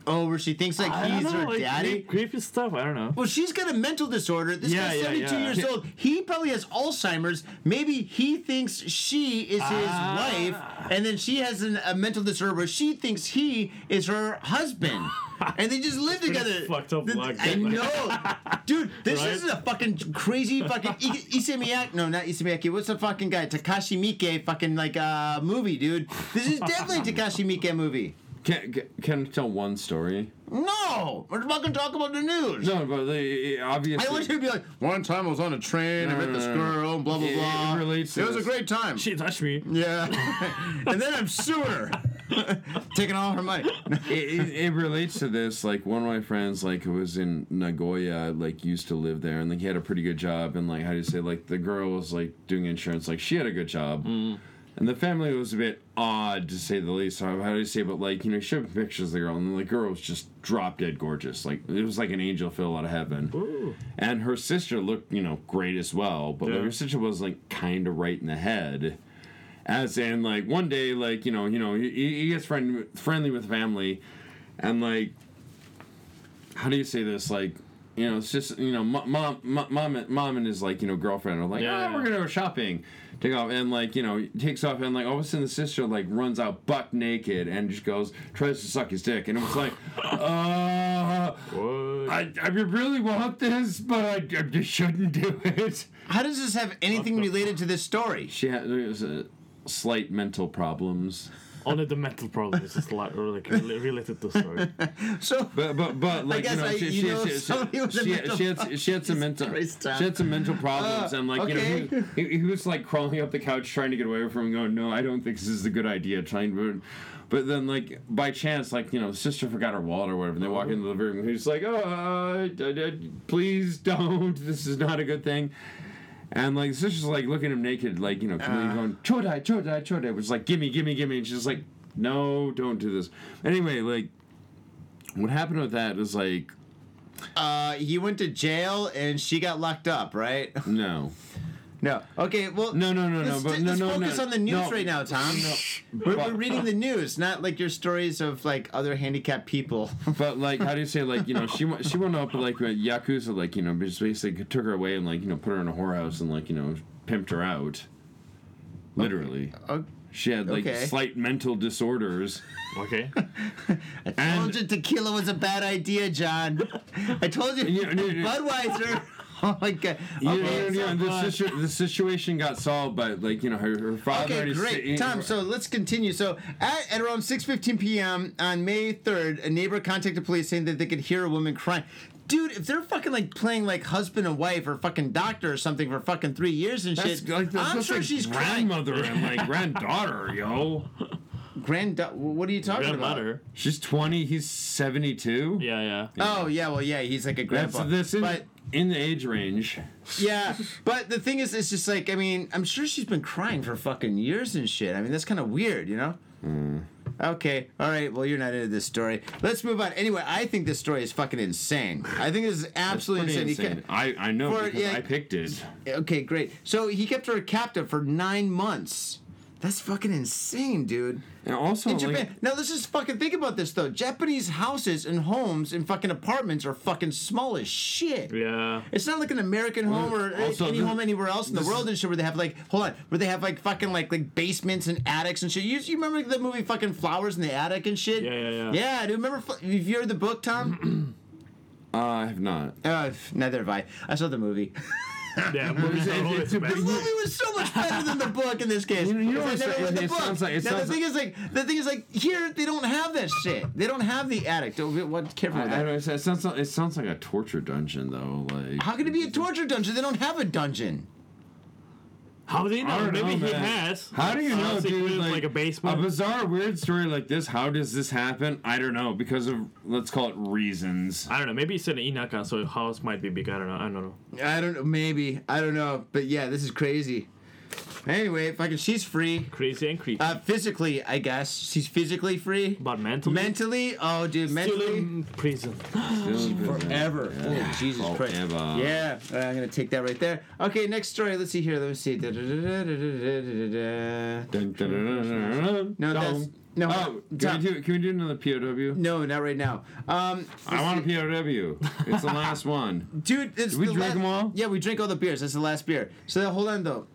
Speaker 7: Oh, where she thinks like
Speaker 4: I don't
Speaker 7: he's
Speaker 4: know,
Speaker 7: her
Speaker 4: like,
Speaker 7: daddy.
Speaker 4: creep- creepy stuff. I don't know.
Speaker 7: Well, she's got a mental disorder. This
Speaker 4: Yeah,
Speaker 7: guy's
Speaker 4: yeah,
Speaker 7: 72
Speaker 4: yeah.
Speaker 7: years old. He probably has Alzheimer's. Maybe he thinks she is his
Speaker 4: Ah.
Speaker 7: wife, and then she has an, a mental disorder where she thinks he is her
Speaker 4: (laughs)
Speaker 7: husband. And they just live together.
Speaker 4: fucked up
Speaker 7: Th-
Speaker 4: like
Speaker 7: I
Speaker 4: that. (laughs)
Speaker 7: know, dude. This
Speaker 4: Right?
Speaker 7: is a fucking crazy fucking I- Isemiaki. No, not Isemiaki. What's the fucking guy? Takashi Miike. Fucking like uh, movie, dude. This is definitely Takashi Miike movie.
Speaker 3: can, can- can I tell one story?
Speaker 7: No, we're fucking talking about the news.
Speaker 3: No, but they, obviously.
Speaker 7: I want you to be like, one time I was on a train, I
Speaker 3: No,
Speaker 7: met
Speaker 3: no,
Speaker 7: this
Speaker 3: no, no.
Speaker 7: girl, and blah, blah,
Speaker 3: Uh, It- it
Speaker 7: blah.
Speaker 3: relates to
Speaker 7: was
Speaker 3: this.
Speaker 7: a great time.
Speaker 4: She touched me.
Speaker 7: yeah. (laughs) and then I'm suing her. (laughs) Taking all her money. (laughs)
Speaker 3: it, it, it relates to this. Like one of my friends, like who was in Nagoya, like used to live there, and like he had a pretty good job. And like how do you say, like the girl was like doing insurance. Like she had a good job, And the family was a bit odd to say the least. How how do you say? But like, you know, she showed pictures of the girl, and the girl was just drop dead gorgeous. Like it was like an angel fell out of heaven. And her sister looked, you know, great as well. But like,
Speaker 4: Yeah.
Speaker 3: her sister was like kind of right in the head. As in, like one day, like you know, you know, he, he gets friend, friendly with family, and like how do you say this? Like, you know, it's just you know, mo- mom, mom, mom, and- mom, and his like you know girlfriend are like,
Speaker 4: Yeah,
Speaker 3: ah,
Speaker 4: yeah.
Speaker 3: we're gonna go shopping. Take off and like you know takes off and like all of a sudden the sister like runs out buck naked and just goes tries to suck his dick and it was
Speaker 7: (laughs)
Speaker 3: like, uh,
Speaker 4: What?
Speaker 3: I I really want this but I, I just shouldn't do it.
Speaker 7: How does this have anything related to this story? (laughs)
Speaker 3: She had there was a slight mental problems,
Speaker 4: Only the mental problem is just like, or, like rela- related to story.
Speaker 7: So
Speaker 3: but but but like
Speaker 7: guess
Speaker 3: you know
Speaker 7: I-
Speaker 3: she
Speaker 7: you
Speaker 3: she,
Speaker 7: know
Speaker 3: she,
Speaker 7: somebody with a
Speaker 3: she, she,
Speaker 7: mental
Speaker 3: she had she had
Speaker 7: (laughs)
Speaker 3: some mental
Speaker 7: Christ, Tom.
Speaker 3: she had some mental problems
Speaker 7: Uh,
Speaker 3: and like you know
Speaker 7: okay.
Speaker 3: he, he, he was like crawling up the couch trying to get away from him going no I don't think this is a good idea trying to but then like by chance like you know sister forgot her wallet or whatever and they
Speaker 7: Uh-huh.
Speaker 3: walk into the living room and he's like oh uh, uh, please don't (laughs) this is not a good thing. And like the sister's like looking at him naked, like you know,
Speaker 7: Uh.
Speaker 3: completely going chodai, chodai, chodai, which is like gimme, gimme, gimme, and she's like, no, don't do this. Anyway, like what happened with that is like
Speaker 7: uh, he went to jail and she got locked up, right? (laughs)
Speaker 3: no,
Speaker 7: No. Okay. Well.
Speaker 3: no, no, no, no,
Speaker 7: Let's,
Speaker 3: but
Speaker 7: let's
Speaker 3: no, no,
Speaker 7: focus
Speaker 3: no,
Speaker 7: on the news
Speaker 3: no.
Speaker 7: right now, Tom.
Speaker 3: No,
Speaker 7: We're,
Speaker 3: but-
Speaker 7: we're reading the news, not like your stories of like other handicapped people. (laughs)
Speaker 3: But like, how do you say like you know she wa- she went up with, like with yakuza like you know just basically took her away and like you know put her in a whorehouse and like you know pimped her out, literally.
Speaker 7: Oh,
Speaker 3: She had like
Speaker 7: Okay.
Speaker 3: slight mental disorders.
Speaker 4: Okay.
Speaker 7: I told you tequila was a bad idea, John.
Speaker 3: (laughs)
Speaker 7: I told you
Speaker 3: Yeah, yeah, yeah.
Speaker 7: Budweiser. (laughs) Oh my god.
Speaker 3: Yeah, yeah,
Speaker 7: Okay,
Speaker 3: yeah, The, situ- Uh, the situation got solved, but like you know, her, her father.
Speaker 7: Okay,
Speaker 3: and his
Speaker 7: great.
Speaker 3: si-
Speaker 7: Tom, so let's continue. So at, at around 6.15 p.m. on May 3rd, a neighbor contacted police saying that they could hear a woman crying. Dude, if they're fucking like playing like husband and wife or fucking doctor or something for fucking three years and
Speaker 3: that's
Speaker 7: shit,
Speaker 3: like that's
Speaker 7: I'm
Speaker 3: just
Speaker 7: sure
Speaker 3: like
Speaker 7: she's crying.
Speaker 3: grandmother and like granddaughter, yo.
Speaker 7: Grand, what are you talking about?
Speaker 4: (laughs) Grandmother.
Speaker 3: She's twenty. He's seventy-two.
Speaker 4: Yeah, yeah.
Speaker 7: Oh yeah, well yeah, he's like a
Speaker 3: that's
Speaker 7: grandpa.
Speaker 3: this in,
Speaker 7: but
Speaker 3: in the age range.
Speaker 7: yeah, but the thing is, it's just like I mean, I'm sure she's been crying for fucking years and shit. I mean, that's kind of weird, you know. Okay, all right. Well, you're not into this story. Let's move on. Anyway, I think this story is fucking insane. I think this is absolutely
Speaker 3: Pretty
Speaker 7: insane. He
Speaker 3: insane.
Speaker 7: ca-
Speaker 3: I I know
Speaker 7: For-
Speaker 3: because
Speaker 7: yeah.
Speaker 3: I picked it.
Speaker 7: Okay, great. So he kept her captive for nine months. That's fucking insane, dude.
Speaker 3: And also,
Speaker 7: In
Speaker 3: like,
Speaker 7: Japan. Now let's just fucking think about this though. Japanese houses and homes and fucking apartments are fucking small as shit.
Speaker 4: Yeah.
Speaker 7: It's not like an American home or a-
Speaker 3: also,
Speaker 7: any
Speaker 3: this-
Speaker 7: home anywhere else in the
Speaker 3: this
Speaker 7: world and shit where they have like hold on where they have like fucking like like basements and attics and shit. You, you remember the movie fucking Flowers in the Attic and shit?
Speaker 4: Yeah, yeah, yeah.
Speaker 7: Yeah, do you remember? Fl- Have you heard the book,
Speaker 3: Mm-hmm.
Speaker 7: Tom?
Speaker 3: uh, I have not.
Speaker 7: uh, neither have I. I saw
Speaker 3: (laughs)
Speaker 7: the movie.
Speaker 4: Yeah, movies are always
Speaker 7: The
Speaker 4: best.
Speaker 7: movie was so much better than the book in this case.
Speaker 3: You know- you know
Speaker 7: because I
Speaker 3: what it
Speaker 7: never read
Speaker 3: sa-
Speaker 7: the
Speaker 3: it
Speaker 7: book.
Speaker 3: sounds like- it
Speaker 7: now the
Speaker 3: sounds
Speaker 7: thing is like the thing is like here they don't have that shit. They don't have the attic. Don't what careful
Speaker 3: I,
Speaker 7: with
Speaker 3: I
Speaker 7: that.
Speaker 3: don't, it sounds like, it sounds like a torture dungeon though. Like
Speaker 7: How can it be a torture dungeon? They don't have a dungeon.
Speaker 4: How do you
Speaker 3: I don't
Speaker 4: know? Maybe
Speaker 3: know,
Speaker 4: he
Speaker 3: man.
Speaker 4: has.
Speaker 3: How do you know,
Speaker 4: Honestly,
Speaker 3: dude?
Speaker 4: it's Like, a basement.
Speaker 3: A bizarre, weird story like this. How does this happen? I don't know because of let's call it
Speaker 7: (sighs)
Speaker 3: reasons.
Speaker 4: I don't know. Maybe it's an Inaka, so house might be big. I don't know. I don't know.
Speaker 7: I don't know. Maybe I don't know. But yeah, this is crazy. Anyway, fucking, she's free.
Speaker 4: Crazy and creepy.
Speaker 7: Uh, physically, I guess she's physically free.
Speaker 4: but mentally,
Speaker 7: mentally, oh dude,
Speaker 4: still
Speaker 7: mentally
Speaker 4: in prison.
Speaker 7: forever. Holy Jesus
Speaker 3: Oh,
Speaker 7: Christ.
Speaker 3: Forever.
Speaker 7: Yeah, all right, I'm gonna take that right there. Okay, next story. Let's see here. Let me see. Da-da-da-da-da-da-da-da.
Speaker 3: Dun, dun, dun, dun, dun, dun.
Speaker 4: (laughs)
Speaker 7: No, that's- no,
Speaker 3: Oh, can
Speaker 7: Tom.
Speaker 3: we, do, can we do another POW?
Speaker 7: No, not right now. Um,
Speaker 3: I want a POW. It's
Speaker 7: (laughs)
Speaker 3: the last one.
Speaker 7: dude, it's
Speaker 3: Did we
Speaker 7: the
Speaker 3: drink
Speaker 7: la-
Speaker 3: them all?
Speaker 7: Yeah, we drink all the beers. That's the last beer. So then, hold on though.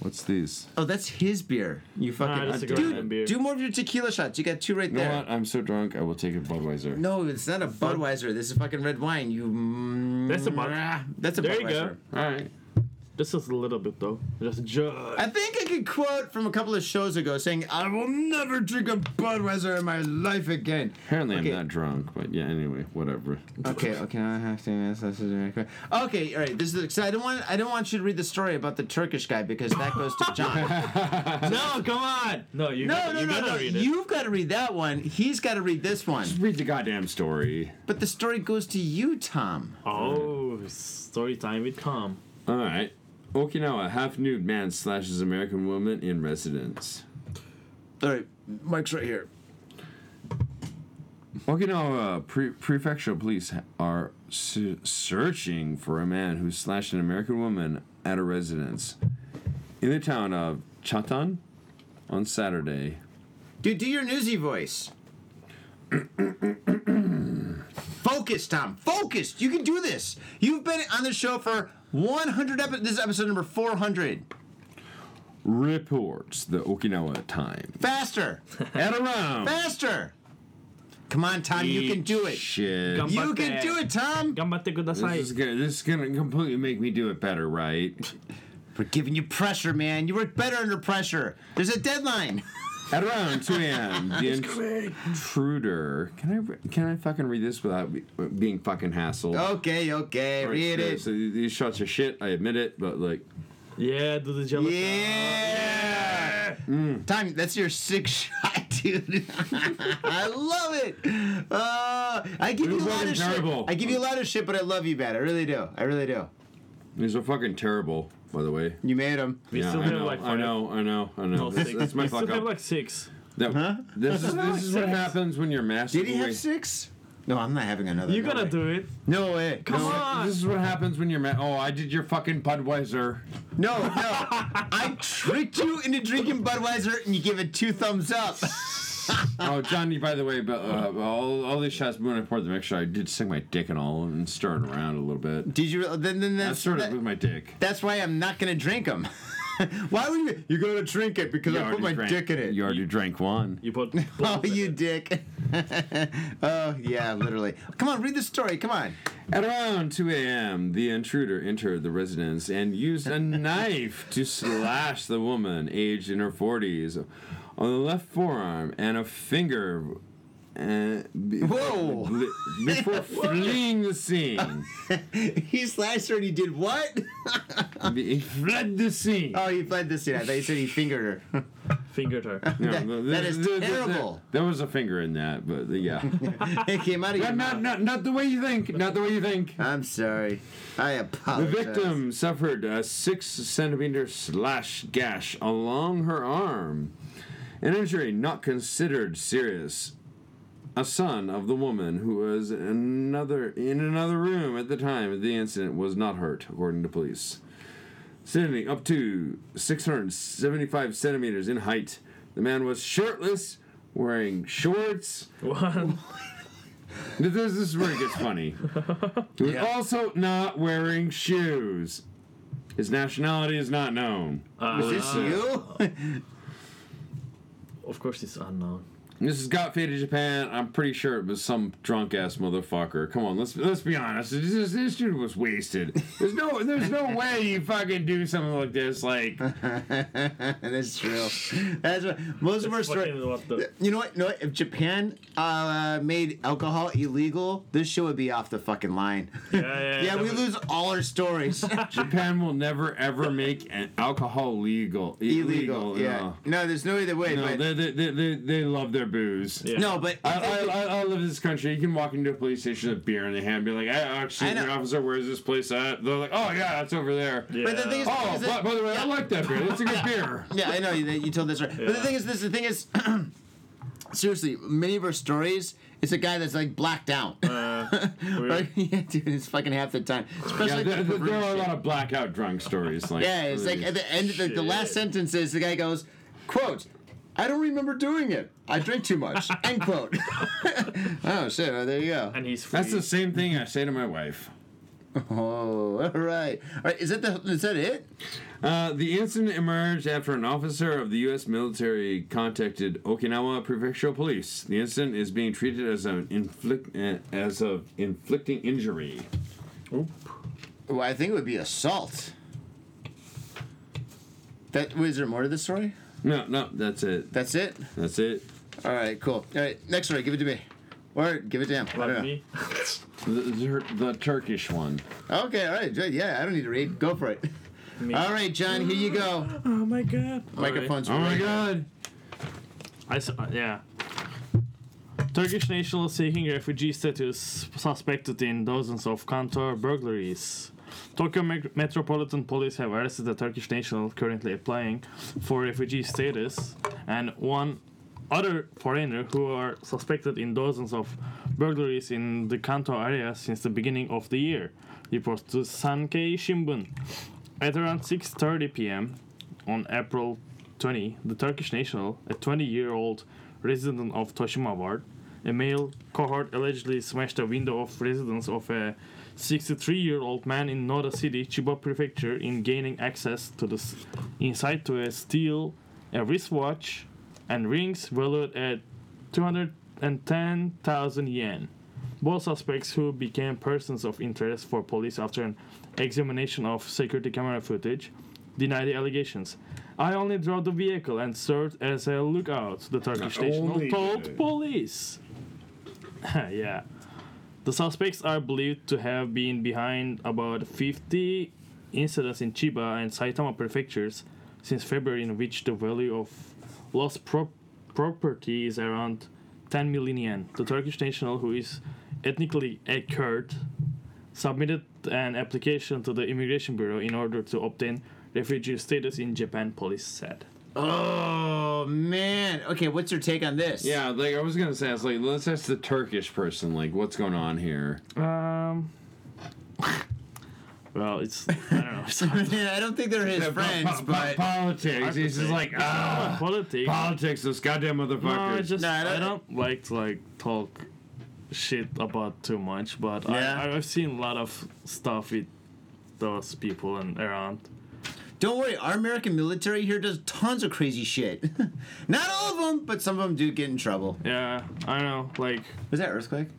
Speaker 3: What's these?
Speaker 7: Oh, that's his beer. You fucking
Speaker 4: Nah, that's a good
Speaker 7: dude.
Speaker 4: one, beer.
Speaker 7: Do more of your tequila shots. You got two right
Speaker 3: You know
Speaker 7: there.
Speaker 3: what? I'm so drunk. I will take a Budweiser.
Speaker 7: No, it's not a Budweiser. This is fucking red wine. You. mm,
Speaker 4: That's a Bud-
Speaker 7: ah, That's a
Speaker 4: There
Speaker 7: Budweiser.
Speaker 4: you go.
Speaker 3: All right.
Speaker 4: Just a little bit though. Just judge.
Speaker 7: I think I could quote from a couple of shows ago saying, "I will never drink a Budweiser in my life again."
Speaker 3: Apparently,
Speaker 7: Okay.
Speaker 3: I'm not drunk, but yeah. Anyway, whatever.
Speaker 7: Okay, okay, I have to ask this is Okay, all right. This is so I don't want I don't want you to read the story about the Turkish guy because that goes to
Speaker 4: (laughs)
Speaker 7: John.
Speaker 4: No, come on. No, you.
Speaker 7: no,
Speaker 4: gotta,
Speaker 7: no,
Speaker 4: you
Speaker 7: no,
Speaker 4: gotta
Speaker 7: no.
Speaker 4: read it.
Speaker 7: You've got to read that one. He's got to read this one.
Speaker 3: Read the goddamn story.
Speaker 7: But the story goes to you, Tom.
Speaker 4: Oh, story time with Tom.
Speaker 3: All right. Okinawa half nude man slashes American woman in residence.
Speaker 7: All right, Mike's right here.
Speaker 3: Okinawa uh, pre- prefectural police ha- are su- searching for a man who slashed an American woman at a residence in the town of Chatan on Saturday.
Speaker 7: Dude, do your newsy voice. Focus, Tom. Focus. You can do this. You've been on the show for 100 episodes. This is episode number 400.
Speaker 3: Reports the Okinawa
Speaker 7: (laughs)
Speaker 3: Times.
Speaker 7: Faster.
Speaker 3: At around.
Speaker 7: Faster. Come on, Tom. You can do it.
Speaker 3: Shit.
Speaker 4: Gum-
Speaker 7: You can do it, Tom.
Speaker 4: Gambatte
Speaker 3: This is
Speaker 4: kudasai.
Speaker 3: gonna this is gonna completely make me do it better, right?
Speaker 7: We're giving you pressure, man. You work better under pressure. There's a deadline. (laughs)
Speaker 3: At around 2 a.m., the intruder. Can I can I fucking read this without be- being fucking hassled?
Speaker 7: Okay, okay.
Speaker 3: Alright,
Speaker 7: Oh, Read
Speaker 3: sure.
Speaker 7: it.
Speaker 3: So th- these shots are shit. I admit it, but like,
Speaker 4: Yeah, do the jello.
Speaker 7: Yeah. Time. That's your six (laughs) shot, dude. I love it. Uh, I give
Speaker 3: It
Speaker 7: you
Speaker 3: was
Speaker 7: a lot
Speaker 3: fucking
Speaker 7: of
Speaker 3: terrible.
Speaker 7: shit. I give you a lot of shit, but I love you, man. I really do. I really do.
Speaker 3: these are fucking terrible. By the way.
Speaker 7: You made him.
Speaker 4: We
Speaker 3: Yeah,
Speaker 4: still
Speaker 3: I
Speaker 4: have
Speaker 3: know,
Speaker 4: like
Speaker 3: I
Speaker 4: five.
Speaker 3: know, I know, I know.
Speaker 4: No,
Speaker 3: That's,
Speaker 4: six.
Speaker 3: that's my
Speaker 4: we still
Speaker 3: fuck
Speaker 4: have
Speaker 3: up.
Speaker 4: like six.
Speaker 3: That- This is this is what happens when you're massive.
Speaker 7: Did he have six? No, I'm not having another.
Speaker 4: You
Speaker 7: no
Speaker 4: gotta
Speaker 7: way.
Speaker 4: do (laughs) it.
Speaker 7: No way.
Speaker 4: Come
Speaker 7: no,
Speaker 4: on.
Speaker 3: This is what happens when you're ma- oh I did your fucking Budweiser.
Speaker 7: No, no. I tricked you into drinking Budweiser, and you give it two thumbs up.
Speaker 3: Oh Johnny, by the way, but uh, all, all these shots when I poured the mixture, I did stick my dick and all and stir it around a little bit.
Speaker 7: Did you? re- Then, then
Speaker 3: I
Speaker 7: that's
Speaker 3: stirred it
Speaker 7: that-
Speaker 3: with my dick.
Speaker 7: That's why I'm not gonna drink them. (laughs) Why would you? You're gonna drink it because
Speaker 3: You
Speaker 7: I put
Speaker 3: already
Speaker 7: my
Speaker 3: drank-
Speaker 7: dick in it.
Speaker 3: You already drank one.
Speaker 4: You (laughs) put.
Speaker 7: Oh, you dick. (laughs) oh, yeah, literally. Come on, read the story. Come on.
Speaker 3: At around 2 a.m., the intruder entered the residence and used a knife to slash the woman, aged in her 40s, on the left forearm and a finger. Uh, be-
Speaker 7: Whoa.
Speaker 3: li- Before
Speaker 7: (laughs)
Speaker 3: fleeing the scene,
Speaker 7: He slashed her and he did what?
Speaker 3: he fled the scene.
Speaker 7: Oh, he fled the scene. I thought you said he fingered her. (laughs)
Speaker 4: Fingered her.
Speaker 3: No, th-
Speaker 7: that- that
Speaker 3: th-
Speaker 7: is
Speaker 3: th- th-
Speaker 7: terrible.
Speaker 3: There was a finger in that, but yeah,
Speaker 7: (laughs) it came out of your
Speaker 3: not,
Speaker 7: mouth.
Speaker 3: not not not the way you think. Not the way you think.
Speaker 7: I'm sorry. I
Speaker 3: The
Speaker 7: apologize.
Speaker 3: victim suffered a six centimeter slash gash along her arm, an injury not considered serious. A son of the woman who was another in another room at the time of the incident was not hurt, according to police. Standing up to 675 centimeters in height, the man was shirtless, wearing shorts.
Speaker 4: (laughs) One.
Speaker 3: This, this is where it gets funny. He was also not wearing shoes. His nationality is not known.
Speaker 7: Was this you? (laughs)
Speaker 4: Of course, it's unknown.
Speaker 3: This is got faded Japan. I'm pretty sure it was some drunk ass motherfucker. Come on, let's let's be honest. This, this, this dude was wasted. There's no there's no way you fucking do something like this. Like
Speaker 7: That's true. That's what most of our stories.
Speaker 4: Fucking what (laughs) the-
Speaker 7: You know what? You know what? If Japan uh, made alcohol illegal, this show would be off the fucking line. Yeah,
Speaker 4: yeah, that
Speaker 7: we
Speaker 4: would-
Speaker 7: lose all our stories.
Speaker 3: Japan will never ever make an alcohol legal.
Speaker 7: illegal. Yeah.
Speaker 3: no.
Speaker 7: No, there's no other way.
Speaker 3: No,
Speaker 7: but,
Speaker 3: they, they, they, they, they love their booze.
Speaker 4: Yeah.
Speaker 7: no, but
Speaker 3: I, I, I, I live in this country. You can walk into a police station with a beer in the hand, and be like, "Hey,
Speaker 7: I
Speaker 3: actually,
Speaker 7: know.
Speaker 3: your officer, where's this place at?" They're like, "Oh yeah, that's over there."
Speaker 4: Yeah.
Speaker 7: But the thing is,
Speaker 3: Oh,
Speaker 7: is
Speaker 3: by,
Speaker 7: that-
Speaker 3: by the way, I like that beer. That's a good
Speaker 7: (laughs)
Speaker 3: beer.
Speaker 7: yeah, I know you, you told this right. But the
Speaker 4: Yeah.
Speaker 7: thing is, this the thing is, (clears throat) seriously, many of our stories, it's a guy that's like blacked out, (laughs) right? (laughs) Yeah, dude, it's fucking half the time.
Speaker 3: Yeah,
Speaker 7: Especially
Speaker 3: there, there-
Speaker 7: the
Speaker 3: there are a
Speaker 7: shit.
Speaker 3: lot of blackout drunk stories. Like,
Speaker 7: (laughs) yeah, it's like at the end of the, the last
Speaker 4: Shit.
Speaker 7: sentence is the guy goes, quote. I don't remember doing it. I drank too much. End quote. (laughs) oh shit! Well, there you go.
Speaker 4: And he's free.
Speaker 3: that's the same thing I say to my wife.
Speaker 7: Oh, (laughs) all right. All right. Is that the? Is that it?
Speaker 3: Uh, the incident emerged after an officer of the U.S. military contacted Okinawa Prefectural Police. The incident is being treated as an inflict uh, as of inflicting injury.
Speaker 7: Well, I think it would be assault. That was there more to this story?
Speaker 3: No, no, that's it.
Speaker 7: That's it.
Speaker 3: That's it.
Speaker 7: All right, cool. All right, next story. Give it to me, or give it to him. I don't
Speaker 4: Not
Speaker 7: know.
Speaker 4: me.
Speaker 3: The, the, the Turkish one.
Speaker 7: Okay, all right. good. Yeah, I don't need to read. Go for it. All right, John. Here you go.
Speaker 4: Oh my god.
Speaker 7: Microphones.
Speaker 3: Oh my
Speaker 7: ready.
Speaker 3: god.
Speaker 4: I s- uh, yeah. Turkish national seeking refugee status suspected in dozens of counter burglaries. Tokyo Met- Metropolitan Police have arrested a Turkish national currently applying for refugee status and one other foreigners who are suspected in dozens of burglaries in the Kanto area since the beginning of the year, reports to Sankei Shimbun. At around 6:30 p.m. on April 20, the Turkish national, a 20-year-old resident of Toshima Ward, a male cohort allegedly smashed a window of residence of a 63-year-old man in Noda City, Chiba Prefecture, in gaining access to the s- inside to a steel, a wristwatch, and rings valued at 210,000 yen. Both suspects who became persons of interest for police after an examination of security camera footage deny the allegations. I only drove the vehicle and served as a lookout, the Turkish national
Speaker 8: Only.
Speaker 4: told police. (laughs) yeah. The suspects are believed to have been behind about 50 incidents in Chiba and Saitama prefectures since February, in which the value of lost prop property is around 10 million yen. The Turkish national, who is ethnically a Kurd, submitted an application to the Immigration Bureau in order to obtain refugee status in Japan, police said.
Speaker 7: Oh man. Okay, what's your take on this?
Speaker 3: Yeah, like I was gonna say, I was like, let's ask the Turkish person, like, what's going on here?
Speaker 4: Um. (laughs) Well, it's I don't know. It's hard to-
Speaker 7: (laughs) I don't think
Speaker 4: (laughs)
Speaker 7: they're his friends, but
Speaker 3: politics. He's just like, ah,
Speaker 4: politics.
Speaker 3: politics. This goddamn
Speaker 4: uh, No, I
Speaker 3: motherfucker.
Speaker 4: just
Speaker 7: No, I
Speaker 4: I,
Speaker 7: don't-
Speaker 4: don't, like to like talk shit about too much, but
Speaker 7: Yeah.
Speaker 4: I, I've seen a lot of stuff with those people and around.
Speaker 7: don't worry, our American military here does tons of crazy shit. (laughs) Not all of them, but some of them do get in trouble.
Speaker 4: Yeah, I know. Like
Speaker 7: Was that earthquake?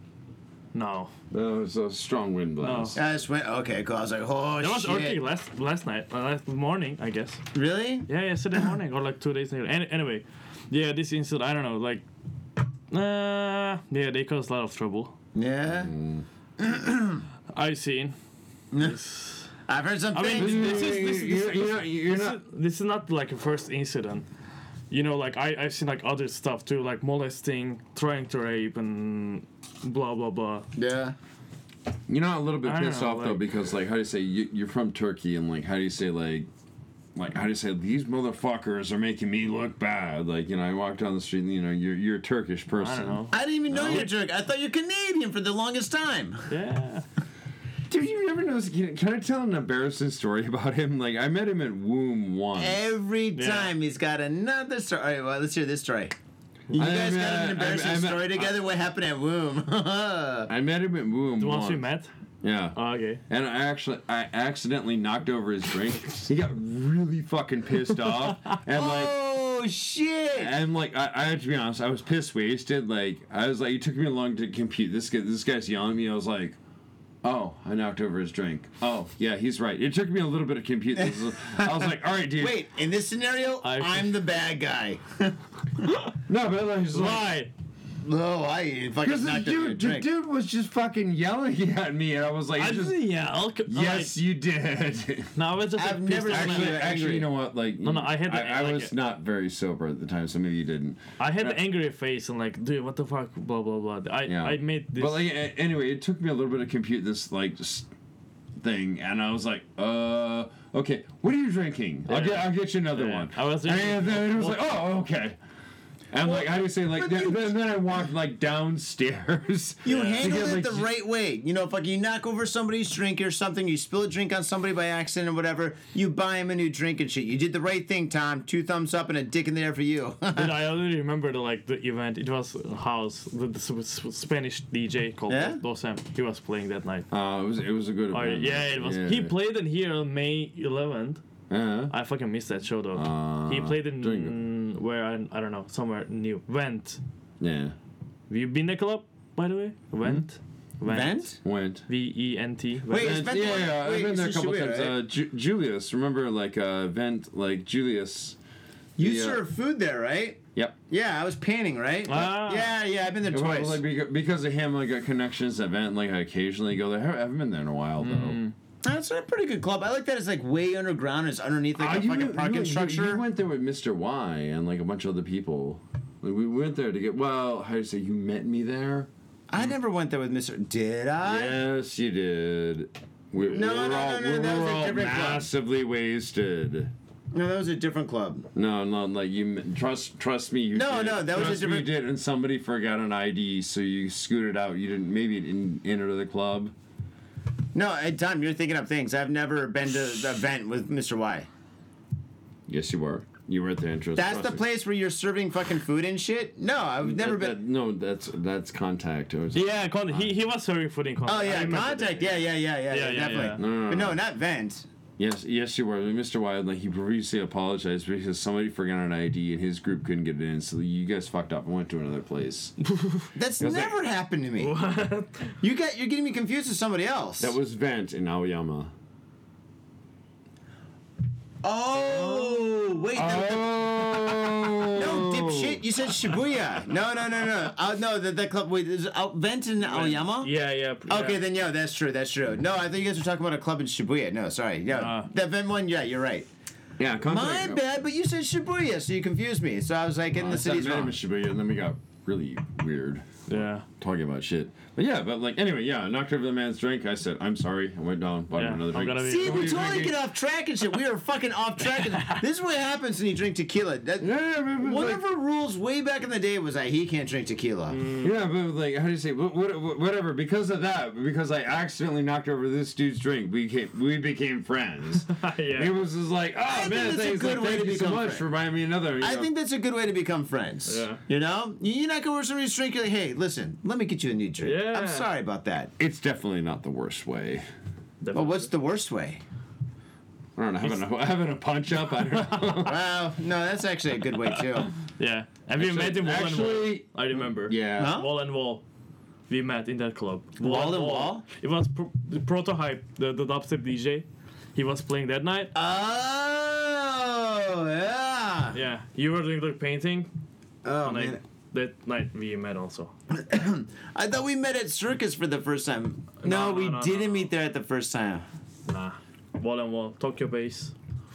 Speaker 4: no,
Speaker 3: Oh, it's a strong wind
Speaker 4: no.
Speaker 3: blast.
Speaker 7: I just went Uh, okay. Cool. I was like, oh
Speaker 4: There was
Speaker 7: shit.
Speaker 4: earthquake last last night, uh, last morning, I guess.
Speaker 7: Really?
Speaker 4: Yeah, yesterday morning or like two days later. Any, anyway, yeah, this incident, I don't know, like, uh, yeah, they caused a lot of trouble.
Speaker 7: Yeah.
Speaker 4: I've seen. this.
Speaker 7: I've heard some
Speaker 4: I mean,
Speaker 7: things.
Speaker 4: this is this, this,
Speaker 3: You're, you're not- you're
Speaker 4: this
Speaker 3: not.
Speaker 4: is, this is not like a first incident. You know, like I, I've seen like other stuff too, like molesting, trying to rape, and blah blah blah.
Speaker 7: yeah.
Speaker 3: You're not a little bit
Speaker 4: I don't
Speaker 3: pissed
Speaker 4: know,
Speaker 3: off though
Speaker 4: like-
Speaker 3: because like how do you say you, you're from Turkey and like how do you say like like how do you say these motherfuckers are making me look bad like you know I walk down the street and you know you're you're a Turkish person
Speaker 4: I don't know.
Speaker 7: I didn't even know you're a jerk. I thought you're Canadian for the longest time.
Speaker 4: Yeah.
Speaker 3: dude you never know can, can I tell an embarrassing story about him like I met him at Womb once
Speaker 7: Every
Speaker 4: Yeah.
Speaker 7: time he's got another story. All right, well, let's hear this story. You
Speaker 3: I
Speaker 7: guys got
Speaker 3: met-
Speaker 7: an embarrassing
Speaker 3: I- I met-
Speaker 7: story together. what happened at Womb?
Speaker 3: I met him at Womb
Speaker 4: Once
Speaker 3: once
Speaker 4: we met.
Speaker 3: yeah
Speaker 4: Oh, okay.
Speaker 3: And I actually, I accidentally knocked over his drink. he got really fucking pissed off, and like,
Speaker 7: (laughs) oh shit!
Speaker 3: and like, I, I have to be honest, I was pissed wasted. Like, I was like, it took me long to compute. This guy, this guy's yelling at me. I was like, oh, I knocked over his drink. Oh, yeah, he's right. It took me a little bit to compute. This is- I was like, all right, dude.
Speaker 7: Wait, in this scenario,
Speaker 4: I-
Speaker 7: I'm the
Speaker 3: (laughs)
Speaker 7: bad guy.
Speaker 3: no, but I was like.
Speaker 4: Why?
Speaker 7: No, Oh, I
Speaker 3: Because
Speaker 7: fucking
Speaker 3: the
Speaker 7: knocked over your
Speaker 3: dude, the
Speaker 7: drink.
Speaker 3: dude was just fucking yelling (laughs) at me, and I was like,
Speaker 4: I
Speaker 3: just,
Speaker 4: didn't yell. c-
Speaker 3: yes, you did.
Speaker 4: Like, (laughs) no, I was just.
Speaker 7: I've
Speaker 4: like,
Speaker 7: never
Speaker 4: pissed off.
Speaker 7: seen
Speaker 3: Actually,
Speaker 7: Angry.
Speaker 3: actually, you know what? Like, no,
Speaker 4: no, I had the-
Speaker 3: I,
Speaker 4: like-
Speaker 3: was not very sober at the time, so maybe you didn't.
Speaker 4: I had the angry face and like, dude, what the fuck, blah blah blah. I
Speaker 3: Yeah,
Speaker 4: I made this.
Speaker 3: But like, a- anyway, it took me a little bit to compute this like s- thing, and I was like, uh, okay, what are you drinking? I'll get,
Speaker 4: Yeah.
Speaker 3: I'll get you another
Speaker 4: Yeah.
Speaker 3: one.
Speaker 4: I was
Speaker 3: and,
Speaker 4: thinking-
Speaker 3: then it was like, oh, okay. And like, I do say like,
Speaker 7: but
Speaker 3: then,
Speaker 7: you-
Speaker 3: then, then I walked like
Speaker 4: (laughs)
Speaker 3: downstairs. (laughs)
Speaker 7: You
Speaker 3: to
Speaker 7: handle
Speaker 3: get,
Speaker 7: it
Speaker 3: like,
Speaker 7: the
Speaker 3: j-
Speaker 7: right way. You know, if like you knock over somebody's drink or something, you spill a drink on somebody by accident or whatever, you buy him a new drink and shit. You did the right thing, Tom. Two thumbs up and a dick in the air for you. (laughs)
Speaker 4: Dude, I already remember the like the event. It was a house. The, the Sp- Sp- Spanish DJ called
Speaker 7: Yeah?
Speaker 4: yeah? Dosem. He was playing that night.
Speaker 3: Uh, it was it was a good.
Speaker 4: Oh,
Speaker 3: event.
Speaker 4: yeah, it was. He played in here on May 11th.
Speaker 3: Uh-huh.
Speaker 4: I fucking missed that show though.
Speaker 3: Uh,
Speaker 4: he played in
Speaker 3: during-
Speaker 4: where I, I don't know somewhere new. Went.
Speaker 3: Yeah,
Speaker 4: Have you been to club by the way? Went.
Speaker 7: Hmm? Vent?
Speaker 3: went.
Speaker 4: V E N T.
Speaker 7: Wait,
Speaker 4: Vent.
Speaker 7: it's Vent.
Speaker 3: yeah, yeah,
Speaker 7: Wait,
Speaker 3: I've been there a
Speaker 7: Sushi
Speaker 3: couple
Speaker 7: Wave,
Speaker 3: times.
Speaker 7: right?
Speaker 3: Uh, Ju- Julius, remember like uh, vent like Julius.
Speaker 7: You
Speaker 3: Yeah.
Speaker 7: serve food there, right?
Speaker 3: Yep.
Speaker 7: Yeah, I was panning, right?
Speaker 4: Ah.
Speaker 7: Yeah, yeah, I've been there
Speaker 3: Well,
Speaker 7: twice.
Speaker 3: like beca- because of him, like got connections at Vent. Like I occasionally go there. I haven't been there in a while though.
Speaker 7: Mm. That's a pretty good club. I like that it's like way underground. It's underneath like
Speaker 3: Ah,
Speaker 7: a
Speaker 3: you
Speaker 7: fucking
Speaker 3: went- you
Speaker 7: parking
Speaker 3: went- you-
Speaker 7: structure.
Speaker 3: You, went there with Mr. Y and like a bunch of other people. Like, we went there to get. Well, how do you say you met me there?
Speaker 7: I never went there with Mister. Did I?
Speaker 3: Yes, you did. We,
Speaker 7: No,
Speaker 3: we were
Speaker 7: no,
Speaker 3: all,
Speaker 7: no, no,
Speaker 3: we
Speaker 7: that
Speaker 3: were
Speaker 7: was a
Speaker 3: all
Speaker 7: different club.
Speaker 3: massively wasted.
Speaker 7: No, that was a different club.
Speaker 3: No, no, like you m- trust trust me. You
Speaker 7: No,
Speaker 3: did.
Speaker 7: no, that was a
Speaker 3: trust me, you
Speaker 7: different-
Speaker 3: did, and somebody forgot an ID, so you scooted out. You didn't maybe you didn't enter the club.
Speaker 7: No, uh, Tom, you're thinking up things. I've never been to the event with Mr. Y.
Speaker 3: Yes, you were. You were at the entrance.
Speaker 7: That's
Speaker 3: Trust
Speaker 7: the
Speaker 3: me.
Speaker 7: place where you're serving fucking food and shit. No, I've never
Speaker 3: That- that-
Speaker 7: been.
Speaker 3: no, that's that's contact. It was-
Speaker 4: Yeah, con- he, he was serving food in contact.
Speaker 7: Oh
Speaker 4: I
Speaker 7: yeah,
Speaker 4: remember that.
Speaker 7: contact. Yeah, yeah, yeah, yeah,
Speaker 4: Yeah,
Speaker 7: yeah,
Speaker 4: yeah,
Speaker 7: definitely.
Speaker 4: yeah.
Speaker 3: No, no, no,
Speaker 7: But
Speaker 3: no.
Speaker 7: no, not vent.
Speaker 3: Yes, yes, you were. Mr. Wild, like, he previously apologized because somebody forgot an ID and his group couldn't get it in, so you guys fucked up and went to another place.
Speaker 7: That's never happened to me. You got you're getting me confused with somebody else.
Speaker 3: (laughs) that was Vent in Aoyama.
Speaker 7: Oh wait, that-
Speaker 3: Oh!
Speaker 7: (laughs) no dipshit. You said Shibuya. No, no, no, no. Uh, no, that that club. Wait, is out vent in Aoyama?
Speaker 4: Yeah, yeah. p-
Speaker 7: Okay,
Speaker 4: yeah.
Speaker 7: then yeah, that's true. That's true. No, I thought you guys were talking about a club in Shibuya. No, sorry. Yeah,
Speaker 4: Uh.
Speaker 7: that vent one. Yeah, you're right.
Speaker 3: Yeah,
Speaker 7: My
Speaker 3: contact.
Speaker 7: bad, but you said Shibuya, so you confused me. So I was like, in
Speaker 3: Uh,
Speaker 7: the
Speaker 3: so I
Speaker 7: city's
Speaker 3: met him
Speaker 7: wrong.
Speaker 3: in Shibuya, and then we got really weird
Speaker 4: Yeah.
Speaker 3: talking about shit. But yeah, but like, anyway, yeah, I knocked over the man's drink. I said, I'm sorry. I went down, bought
Speaker 4: Yeah,
Speaker 3: him another
Speaker 4: I'm
Speaker 3: drink.
Speaker 4: gonna be-
Speaker 7: See,
Speaker 3: What are
Speaker 7: we
Speaker 3: you
Speaker 7: totally
Speaker 3: drinking?
Speaker 7: get off track and shit. We are fucking off
Speaker 3: (laughs)
Speaker 7: track. And this is what happens when you drink tequila. That,
Speaker 3: yeah, yeah, but- but,
Speaker 7: One
Speaker 3: like-
Speaker 7: of our rules way back in the day was that he can't drink
Speaker 3: (laughs)
Speaker 7: tequila.
Speaker 3: Yeah, but like, how do you say? What, what, what- whatever. Because of that, because I accidentally knocked over this dude's drink, we became we became friends.
Speaker 4: (laughs) Yeah.
Speaker 3: It was just like, oh
Speaker 7: think
Speaker 3: man,
Speaker 7: that's a
Speaker 3: thanks,
Speaker 7: good
Speaker 3: like,
Speaker 7: way
Speaker 3: thank
Speaker 7: to
Speaker 3: you so
Speaker 7: become
Speaker 3: much.
Speaker 7: friends.
Speaker 3: Remind me another. you
Speaker 7: I
Speaker 3: know.
Speaker 7: think that's a good way to become friends.
Speaker 4: Yeah.
Speaker 7: You know, You- you're not gonna order somebody's drink. You're like, hey, listen, let me get you a new drink.
Speaker 4: Yeah.
Speaker 7: I'm sorry about that.
Speaker 3: it's definitely not the worst way.
Speaker 7: But what's the
Speaker 4: (laughs)
Speaker 7: worst way?
Speaker 3: I don't know, having a, having a punch up. I don't
Speaker 4: (laughs)
Speaker 3: know.
Speaker 7: Wow, no, that's actually a good way too.
Speaker 4: Yeah. Have you met in Wall and Wall?
Speaker 3: actually-
Speaker 4: I remember.
Speaker 3: yeah.
Speaker 7: Huh?
Speaker 4: Wall and Wall. We met in that club.
Speaker 7: Wall and Wall?
Speaker 4: It was pr- the Protohype, the, the dubstep DJ. He was playing that night.
Speaker 7: Ah. Oh yeah.
Speaker 4: yeah. You were doing the painting.
Speaker 7: Oh
Speaker 4: and I-
Speaker 7: man,
Speaker 4: that night we met also.
Speaker 7: I thought we met at circus for the first time. No,
Speaker 4: no,
Speaker 7: we
Speaker 4: no, no,
Speaker 7: didn't
Speaker 4: no.
Speaker 7: meet there at the first time.
Speaker 4: Nah. Wall and Wall, Tokyo base.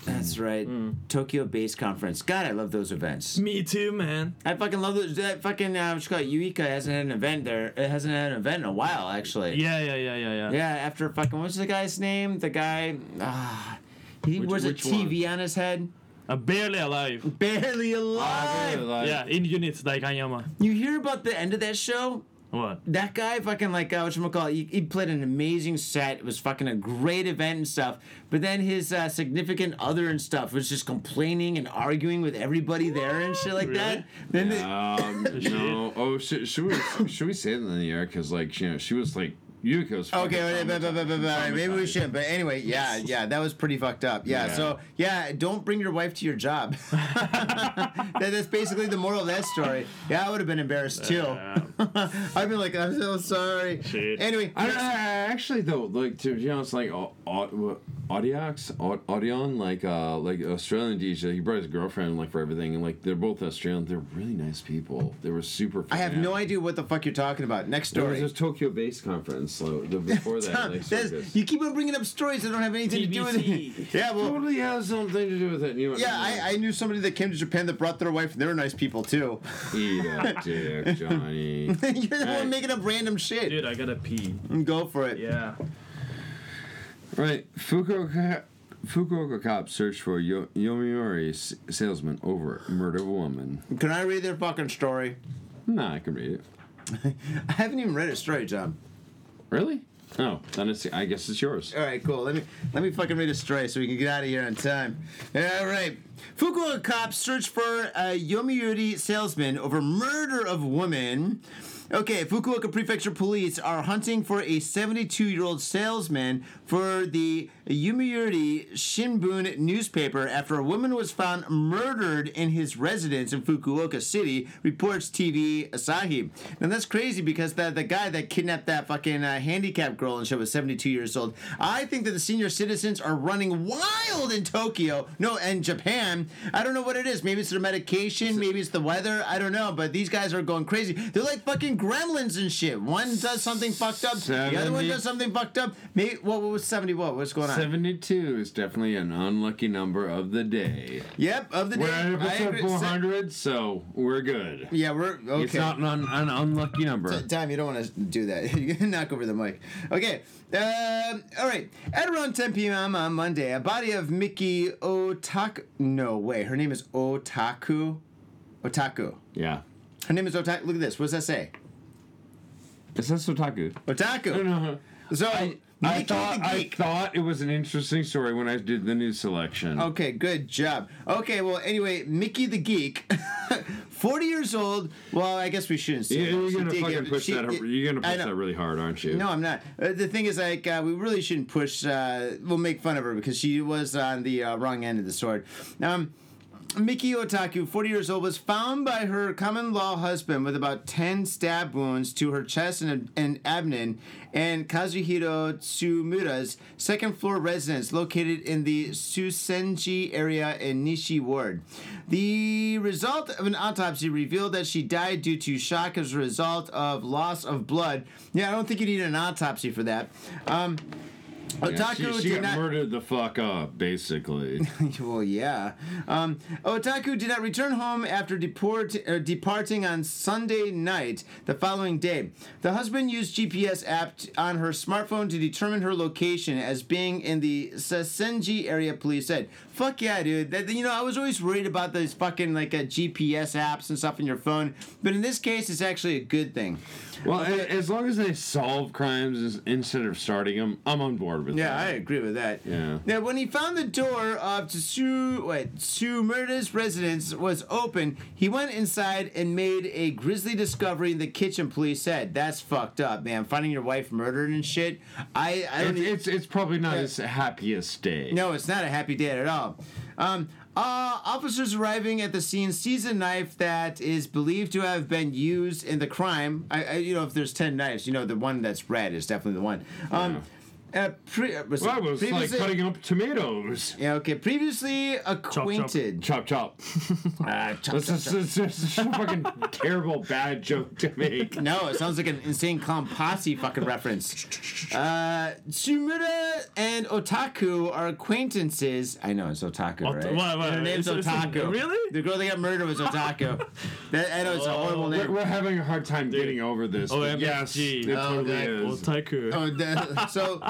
Speaker 7: That's right.
Speaker 4: Hmm.
Speaker 7: Tokyo Base Conference. God, I love those events.
Speaker 4: Me too, man.
Speaker 7: I fucking love those. That fucking uh, what's it called Eureka hasn't had an event there. It hasn't had an event in a while, actually.
Speaker 4: Yeah, yeah, yeah, yeah, yeah.
Speaker 7: Yeah, after fucking what's the guy's name? The guy, ah, he
Speaker 3: Which-
Speaker 7: wears a
Speaker 3: which one?
Speaker 7: TV on his head.
Speaker 4: I'm barely alive.
Speaker 7: Barely alive.
Speaker 3: Like,
Speaker 4: Yeah, in units, like Anyama.
Speaker 7: You hear about the end of that show?
Speaker 4: What?
Speaker 7: That guy fucking like uh, whatchamacallit, he, he played an amazing set. It was fucking a great event and stuff. But then his uh, significant other and stuff was just complaining and arguing with everybody there and shit like that.
Speaker 4: Really?
Speaker 7: Then they-
Speaker 3: Um,
Speaker 7: (laughs)
Speaker 3: no. Oh, should, should we (laughs) should we say that in the air? Because like, you know, she was like, Yukiko's. fucking
Speaker 7: Okay, wait, but, but, but, but, but, maybe we
Speaker 3: traumatized.
Speaker 7: shouldn't. But anyway, yeah, yeah, that was pretty fucked up. Yeah,
Speaker 3: Yeah.
Speaker 7: so yeah, don't bring your wife to your job. (laughs) that, that's basically the moral of that story. Yeah, I would have been embarrassed too. (laughs) I'd be like, I'm so sorry.
Speaker 4: Shit.
Speaker 7: Anyway,
Speaker 3: I, I, I actually though, like to be honest, like Au- Au- Audiox, Au- Audion, like uh, like Australian DJ, he brought his girlfriend like for everything, and like they're both Australian. They're really nice people. They were super.
Speaker 7: I have
Speaker 3: fun.
Speaker 7: no idea what the fuck you're talking about. Next
Speaker 3: There was
Speaker 7: story.
Speaker 3: this Tokyo based conference so
Speaker 7: (laughs)
Speaker 3: the, before that.
Speaker 7: Tom,
Speaker 3: like,
Speaker 7: that's-
Speaker 3: circus.
Speaker 7: you keep on bringing up stories that don't have anything to do with it.
Speaker 4: TBC.
Speaker 7: (laughs) Yeah, well,
Speaker 3: totally has something to do with it. You
Speaker 7: yeah, I, I knew somebody that came to Japan that brought their wife, and they were nice people too. (laughs)
Speaker 3: I (laughs) eat up, dick, Johnny.
Speaker 7: you're the
Speaker 3: Right.
Speaker 7: one making up random shit.
Speaker 4: Dude, I gotta pee.
Speaker 7: Go for it.
Speaker 4: Yeah.
Speaker 3: Right, Fukuoka, Fukuoka cops search for Yo- Yomiuri s- salesman over murder of a woman.
Speaker 7: Can I read their fucking story?
Speaker 3: Nah, I can read it.
Speaker 7: I haven't even read a story, John.
Speaker 3: Really? Oh, then it's, I guess it's yours.
Speaker 7: All right, cool. Let me let me fucking read a story so we can get out of here on time. All right, Fukuoka cops search for a Yomiuri salesman over murder of woman. Okay, Fukuoka Prefecture police are hunting for a 72-year-old salesman for the Yomiuri Shinbun newspaper after a woman was found murdered in his residence in Fukuoka City, reports TV Asahi. Now that's crazy because the, the guy that kidnapped that fucking uh, handicapped girl and she was 72 years old. I think that the senior citizens are running wild in Tokyo. No, and Japan. I don't know what it is. Maybe it's their medication, maybe it's the weather. I don't know, but these guys are going crazy. They're like fucking gremlins and shit. One does something fucked up, the other one
Speaker 3: Seventy-
Speaker 7: does something fucked up. Maybe, what, what was who's 70 what? What's going on?
Speaker 3: 72 is definitely an unlucky number of the day.
Speaker 7: Yep, of the day.
Speaker 3: We're at
Speaker 7: I
Speaker 3: episode
Speaker 7: agree. Se-
Speaker 3: 400, so we're good.
Speaker 7: Yeah, we're okay.
Speaker 3: It's not an, un- an unlucky number.
Speaker 7: Time, you don't want to do that. (laughs) You're gonna knock over the mic. Okay. Um, all right. At around 10 p.m. on Monday, a body of Mickey Otaku. No way. Her name is Otaku. Otaku.
Speaker 3: Yeah.
Speaker 7: Her name is Otaku. Look at this. What does that say?
Speaker 3: It says Sotaku.
Speaker 7: Otaku. So
Speaker 3: I
Speaker 7: Mickey
Speaker 3: thought,
Speaker 7: the
Speaker 3: I
Speaker 7: geek.
Speaker 3: thought it was an interesting story when I did the news selection.
Speaker 7: Okay, good job. Okay, well, anyway, Mickey the Geek, (laughs) 40 years old. Well, I guess we shouldn't say
Speaker 3: You-
Speaker 7: that.
Speaker 3: You're
Speaker 7: She
Speaker 3: gonna
Speaker 7: did
Speaker 3: fucking
Speaker 7: get-
Speaker 3: push
Speaker 7: she-
Speaker 3: that. You're gonna
Speaker 7: I
Speaker 3: push
Speaker 7: know.
Speaker 3: that really hard, aren't you?
Speaker 7: No, I'm not. Uh, the thing is, like, uh, we really shouldn't push. Uh, we'll make fun of her because she was on the uh, wrong end of the sword. Um, Miki Otaku, 40 years old, was found by her common law husband with about 10 stab wounds to her chest and, and abdomen and Kazuhiro Tsumura's second floor residence located in the Susenji area in Nishi Ward. The result of an autopsy revealed that she died due to shock as a result of loss of blood. Yeah, I don't think you need an autopsy for that. Um,
Speaker 3: Yeah,
Speaker 7: Otaku
Speaker 3: she she
Speaker 7: did
Speaker 3: got
Speaker 7: not.
Speaker 3: murdered the fuck up,
Speaker 7: (laughs)
Speaker 3: basically.
Speaker 7: well, yeah. Um, Otaku did not return home after deport, uh, departing on Sunday night the following day. The husband used GPS app t- on her smartphone to determine her location as being in the Sasenji area, police said. Fuck yeah, dude. That, you know, I was always worried about those fucking like uh, GPS apps and stuff on your phone, but in this case, it's actually a good thing.
Speaker 3: well, a- as long as they solve crimes is- instead of starting them, I'm on board with
Speaker 7: Yeah, I
Speaker 3: that.
Speaker 7: agree with that.
Speaker 3: Yeah.
Speaker 7: Now, when he found the door of Tsu, wait, Tsumura's residence was open, he went inside and made a grisly discovery in the kitchen. Police said, "That's fucked up, man. Finding your wife murdered and shit. I, I don't.
Speaker 3: It-
Speaker 7: even-
Speaker 3: it's it's probably not his happiest day.
Speaker 7: no, it's not a happy day at all. Um, uh, officers arriving at the scene seize a knife that is believed to have been used in the crime. I, I you know, if there's ten knives, you know, the one that's red is definitely the one. Um, uh, pre- uh, was
Speaker 3: Well, it was like
Speaker 7: previously-
Speaker 3: cutting up
Speaker 7: (laughs)
Speaker 3: tomatoes.
Speaker 7: Yeah, okay. Previously acquainted.
Speaker 3: Chop chop. (laughs)
Speaker 7: (laughs) Ah, chop,
Speaker 3: That's
Speaker 7: chop,
Speaker 3: just,
Speaker 7: chop.
Speaker 3: that's just such a
Speaker 7: (laughs)
Speaker 3: fucking terrible bad joke to make.
Speaker 7: No, it sounds like an insane clown posse
Speaker 3: (laughs)
Speaker 7: fucking reference. Uh, Tsumura and Otaku are acquaintances. I know it's Otaku,
Speaker 4: Ot-
Speaker 7: right?
Speaker 4: what- what-
Speaker 7: Her name's
Speaker 4: it's- it's-
Speaker 7: Otaku.
Speaker 4: really?
Speaker 7: The girl that got murdered was
Speaker 3: (laughs)
Speaker 7: Otaku. that, I know it's a horrible
Speaker 3: We're,
Speaker 7: name.
Speaker 3: we're having a hard time getting over this. but
Speaker 4: OMG.
Speaker 3: yes, it
Speaker 4: Oh,
Speaker 3: totally
Speaker 7: that-
Speaker 3: is.
Speaker 4: Otaku.
Speaker 7: Oh, the, so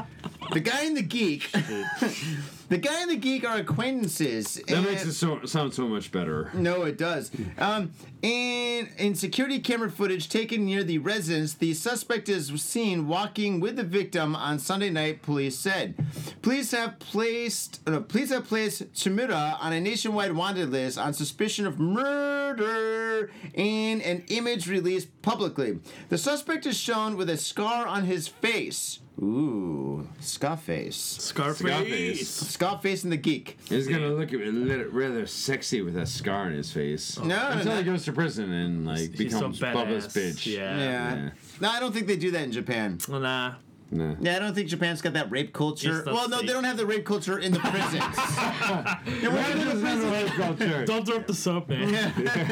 Speaker 7: the guy and
Speaker 3: (laughs)
Speaker 7: the geek, (laughs) the guy and the geek are acquaintances.
Speaker 3: That
Speaker 7: and-
Speaker 3: makes it so, sound so much better.
Speaker 7: No, it does. Um, in in security camera footage taken near the residence, the suspect is seen walking with the victim on Sunday night. Police said, "Police have placed uh, police have placed Tsumura on a nationwide wanted list on suspicion of murder in an image released publicly. The suspect is shown with a scar on his face. Ooh, scar face."
Speaker 4: Scarface.
Speaker 7: Scar face and the geek.
Speaker 3: He's gonna look at me rather sexy with a scar on his face.
Speaker 7: no,
Speaker 3: until
Speaker 7: no.
Speaker 3: he goes to prison and like
Speaker 4: He's so
Speaker 3: becomes Bubba's
Speaker 4: badass.
Speaker 3: bitch.
Speaker 4: Yeah.
Speaker 7: Yeah.
Speaker 3: Yeah.
Speaker 7: No, I don't think they do that in Japan.
Speaker 4: Nah.
Speaker 3: Nah.
Speaker 7: Yeah, I don't think Japan's got that rape culture.
Speaker 4: It's the
Speaker 7: Well, no, they
Speaker 4: state.
Speaker 7: don't have the rape culture in
Speaker 4: (laughs)
Speaker 7: the prisons. Yeah, we're in the prisons.
Speaker 4: Don't drop the soap, (laughs) man.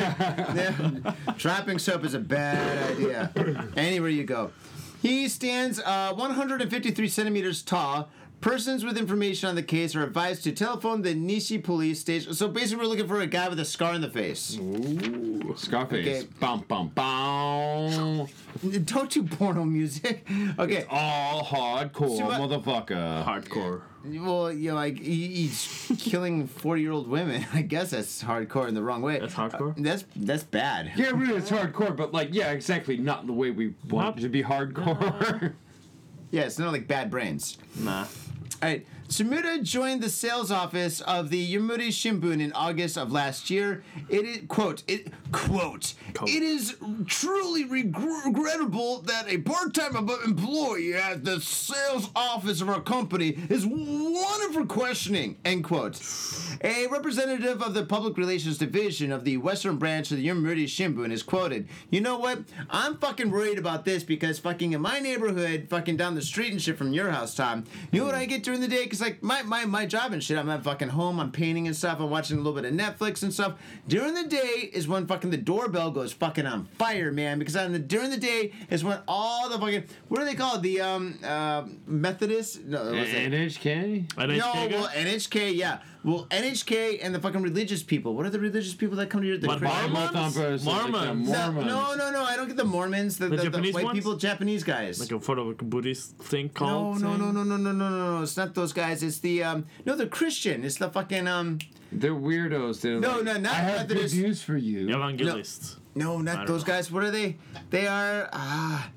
Speaker 7: (laughs) Yeah. Dropping soap is a bad idea. Anywhere you go. He stands uh, 153 centimeters tall. Persons with information on the case are advised to telephone the Nishi police station. So basically, we're looking for a guy with a scar on the face.
Speaker 3: Scarface.
Speaker 7: Okay.
Speaker 3: Bum bum bum.
Speaker 7: Don't do porno music. Okay.
Speaker 3: All hardcore,
Speaker 7: See what-
Speaker 3: motherfucker.
Speaker 4: Hardcore.
Speaker 7: Well, you know, like he- he's killing 40 year old women. (laughs) I guess that's hardcore in the wrong way.
Speaker 4: That's hardcore?
Speaker 7: That's that's bad.
Speaker 3: Yeah, really, it's hardcore, but like, yeah, exactly, not the way we want
Speaker 4: Not-
Speaker 3: it to be
Speaker 7: (laughs)
Speaker 3: (laughs) hardcore.
Speaker 7: Yeah, it's not like bad brains.
Speaker 4: Nah.
Speaker 7: All right. Sumida joined the sales office of the Yamuri Shimbun in August of last year. It is quote it quote it is truly regr- regrettable that a part-time ab- employee at the sales office of our company is wanted for questioning end quote. A representative of the public relations division of the western branch of the Yamuri Shimbun is quoted. You know what? I'm fucking worried about this because fucking in my neighborhood, fucking down the street and shit from your house, Tom. You know what I get during the day? Because because like my, my my job and shit, I'm at fucking home, I'm painting and stuff, I'm watching a little bit of Netflix and stuff. During the day is when fucking the doorbell goes fucking on fire, man. Because on the during the day is when all the fucking what do they call it? the um uh, Methodist no what's it?
Speaker 9: NHK?
Speaker 7: No,
Speaker 4: NHK guy?
Speaker 7: well, NHK, yeah. Well, NHK and the fucking religious people. What are the religious people that come to your? The
Speaker 4: What,
Speaker 7: Christian-
Speaker 4: Mormons?
Speaker 9: Mormons?
Speaker 4: Mormons.
Speaker 7: No,
Speaker 9: Mormons.
Speaker 7: No, no, no. I don't get the Mormons. The, the, the
Speaker 4: Japanese
Speaker 7: white
Speaker 4: ones?
Speaker 7: people, Japanese guys.
Speaker 4: Like a sort of like a Buddhist thing
Speaker 7: no,
Speaker 4: called.
Speaker 7: no, no, no, no, no, no, no, no. It's not those guys. It's the um. No, they're Christian. It's the fucking um.
Speaker 9: They're weirdos. They're
Speaker 7: No,
Speaker 9: like,
Speaker 7: no, not
Speaker 9: I have good
Speaker 7: Methodist-
Speaker 9: news for you.
Speaker 4: Evangelists.
Speaker 7: No, not
Speaker 4: don't
Speaker 7: those
Speaker 4: know.
Speaker 7: guys. What are they? They are ah,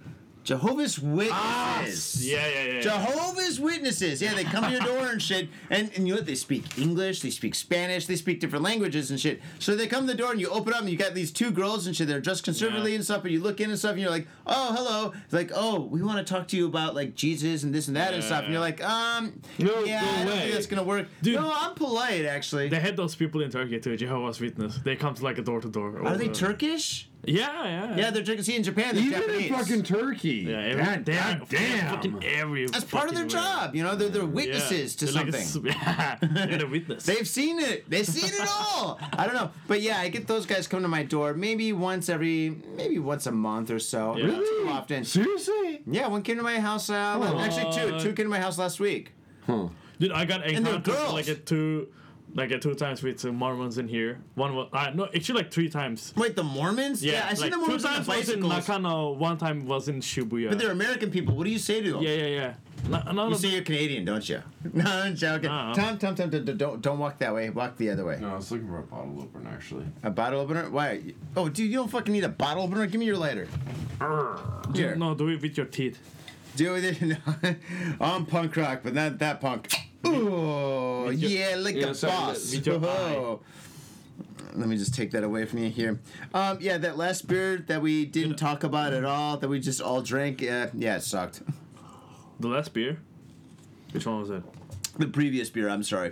Speaker 7: Jehovah's Witnesses.
Speaker 4: Yeah, yeah, yeah. yeah.
Speaker 7: Jehovah's Witnesses. Yeah, they come to your door and shit. And, and you know what? They speak English, they speak Spanish, they speak different languages and shit. So they come to the door and you open up and you got these two girls and shit. They're dressed conservatively
Speaker 4: Yeah.
Speaker 7: and stuff. And you look in and stuff and you're like, oh, hello. It's like, oh, we want to talk to you about like Jesus and this and that and stuff. And you're like, um,
Speaker 4: No,
Speaker 7: yeah,
Speaker 4: no
Speaker 7: I don't
Speaker 4: way.
Speaker 7: think that's going to work.
Speaker 4: Dude.
Speaker 7: No, I'm polite actually.
Speaker 4: They had those people in Turkey too, Jehovah's Witness. They come to like a door to door.
Speaker 7: are they Turkish?
Speaker 4: Yeah, yeah.
Speaker 7: Yeah, they're Turkish. See, in Japan, they're
Speaker 9: Even
Speaker 7: Japanese.
Speaker 9: in fucking Turkey.
Speaker 4: Yeah, every,
Speaker 9: God,
Speaker 4: they are
Speaker 9: God damn.
Speaker 4: Fucking every
Speaker 7: That's part of their
Speaker 4: fucking way.
Speaker 7: job. You know, they're, they're
Speaker 4: Yeah.
Speaker 7: witnesses to
Speaker 4: They're like a
Speaker 7: something.
Speaker 4: s- (laughs) they're the witness.
Speaker 7: They've seen it. They've seen it all. I don't know, but yeah, I get those guys come to my door maybe once every, maybe once a month or so. Not too often.
Speaker 9: Seriously?
Speaker 7: Yeah, one came to my house. Uh, well, actually, two. Two came to my house last week.
Speaker 4: Dude, I got
Speaker 7: they're
Speaker 4: encountered
Speaker 7: girls.
Speaker 4: like a two, like a two times with uh, Mormons in here. One was uh, no, actually like three times.
Speaker 7: Wait, the Mormons?
Speaker 4: Yeah,
Speaker 7: I
Speaker 4: like
Speaker 7: see the Mormons
Speaker 4: two
Speaker 7: on the
Speaker 4: times was in
Speaker 7: bicycles.
Speaker 4: Nakano. One time was in Shibuya.
Speaker 7: but they're American people. What do you say to them?
Speaker 4: yeah, yeah, yeah. No, no,
Speaker 7: You
Speaker 4: no,
Speaker 7: say you're Canadian, don't you? (laughs) No, I'm joking.
Speaker 4: No.
Speaker 7: Tom, Tom, Tom, don't- don't don't walk that way. Walk the other way.
Speaker 3: No, I was looking for a bottle opener actually.
Speaker 7: A bottle opener? Why? Oh, dude, you don't fucking need a bottle opener. Give me your lighter. Here.
Speaker 4: no, do it with your teeth.
Speaker 7: Do it. No. (laughs) I'm punk rock, but not that punk. Ooh, yeah, like
Speaker 3: yeah,
Speaker 7: a
Speaker 3: sorry,
Speaker 7: boss.
Speaker 4: with your
Speaker 7: Oh. Let me just take that away from you here. Um, yeah, that last beer that we didn't talk about at all, that we just all drank, uh, yeah, it sucked.
Speaker 4: The last beer. Which one was it?
Speaker 7: The previous beer, I'm sorry.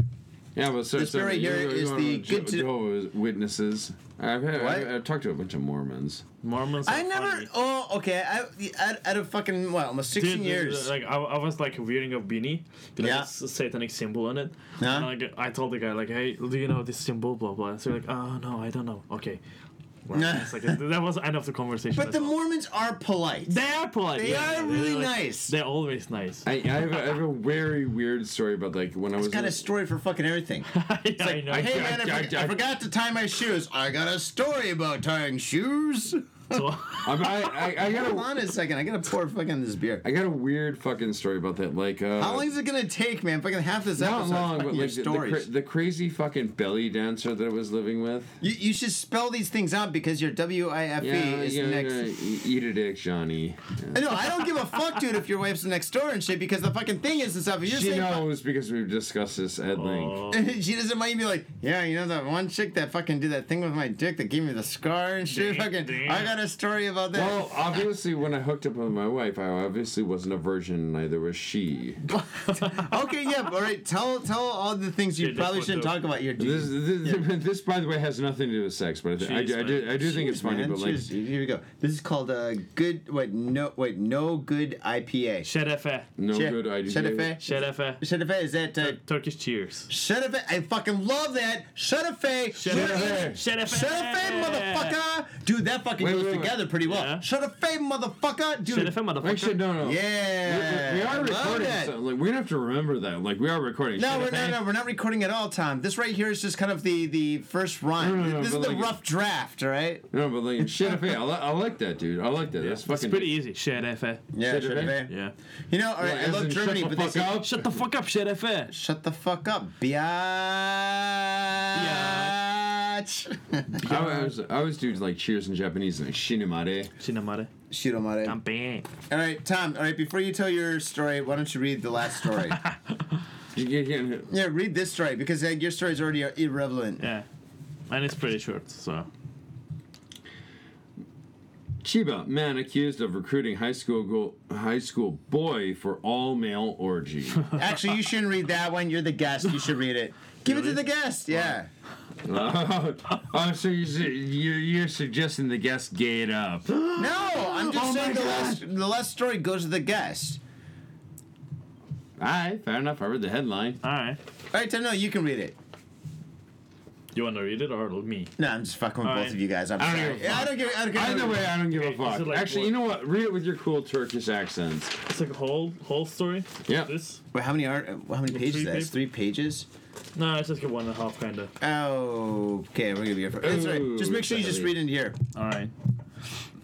Speaker 3: Yeah, but so,
Speaker 7: This
Speaker 3: so
Speaker 7: beer right
Speaker 3: you-
Speaker 7: here
Speaker 3: you
Speaker 7: is
Speaker 3: wanna
Speaker 7: the
Speaker 3: Je-
Speaker 7: good to-
Speaker 3: Jehovah's Witnesses. I've, had,
Speaker 7: What?
Speaker 3: I've, I've talked to a bunch of Mormons.
Speaker 4: Mormons.
Speaker 7: I
Speaker 4: are
Speaker 7: never.
Speaker 4: funny.
Speaker 7: Oh, okay. I, I, out of fucking, well, almost 16
Speaker 4: Dude,
Speaker 7: years.
Speaker 4: Like I, I was like wearing a beanie with
Speaker 7: Yeah.
Speaker 4: like, a satanic symbol on it.
Speaker 7: Huh?
Speaker 4: And like I told the guy like, hey, do you know this symbol? Blah blah. So you're like, oh no, I don't know. Okay.
Speaker 7: (laughs)
Speaker 4: Well,
Speaker 7: Nah.
Speaker 4: it's like, that was end of the conversation.
Speaker 7: but the
Speaker 4: That's all.
Speaker 7: Mormons are polite.
Speaker 4: they are polite.
Speaker 7: They are
Speaker 4: they're,
Speaker 7: really nice.
Speaker 4: They're always nice.
Speaker 3: I, I, have a, I have a very weird story about like when I was
Speaker 7: It's got
Speaker 3: in-
Speaker 7: a story for fucking (laughs) everything.
Speaker 4: (laughs) Yeah, I know.
Speaker 7: Hey man, I,
Speaker 3: I-
Speaker 7: forg-
Speaker 3: I-
Speaker 7: I forgot to tie my shoes. I got a story about tying shoes.
Speaker 4: So-
Speaker 7: (laughs)
Speaker 3: I'm- I, I, I got
Speaker 7: Hold
Speaker 3: a
Speaker 7: on a second. I gotta pour fucking this beer.
Speaker 3: I got a weird fucking story about that. Like uh,
Speaker 7: How long is it gonna take, man? Fucking half this
Speaker 3: Not
Speaker 7: episode.
Speaker 3: long,
Speaker 7: fucking
Speaker 3: but
Speaker 7: your
Speaker 3: like the, the,
Speaker 7: stories.
Speaker 3: cra- the crazy fucking belly dancer that I was living with.
Speaker 7: you, you should spell these things out because your W I F E
Speaker 3: Yeah,
Speaker 7: is
Speaker 3: yeah,
Speaker 7: the next.
Speaker 3: yeah, e- eat a dick, Johnny. Yeah.
Speaker 7: No, I don't give a fuck, dude. If your wife's next door and shit, because the fucking thing is and stuff. You're
Speaker 3: She
Speaker 7: saying
Speaker 3: knows because we've discussed this at length.
Speaker 7: (laughs) she doesn't mind me like, yeah, you know that one chick that fucking did that thing with my dick that gave me the scar and shit.
Speaker 4: Damn,
Speaker 7: fucking,
Speaker 4: damn.
Speaker 7: I got a story about that.
Speaker 3: Well, obviously, when I hooked up with my wife, I obviously wasn't a virgin. Neither was she.
Speaker 7: okay, yeah, all right. Tell tell all the things you
Speaker 4: Yeah, that's
Speaker 7: probably
Speaker 4: what
Speaker 7: shouldn't
Speaker 4: the-
Speaker 7: talk about your dick.
Speaker 3: This, this, (laughs) this, by the way, has nothing to do with sex, but I, th- I,
Speaker 4: Jeez,
Speaker 3: do, I, do, I do think it's
Speaker 7: Cheers,
Speaker 3: funny.
Speaker 7: man.
Speaker 3: But like,
Speaker 7: Cheers. here we go. This is called a good wait no wait no good IPA.
Speaker 4: Şerefe.
Speaker 3: no
Speaker 7: Che-
Speaker 3: good idea.
Speaker 7: Şerefe.
Speaker 4: Şerefe.
Speaker 7: Şerefe is that uh,
Speaker 4: Turkish cheers.
Speaker 7: Şerefe? I fucking love that Şerefe.
Speaker 4: Şerefe. Şerefe.
Speaker 7: Şerefe, motherfucker. Dude, that fucking
Speaker 3: Wait,
Speaker 7: goes
Speaker 3: wait, wait.
Speaker 7: together pretty well.
Speaker 4: Yeah.
Speaker 7: Şerefe, motherfucker. Dude.
Speaker 4: Şerefe, motherfucker.
Speaker 3: Actually, no, no.
Speaker 7: Yeah.
Speaker 3: We, we are
Speaker 7: I love
Speaker 3: recording.
Speaker 7: that.
Speaker 3: So, like, we have to remember that. Like, we are recording.
Speaker 7: No,
Speaker 3: Shut
Speaker 7: we're
Speaker 3: up,
Speaker 7: no,
Speaker 3: eh?
Speaker 7: no, we're not recording at all, Tom. This right here is just kind of the the first run.
Speaker 3: No, no, no,
Speaker 7: this is
Speaker 3: but
Speaker 7: the
Speaker 3: like-
Speaker 7: rough draft, all right?
Speaker 3: No, but like, shit, I, li- I like that, dude. I like that. That's
Speaker 4: It's
Speaker 3: fucking.
Speaker 4: pretty easy. Şerefe.
Speaker 7: Yeah,
Speaker 3: Şerefe?
Speaker 7: Şerefe.
Speaker 4: Yeah.
Speaker 7: You know, all right. I
Speaker 3: As
Speaker 7: love
Speaker 3: in,
Speaker 7: Germany,
Speaker 3: shut the
Speaker 7: but they
Speaker 3: fuck
Speaker 7: say,
Speaker 3: up.
Speaker 4: Shut the fuck up, Şerefe.
Speaker 7: Shut the fuck up, biatch.
Speaker 3: I, I was, I was doing like cheers in Japanese and like shinimare.
Speaker 4: Sinemare.
Speaker 7: Shiromare.
Speaker 4: Campaign.
Speaker 7: All right, Tom. All right, before you tell your story, why don't you read the
Speaker 4: (laughs)
Speaker 7: last story?
Speaker 3: You, you can't-
Speaker 7: yeah, read this story because uh, your story is already irrelevant.
Speaker 4: Yeah. And it's pretty short, so.
Speaker 3: Chiba man accused of recruiting high school go- high school boy for all male orgy.
Speaker 4: (laughs)
Speaker 3: (laughs)
Speaker 7: Actually, you shouldn't read that one. You're the guest. You should read it. Give it to the guest. Yeah.
Speaker 3: oh, so you su- you're, you're suggesting the guest gay it up? (gasps)
Speaker 7: No, I'm just
Speaker 3: Oh
Speaker 7: saying
Speaker 3: my
Speaker 7: the
Speaker 3: God.
Speaker 7: last the last story goes to the guest.
Speaker 3: All right, fair enough. I read the headline.
Speaker 4: All right.
Speaker 7: All right, Tim, no, you can read it.
Speaker 4: You want to read it or me?
Speaker 7: No, I'm just fucking with
Speaker 4: All
Speaker 7: both
Speaker 4: right.
Speaker 7: of you guys. I'm
Speaker 4: I don't
Speaker 7: sorry.
Speaker 4: give a
Speaker 7: Yeah, I
Speaker 4: fuck.
Speaker 7: don't give. I don't give.
Speaker 3: Either way, I don't give a
Speaker 4: Okay, is
Speaker 3: fuck.
Speaker 4: it like
Speaker 3: Actually,
Speaker 4: what-
Speaker 3: you know what? Read it with your cool Turkish accents.
Speaker 4: It's like a whole whole story.
Speaker 3: Yeah.
Speaker 4: This?
Speaker 7: Wait, how many are? How many pages?
Speaker 4: three
Speaker 7: is that? It's
Speaker 4: pap-
Speaker 7: three pages.
Speaker 4: No, it's just like one and a half kind of.
Speaker 7: Oh, okay. We're gonna be here for. That's right.
Speaker 3: Ooh,
Speaker 7: Just make sure you just
Speaker 3: sorry.
Speaker 7: read it here.
Speaker 4: All right.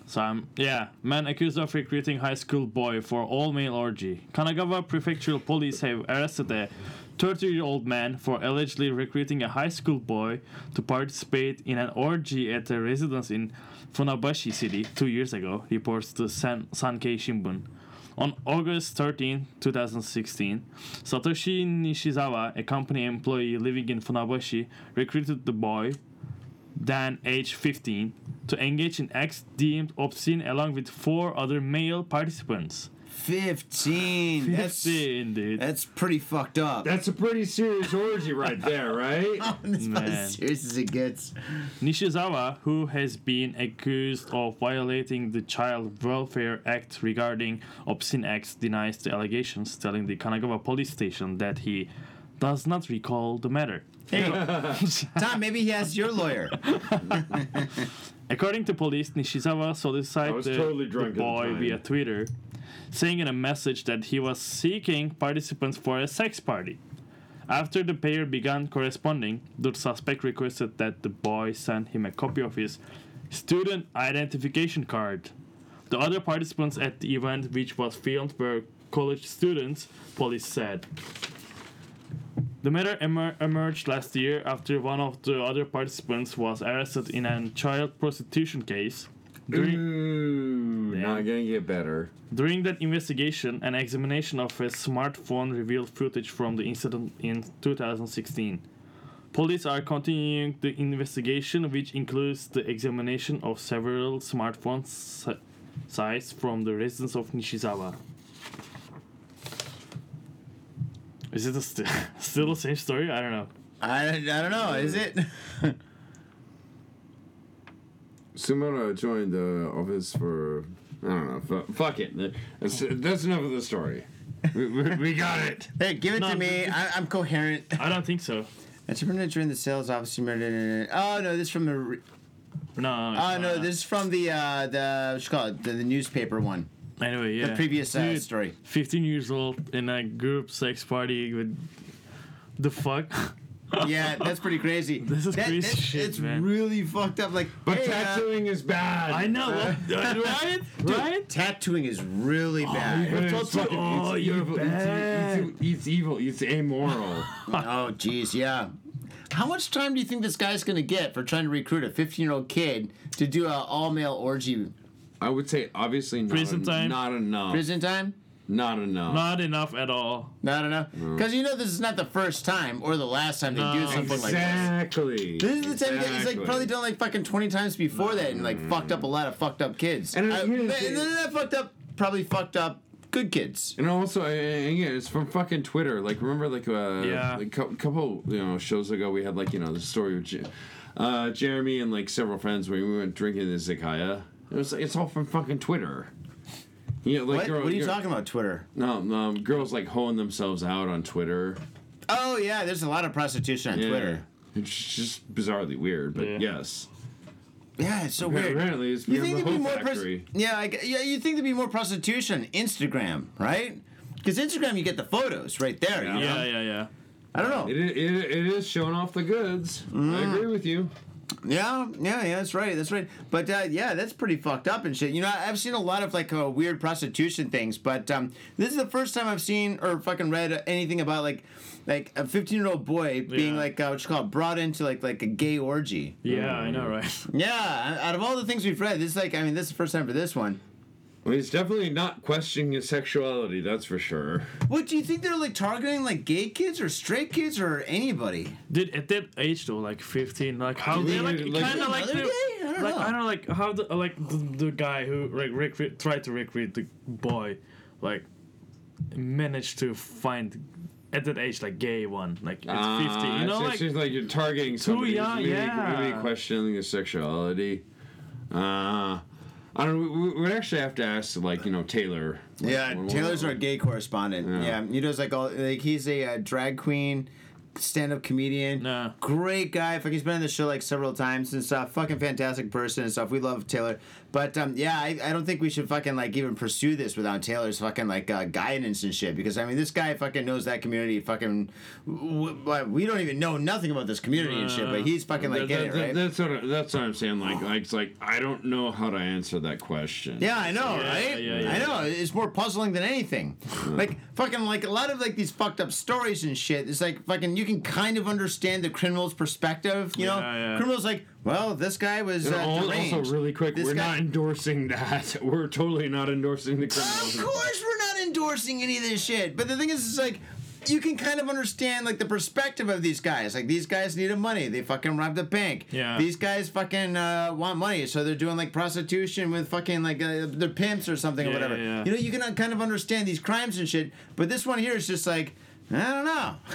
Speaker 4: So I'm yeah. Man accused of recruiting high school boy for all male orgy. Kanagawa Prefectural Police have arrested a 30-year-old man for allegedly recruiting a high school boy to participate in an orgy at a residence in Funabashi City two years ago. Reports to San Sankei Shimbun. On August 13, 2016, Satoshi Nishizawa, a company employee living in Funabashi, recruited the boy, Dan, age 15, to engage in acts deemed obscene along with four other male participants.
Speaker 7: Fifteen. That's
Speaker 4: Indeed.
Speaker 7: that's pretty fucked up. (laughs)
Speaker 10: That's a pretty serious orgy
Speaker 4: (laughs)
Speaker 10: right there, right?
Speaker 7: That's about
Speaker 4: Man.
Speaker 7: as serious as it gets.
Speaker 4: Nishizawa, who has been accused of violating the Child Welfare Act regarding obscene acts, denies the allegations, telling the Kanagawa police station that he does not recall the matter.
Speaker 7: Tom, maybe he has
Speaker 4: (laughs)
Speaker 7: your lawyer.
Speaker 4: According to police, Nishizawa solicited
Speaker 3: was
Speaker 4: the,
Speaker 3: totally
Speaker 4: the
Speaker 3: drunk at the
Speaker 4: boy
Speaker 3: time.
Speaker 4: via Twitter, saying in a message that he was seeking participants for a sex party. After the pair began corresponding, the suspect requested that the boy send him a copy of his student identification card. The other participants at the event, which was filmed, were college students, police said. The matter emer- emerged last year after one of the other participants was arrested in a child prostitution case. During,
Speaker 10: Ooh,
Speaker 4: not
Speaker 10: gonna get better.
Speaker 4: during that investigation, an examination of a smartphone revealed footage from the incident in 2016. Police are continuing the investigation, which includes the examination of several smartphone si- sites from the residence of Nishizawa. Is it the st- (laughs) still the same story? I don't know.
Speaker 7: I, I don't know. Is it?
Speaker 3: Sumero joined the office for I don't know. Fu- fuck it. That's, that's enough of the story. We, we, we got it.
Speaker 7: Hey, give it
Speaker 4: No,
Speaker 7: to me. I, I'm coherent.
Speaker 4: I don't think so.
Speaker 7: Entrepreneur during the sales office. murder- Oh no, this from the. re-
Speaker 4: No. it's
Speaker 7: Oh no,
Speaker 4: not.
Speaker 7: this is from the uh, the what you call it the, the newspaper one.
Speaker 4: Anyway, yeah.
Speaker 7: previous, uh,
Speaker 4: Dude,
Speaker 7: story.
Speaker 4: 15 years old in a group sex party with the fuck.
Speaker 7: Yeah, that's pretty crazy.
Speaker 4: (laughs) This is
Speaker 7: That-
Speaker 4: crazy
Speaker 7: that's-
Speaker 4: shit,
Speaker 7: It's
Speaker 4: man.
Speaker 7: really fucked up. Like,
Speaker 10: But
Speaker 7: hey, uh,
Speaker 10: tattooing is bad.
Speaker 4: I
Speaker 7: (laughs)
Speaker 4: know, what- (laughs) right? Right?
Speaker 7: tattooing is
Speaker 4: Oh,
Speaker 7: really bad.
Speaker 10: It's
Speaker 4: tattoo-
Speaker 10: fucking-
Speaker 4: oh,
Speaker 10: it's
Speaker 4: you're
Speaker 10: evil, it's e- It's, e- it's evil. It's amoral.
Speaker 7: (laughs) Oh, jeez, yeah. How much time do you think this guy's gonna get for trying to recruit a 15 year old kid to do a all male orgy?
Speaker 3: I would say obviously not,
Speaker 4: Prison time?
Speaker 3: not enough.
Speaker 7: Prison time?
Speaker 3: Not enough.
Speaker 4: Not enough at all.
Speaker 7: I don't know. Because you know this is not the first time or the last time they do
Speaker 4: No.
Speaker 7: something like this.
Speaker 10: exactly.
Speaker 7: This is the time that he's like
Speaker 3: Exactly.
Speaker 7: probably done like fucking 20 times before that and like fucked up a lot of fucked up kids.
Speaker 10: And
Speaker 7: And,
Speaker 10: I-
Speaker 7: I,
Speaker 10: here's
Speaker 7: and
Speaker 10: the
Speaker 7: they're
Speaker 10: thing.
Speaker 7: not fucked up, probably fucked up good kids.
Speaker 3: And also, uh, yeah, it's from fucking Twitter. Like, remember, like, uh,
Speaker 4: Yeah.
Speaker 3: like cou- couple, you know, shows ago, we had like, you know, the story of J- uh, Jeremy and like several friends where we went drinking in the Zakaya. It was, it's all from fucking Twitter. You know, like,
Speaker 7: What?
Speaker 3: girl-
Speaker 7: What are you
Speaker 3: girl-
Speaker 7: talking about, Twitter?
Speaker 3: Um, um, girls like hoeing themselves out on Twitter.
Speaker 7: Oh yeah, there's a lot of prostitution on
Speaker 3: Yeah.
Speaker 7: Twitter.
Speaker 3: It's just bizarrely weird, but
Speaker 4: Yeah.
Speaker 3: yes.
Speaker 7: Yeah, it's so
Speaker 3: Apparently,
Speaker 7: weird.
Speaker 3: Apparently, it's
Speaker 7: You
Speaker 3: become
Speaker 7: think
Speaker 3: the
Speaker 7: there'd be
Speaker 3: hoe
Speaker 7: more pros-
Speaker 3: factory.
Speaker 7: yeah, I, yeah, you think there'd be more prostitution Instagram, right? Because Instagram, you get the photos right there. you know?
Speaker 4: Yeah, yeah, yeah.
Speaker 7: I don't know.
Speaker 3: It, i- it, it is showing off the goods. I
Speaker 7: Mm.
Speaker 3: agree with you.
Speaker 7: Yeah, yeah, yeah. That's right. That's right. But uh, yeah, that's pretty fucked up and shit. You know, I- I've seen a lot of like uh, weird prostitution things, but um, this is the first time I've seen or fucking read anything about like like a fifteen year old boy being
Speaker 4: Yeah.
Speaker 7: like uh, what you call it, brought into like like a gay orgy.
Speaker 4: Yeah, I know,
Speaker 7: (laughs)
Speaker 4: right?
Speaker 7: Yeah, out of all the things we've read, this is like I mean, this is the first time for this one.
Speaker 3: Well, he's definitely not questioning his sexuality, that's for sure.
Speaker 7: What do you think they're like targeting like gay kids or straight kids or anybody?
Speaker 4: Dude, at that age though, like 15, like how they like,
Speaker 3: Like-
Speaker 4: kind of like
Speaker 7: Another
Speaker 4: the,
Speaker 7: day? I don't
Speaker 4: like
Speaker 7: know.
Speaker 4: I don't know, like how the like the, the guy who like recruit, tried to recruit the boy, like managed to find at that age like gay one, like it's 15. You know,
Speaker 3: Uh, it's,
Speaker 4: like
Speaker 3: it's just like you're targeting somebody who's
Speaker 4: young,
Speaker 3: maybe,
Speaker 4: yeah.
Speaker 3: maybe questioning their sexuality. Uh, I don't. We, we would actually have to ask, like you know, Taylor. like,
Speaker 7: Yeah,
Speaker 3: when-
Speaker 7: Taylor's our gay correspondent. Yeah, he does like all like he's a uh, drag queen, stand up comedian.
Speaker 4: Nah.
Speaker 7: Great guy. Fuck, he's been on the show like several times and stuff. Fucking fantastic person and stuff. We love Taylor, but um, yeah, I, I don't think we should fucking like even pursue this without Taylor's fucking like uh, guidance and shit. Because I mean, this guy fucking knows that community. Fucking, w- w- we don't even know nothing about this community and shit. But he's fucking like
Speaker 3: That-
Speaker 7: getting
Speaker 3: that-
Speaker 7: it right.
Speaker 3: That's what I- that's what I'm saying. Like, like it's like I don't know how to answer that question.
Speaker 7: Yeah, I know, right?
Speaker 4: yeah, yeah.
Speaker 7: I know. It's more puzzling than anything. like fucking like a lot of like these fucked up stories and shit. It's like fucking you can kind of understand the criminal's perspective, you know?
Speaker 4: Yeah, yeah.
Speaker 7: Criminal's like, well, this guy was
Speaker 3: And
Speaker 7: uh,
Speaker 3: al- also,
Speaker 7: deranged.
Speaker 3: really quick,
Speaker 7: This
Speaker 3: we're
Speaker 7: guy-
Speaker 3: not endorsing that. (laughs) We're totally not endorsing the criminals.
Speaker 7: Of course, we're not endorsing any of this shit. But the thing is, it's like you can kind of understand like the perspective of these guys. Like these guys needed money. They fucking robbed a bank.
Speaker 4: Yeah.
Speaker 7: These guys fucking uh, want money, so they're doing like prostitution with fucking like uh, their pimps or something or
Speaker 4: Yeah,
Speaker 7: whatever.
Speaker 4: yeah, yeah.
Speaker 7: You know, you can uh, kind of understand these crimes and shit. But this one here is just like I don't know. (laughs)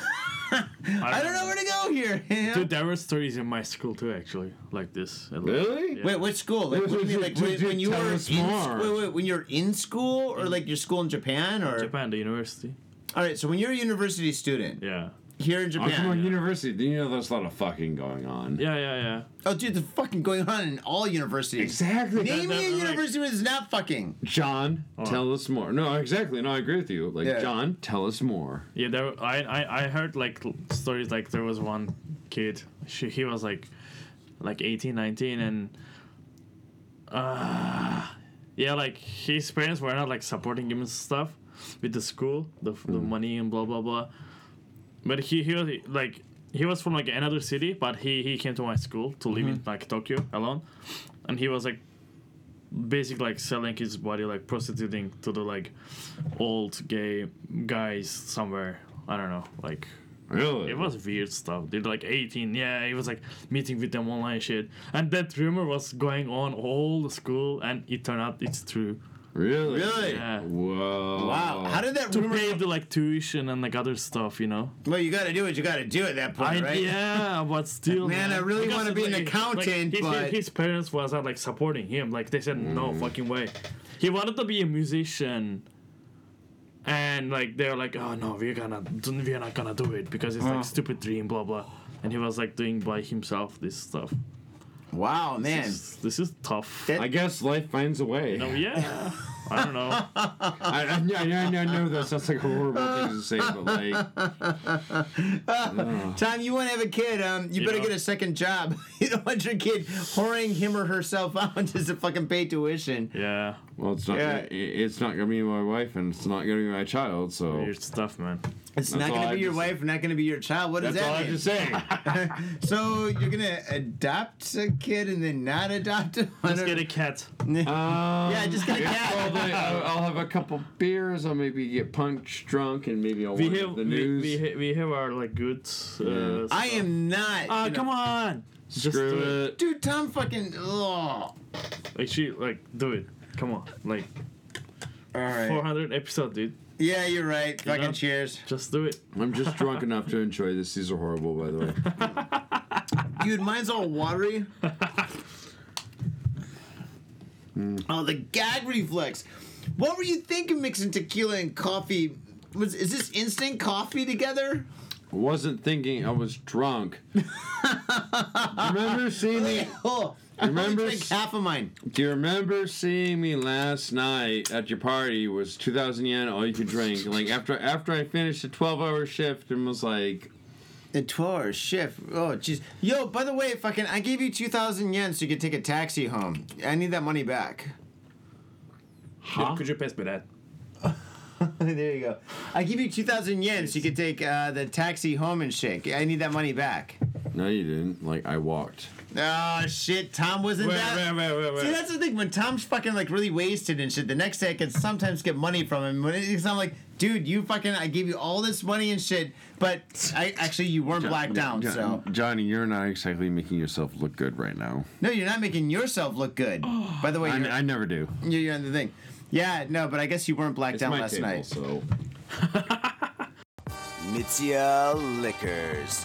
Speaker 7: I don't know where to go here. (laughs) you know?
Speaker 4: Dude, there were stories in my school too, actually, like this.
Speaker 3: Really?
Speaker 7: Wait, what school? Like, what do you mean, like when, when you
Speaker 3: Tell
Speaker 7: were in,
Speaker 3: us
Speaker 7: sc-
Speaker 3: more.
Speaker 7: wait, wait, when you're in school or like your school in Japan or
Speaker 4: Japan, the university.
Speaker 7: All right, so when you're a university student
Speaker 4: Yeah.
Speaker 7: here in
Speaker 3: I'm from a
Speaker 7: Japan,
Speaker 3: university. Then you know there's a lot of fucking going on.
Speaker 4: Yeah, yeah, yeah.
Speaker 7: oh dude, the fucking going on in all universities.
Speaker 3: Exactly.
Speaker 4: that-
Speaker 7: Name me a
Speaker 4: that-
Speaker 7: university where it's not fucking.
Speaker 3: John,
Speaker 4: Oh.
Speaker 3: tell us more. No, exactly. No, I agree with you. Like,
Speaker 7: Yeah.
Speaker 3: John, tell us more.
Speaker 4: Yeah, there. I, I I heard like l- stories like there was one kid. She he was like, like 18, 19 and. Uh, yeah, like his parents were not like supporting him and stuff with the school, the, the money and blah blah blah. But he he was like he was from like another city, but he he came to my school to live in like Tokyo alone, and he was like basically like selling his body like prostituting to the like old gay guys somewhere. I don't know, like
Speaker 3: Really?
Speaker 4: it was weird stuff. They're like 18. Yeah, he was like meeting with them online shit. And that rumor was going on all the school, and it turned out it's true.
Speaker 3: Really?
Speaker 7: Really?
Speaker 4: Yeah.
Speaker 3: Whoa.
Speaker 7: Wow. How did that
Speaker 4: To
Speaker 7: rumor?
Speaker 4: pay the like tuition and like other stuff, you know?
Speaker 7: Well, you got to do what you got to do at that point,
Speaker 4: I,
Speaker 7: right?
Speaker 4: Yeah, but still.
Speaker 7: Man, I really
Speaker 4: Because
Speaker 7: wanna be an
Speaker 4: like-
Speaker 7: accountant,
Speaker 4: like, his,
Speaker 7: but- Mm.
Speaker 4: his parents was not like supporting him. Like they said, no fucking way. He wanted to be a musician. And like they're like, oh no, we're gonna, we're not gonna do it because it's like stupid dream, blah blah. And he was like doing by himself this stuff.
Speaker 7: Wow, man.
Speaker 4: This, this is tough.
Speaker 7: That-
Speaker 3: I guess life finds a way.
Speaker 4: No,
Speaker 7: (laughs)
Speaker 4: yeah. I don't know.
Speaker 3: I, I, I, I, I know that sounds like a horrible thing to say, but like,
Speaker 7: Tom, you want to have a kid? Um, you,
Speaker 4: You
Speaker 7: better
Speaker 4: know.
Speaker 7: get a second job. (laughs) you don't want your kid whoring him or herself (laughs) out just to fucking pay tuition.
Speaker 4: Yeah,
Speaker 3: well, it's not.
Speaker 7: Yeah.
Speaker 3: Gonna, it- it's not gonna be my wife, and it's not gonna be my child. So
Speaker 4: weird stuff, man.
Speaker 7: It's
Speaker 3: That's
Speaker 7: not going
Speaker 3: all
Speaker 7: to
Speaker 3: I
Speaker 7: be your
Speaker 3: just-
Speaker 7: wife, not going to be your child. What does
Speaker 3: that's all
Speaker 7: that
Speaker 3: I'm
Speaker 7: mean?
Speaker 3: just saying.
Speaker 7: So you're going to adopt a kid and then not adopt (laughs) him? I
Speaker 4: Let's
Speaker 7: don't-
Speaker 4: get a cat.
Speaker 3: Um,
Speaker 7: (laughs) Yeah, just get a cat.
Speaker 3: Probably, I'll, I'll have a couple beers. I'll maybe get punch drunk, and maybe I'll
Speaker 4: We
Speaker 3: watch
Speaker 4: have
Speaker 3: the
Speaker 4: we,
Speaker 3: news.
Speaker 4: we, ha- we have our like good. Uh,
Speaker 3: Yeah.
Speaker 7: I am not.
Speaker 4: Ah,
Speaker 7: you know-
Speaker 4: come on. Just
Speaker 3: Screw
Speaker 4: do
Speaker 3: it.
Speaker 7: Dude, Tom fucking. oh. Ugh.
Speaker 4: Like she like do it. Come on, like
Speaker 7: All right.
Speaker 4: 400 episode, dude.
Speaker 7: Yeah, you're right. Fucking
Speaker 4: know?
Speaker 7: cheers.
Speaker 4: Just do it.
Speaker 3: I'm just drunk enough to enjoy this. These are horrible, by the
Speaker 7: (laughs)
Speaker 3: way.
Speaker 7: (laughs) Dude, mine's all (laughs) watery. oh, the gag reflex. What were you thinking mixing tequila and coffee? Was is this instant coffee together?
Speaker 3: Wasn't thinking I was drunk. remember seeing me?
Speaker 7: (laughs) Oh, I only
Speaker 3: Remember
Speaker 7: drank
Speaker 3: s-
Speaker 7: half of mine.
Speaker 3: Do you remember seeing me last night at your party? Was two thousand yen all you could drink? Like after after I finished a twelve hour shift and was like,
Speaker 7: The twelve-hour shift. Oh, jeez. Yo, by the way, fucking, I gave you two thousand yen so you could take a taxi home. I need that money back. (laughs)
Speaker 4: Huh? Could you pass me that?
Speaker 7: there you go. I give you two thousand yen so you could take uh, the taxi home and shake. I need that money back.
Speaker 3: no, you didn't. Like I walked.
Speaker 7: Oh shit, Tom wasn't
Speaker 4: Wait, wait,
Speaker 7: that.
Speaker 4: wait, wait, wait.
Speaker 7: See, that's the thing. When Tom's fucking like really wasted and shit, the next day I can sometimes get money from him. When it's I'm like, dude, you fucking, I gave you all this money and shit, but I actually you weren't blacked out.
Speaker 3: Jo-
Speaker 7: So
Speaker 3: Johnny, you're not exactly making yourself look good right now.
Speaker 7: no, you're not making yourself look good.
Speaker 4: Oh.
Speaker 7: By the way,
Speaker 3: I,
Speaker 7: you're,
Speaker 3: I never do.
Speaker 7: you're, you're on the thing. Yeah, no, but I guess you weren't blacked out last night.
Speaker 3: so
Speaker 2: Mitsuya Liquors.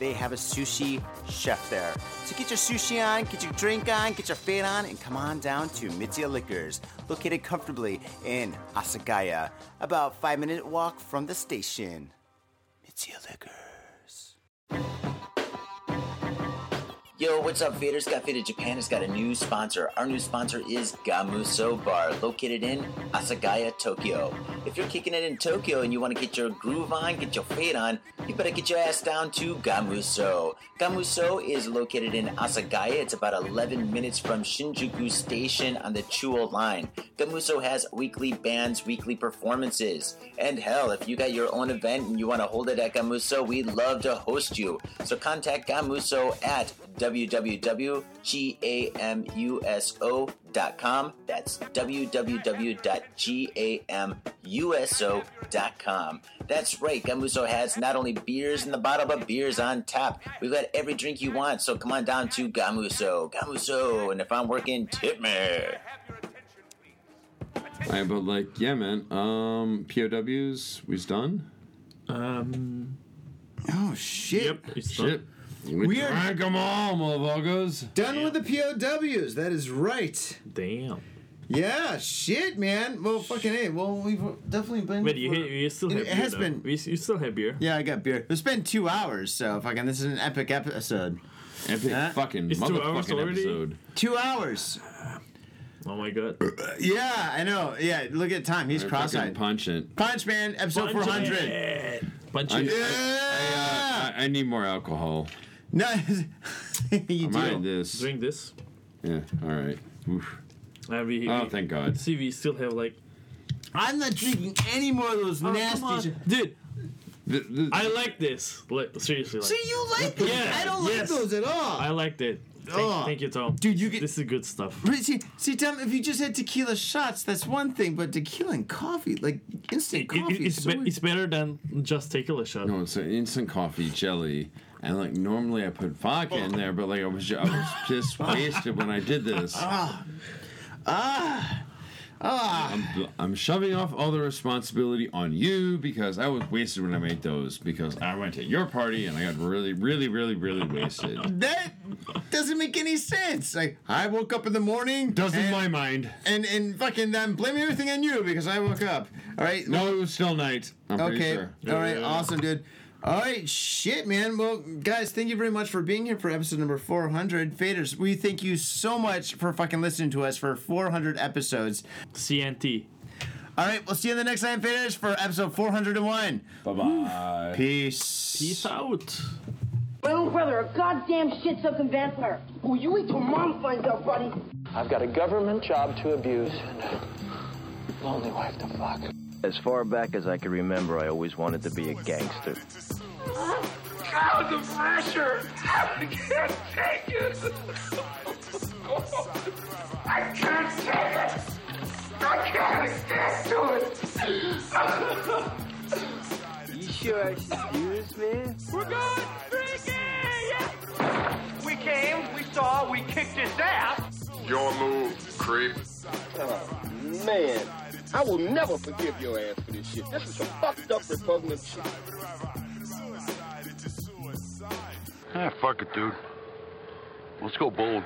Speaker 2: they have a sushi chef there. So get your sushi on, get your drink on, get your fade on, and come on down to Mitsuya Liquors, located comfortably in Asagaya, about five minute walk from the station. Mitsuya Liquors.
Speaker 11: Yo, what's up, faders? Got Faded Japan has got a new sponsor. Our new sponsor is Gamuso Bar, located in Asagaya, Tokyo. If you're kicking it in Tokyo and you want to get your groove on, get your fade on, you better get your ass down to Gamuso. Gamuso is located in Asagaya. It's about 11 minutes from Shinjuku Station on the Chuo line. Gamuso has weekly bands, weekly performances. And hell, if you got your own event and you want to hold it at Gamuso, we'd love to host you. So contact Gamuso at www.gamuso.com. That's www.gamuso.com. That's right, Gamuso has not only beers in the bottle, but beers on tap. We've got every drink you want, so come on down to Gamuso. Gamuso, and if I'm working, tip me.
Speaker 3: All right, but like, yeah, man. Um, POWs, we's done.
Speaker 4: Um,
Speaker 7: Oh shit!
Speaker 4: yep, it's done.
Speaker 3: Shit. We,
Speaker 7: We are-
Speaker 3: drank them all, motherfuckers.
Speaker 7: Done with the POWs. That is right.
Speaker 4: Damn.
Speaker 7: Yeah, shit, man. Well, fucking hey. Well, we've definitely been.
Speaker 4: Wait, you,
Speaker 7: for-
Speaker 4: you still
Speaker 7: It
Speaker 4: have beer?
Speaker 7: has
Speaker 4: though.
Speaker 7: been-
Speaker 4: We- You still have beer.
Speaker 7: Yeah, I got beer. It's been two hours, so fucking. This is an epic episode.
Speaker 3: Epic
Speaker 7: Huh?
Speaker 3: fucking
Speaker 4: It's two hours
Speaker 3: motherfucking
Speaker 4: already?
Speaker 3: episode.
Speaker 7: Two hours.
Speaker 4: Oh my god.
Speaker 7: Yeah, I know. Yeah, look at time. He's
Speaker 3: Fucking
Speaker 7: cross-eyed.
Speaker 3: punch it.
Speaker 7: Punch Man,
Speaker 4: Punch
Speaker 7: episode four hundred.
Speaker 4: it. Punch
Speaker 3: I,
Speaker 4: it.
Speaker 7: Yeah.
Speaker 3: I, I need more alcohol.
Speaker 7: No, (laughs) you
Speaker 3: Mind
Speaker 7: do.
Speaker 3: this.
Speaker 4: (laughs) Drink this.
Speaker 3: Yeah. All right. Oof.
Speaker 4: And we,
Speaker 3: Oh,
Speaker 4: we-
Speaker 3: thank God.
Speaker 4: See, we still have like.
Speaker 7: I'm not drinking any more of those
Speaker 4: Oh,
Speaker 7: nasty.
Speaker 4: come on.
Speaker 7: shit.
Speaker 4: Dude,
Speaker 3: The, the,
Speaker 4: I like this. Like seriously, like,
Speaker 7: See, you like those?
Speaker 4: Yeah,
Speaker 7: I don't
Speaker 4: yes.
Speaker 7: like those at all.
Speaker 4: I liked it. Thank,
Speaker 7: Oh.
Speaker 4: thank you, Tom.
Speaker 7: Dude, you get-
Speaker 4: this is good stuff.
Speaker 7: But see, see, Tom, if you just had tequila shots, that's one thing. But tequila and coffee, like instant
Speaker 4: It- it-
Speaker 7: coffee,
Speaker 4: it's,
Speaker 7: is so
Speaker 4: be- it's better than just tequila shot.
Speaker 3: no, it's an instant coffee jelly. And like normally I put vodka in there, but like I was ju- I was (laughs) just wasted when I did this. Ah, ah. I'm, I'm shoving off all the responsibility on you because I was wasted when I made those because I went to your party and I got really, really, really, really wasted.
Speaker 7: that doesn't make any sense. Like I woke up in the morning,
Speaker 3: Doesn't
Speaker 7: and,
Speaker 3: my mind.
Speaker 7: and and fucking I'm blaming everything on you because I woke up. All right,
Speaker 3: No, it was still night. I'm pretty
Speaker 7: okay,
Speaker 3: sure.
Speaker 7: all right, awesome, dude. All right, shit, man. Well, guys, thank you very much for being here for episode number 400. Faders, we thank you so much for fucking listening to us for 400 episodes.
Speaker 4: CNT.
Speaker 7: All right, we'll see you in the next time, Faders, for episode 401.
Speaker 3: Bye bye.
Speaker 7: Peace.
Speaker 4: Peace out.
Speaker 12: My own brother, a goddamn shit sucking vampire. Oh, you wait till mom finds out, buddy.
Speaker 5: I've got a government job to abuse and a lonely wife to fuck. As far back as I can remember, I always wanted to be a gangster.
Speaker 13: God, the pressure! I can't take it! I can't take it! I can't stand to it!
Speaker 5: You sure I should do this, man?
Speaker 13: We're going freaking! We came, we saw, we kicked his ass! Your move, creep.
Speaker 5: Man, I will never forgive your ass for this shit. This is some fucked up repugnant shit.
Speaker 13: Ah, fuck it, dude. Let's go bold.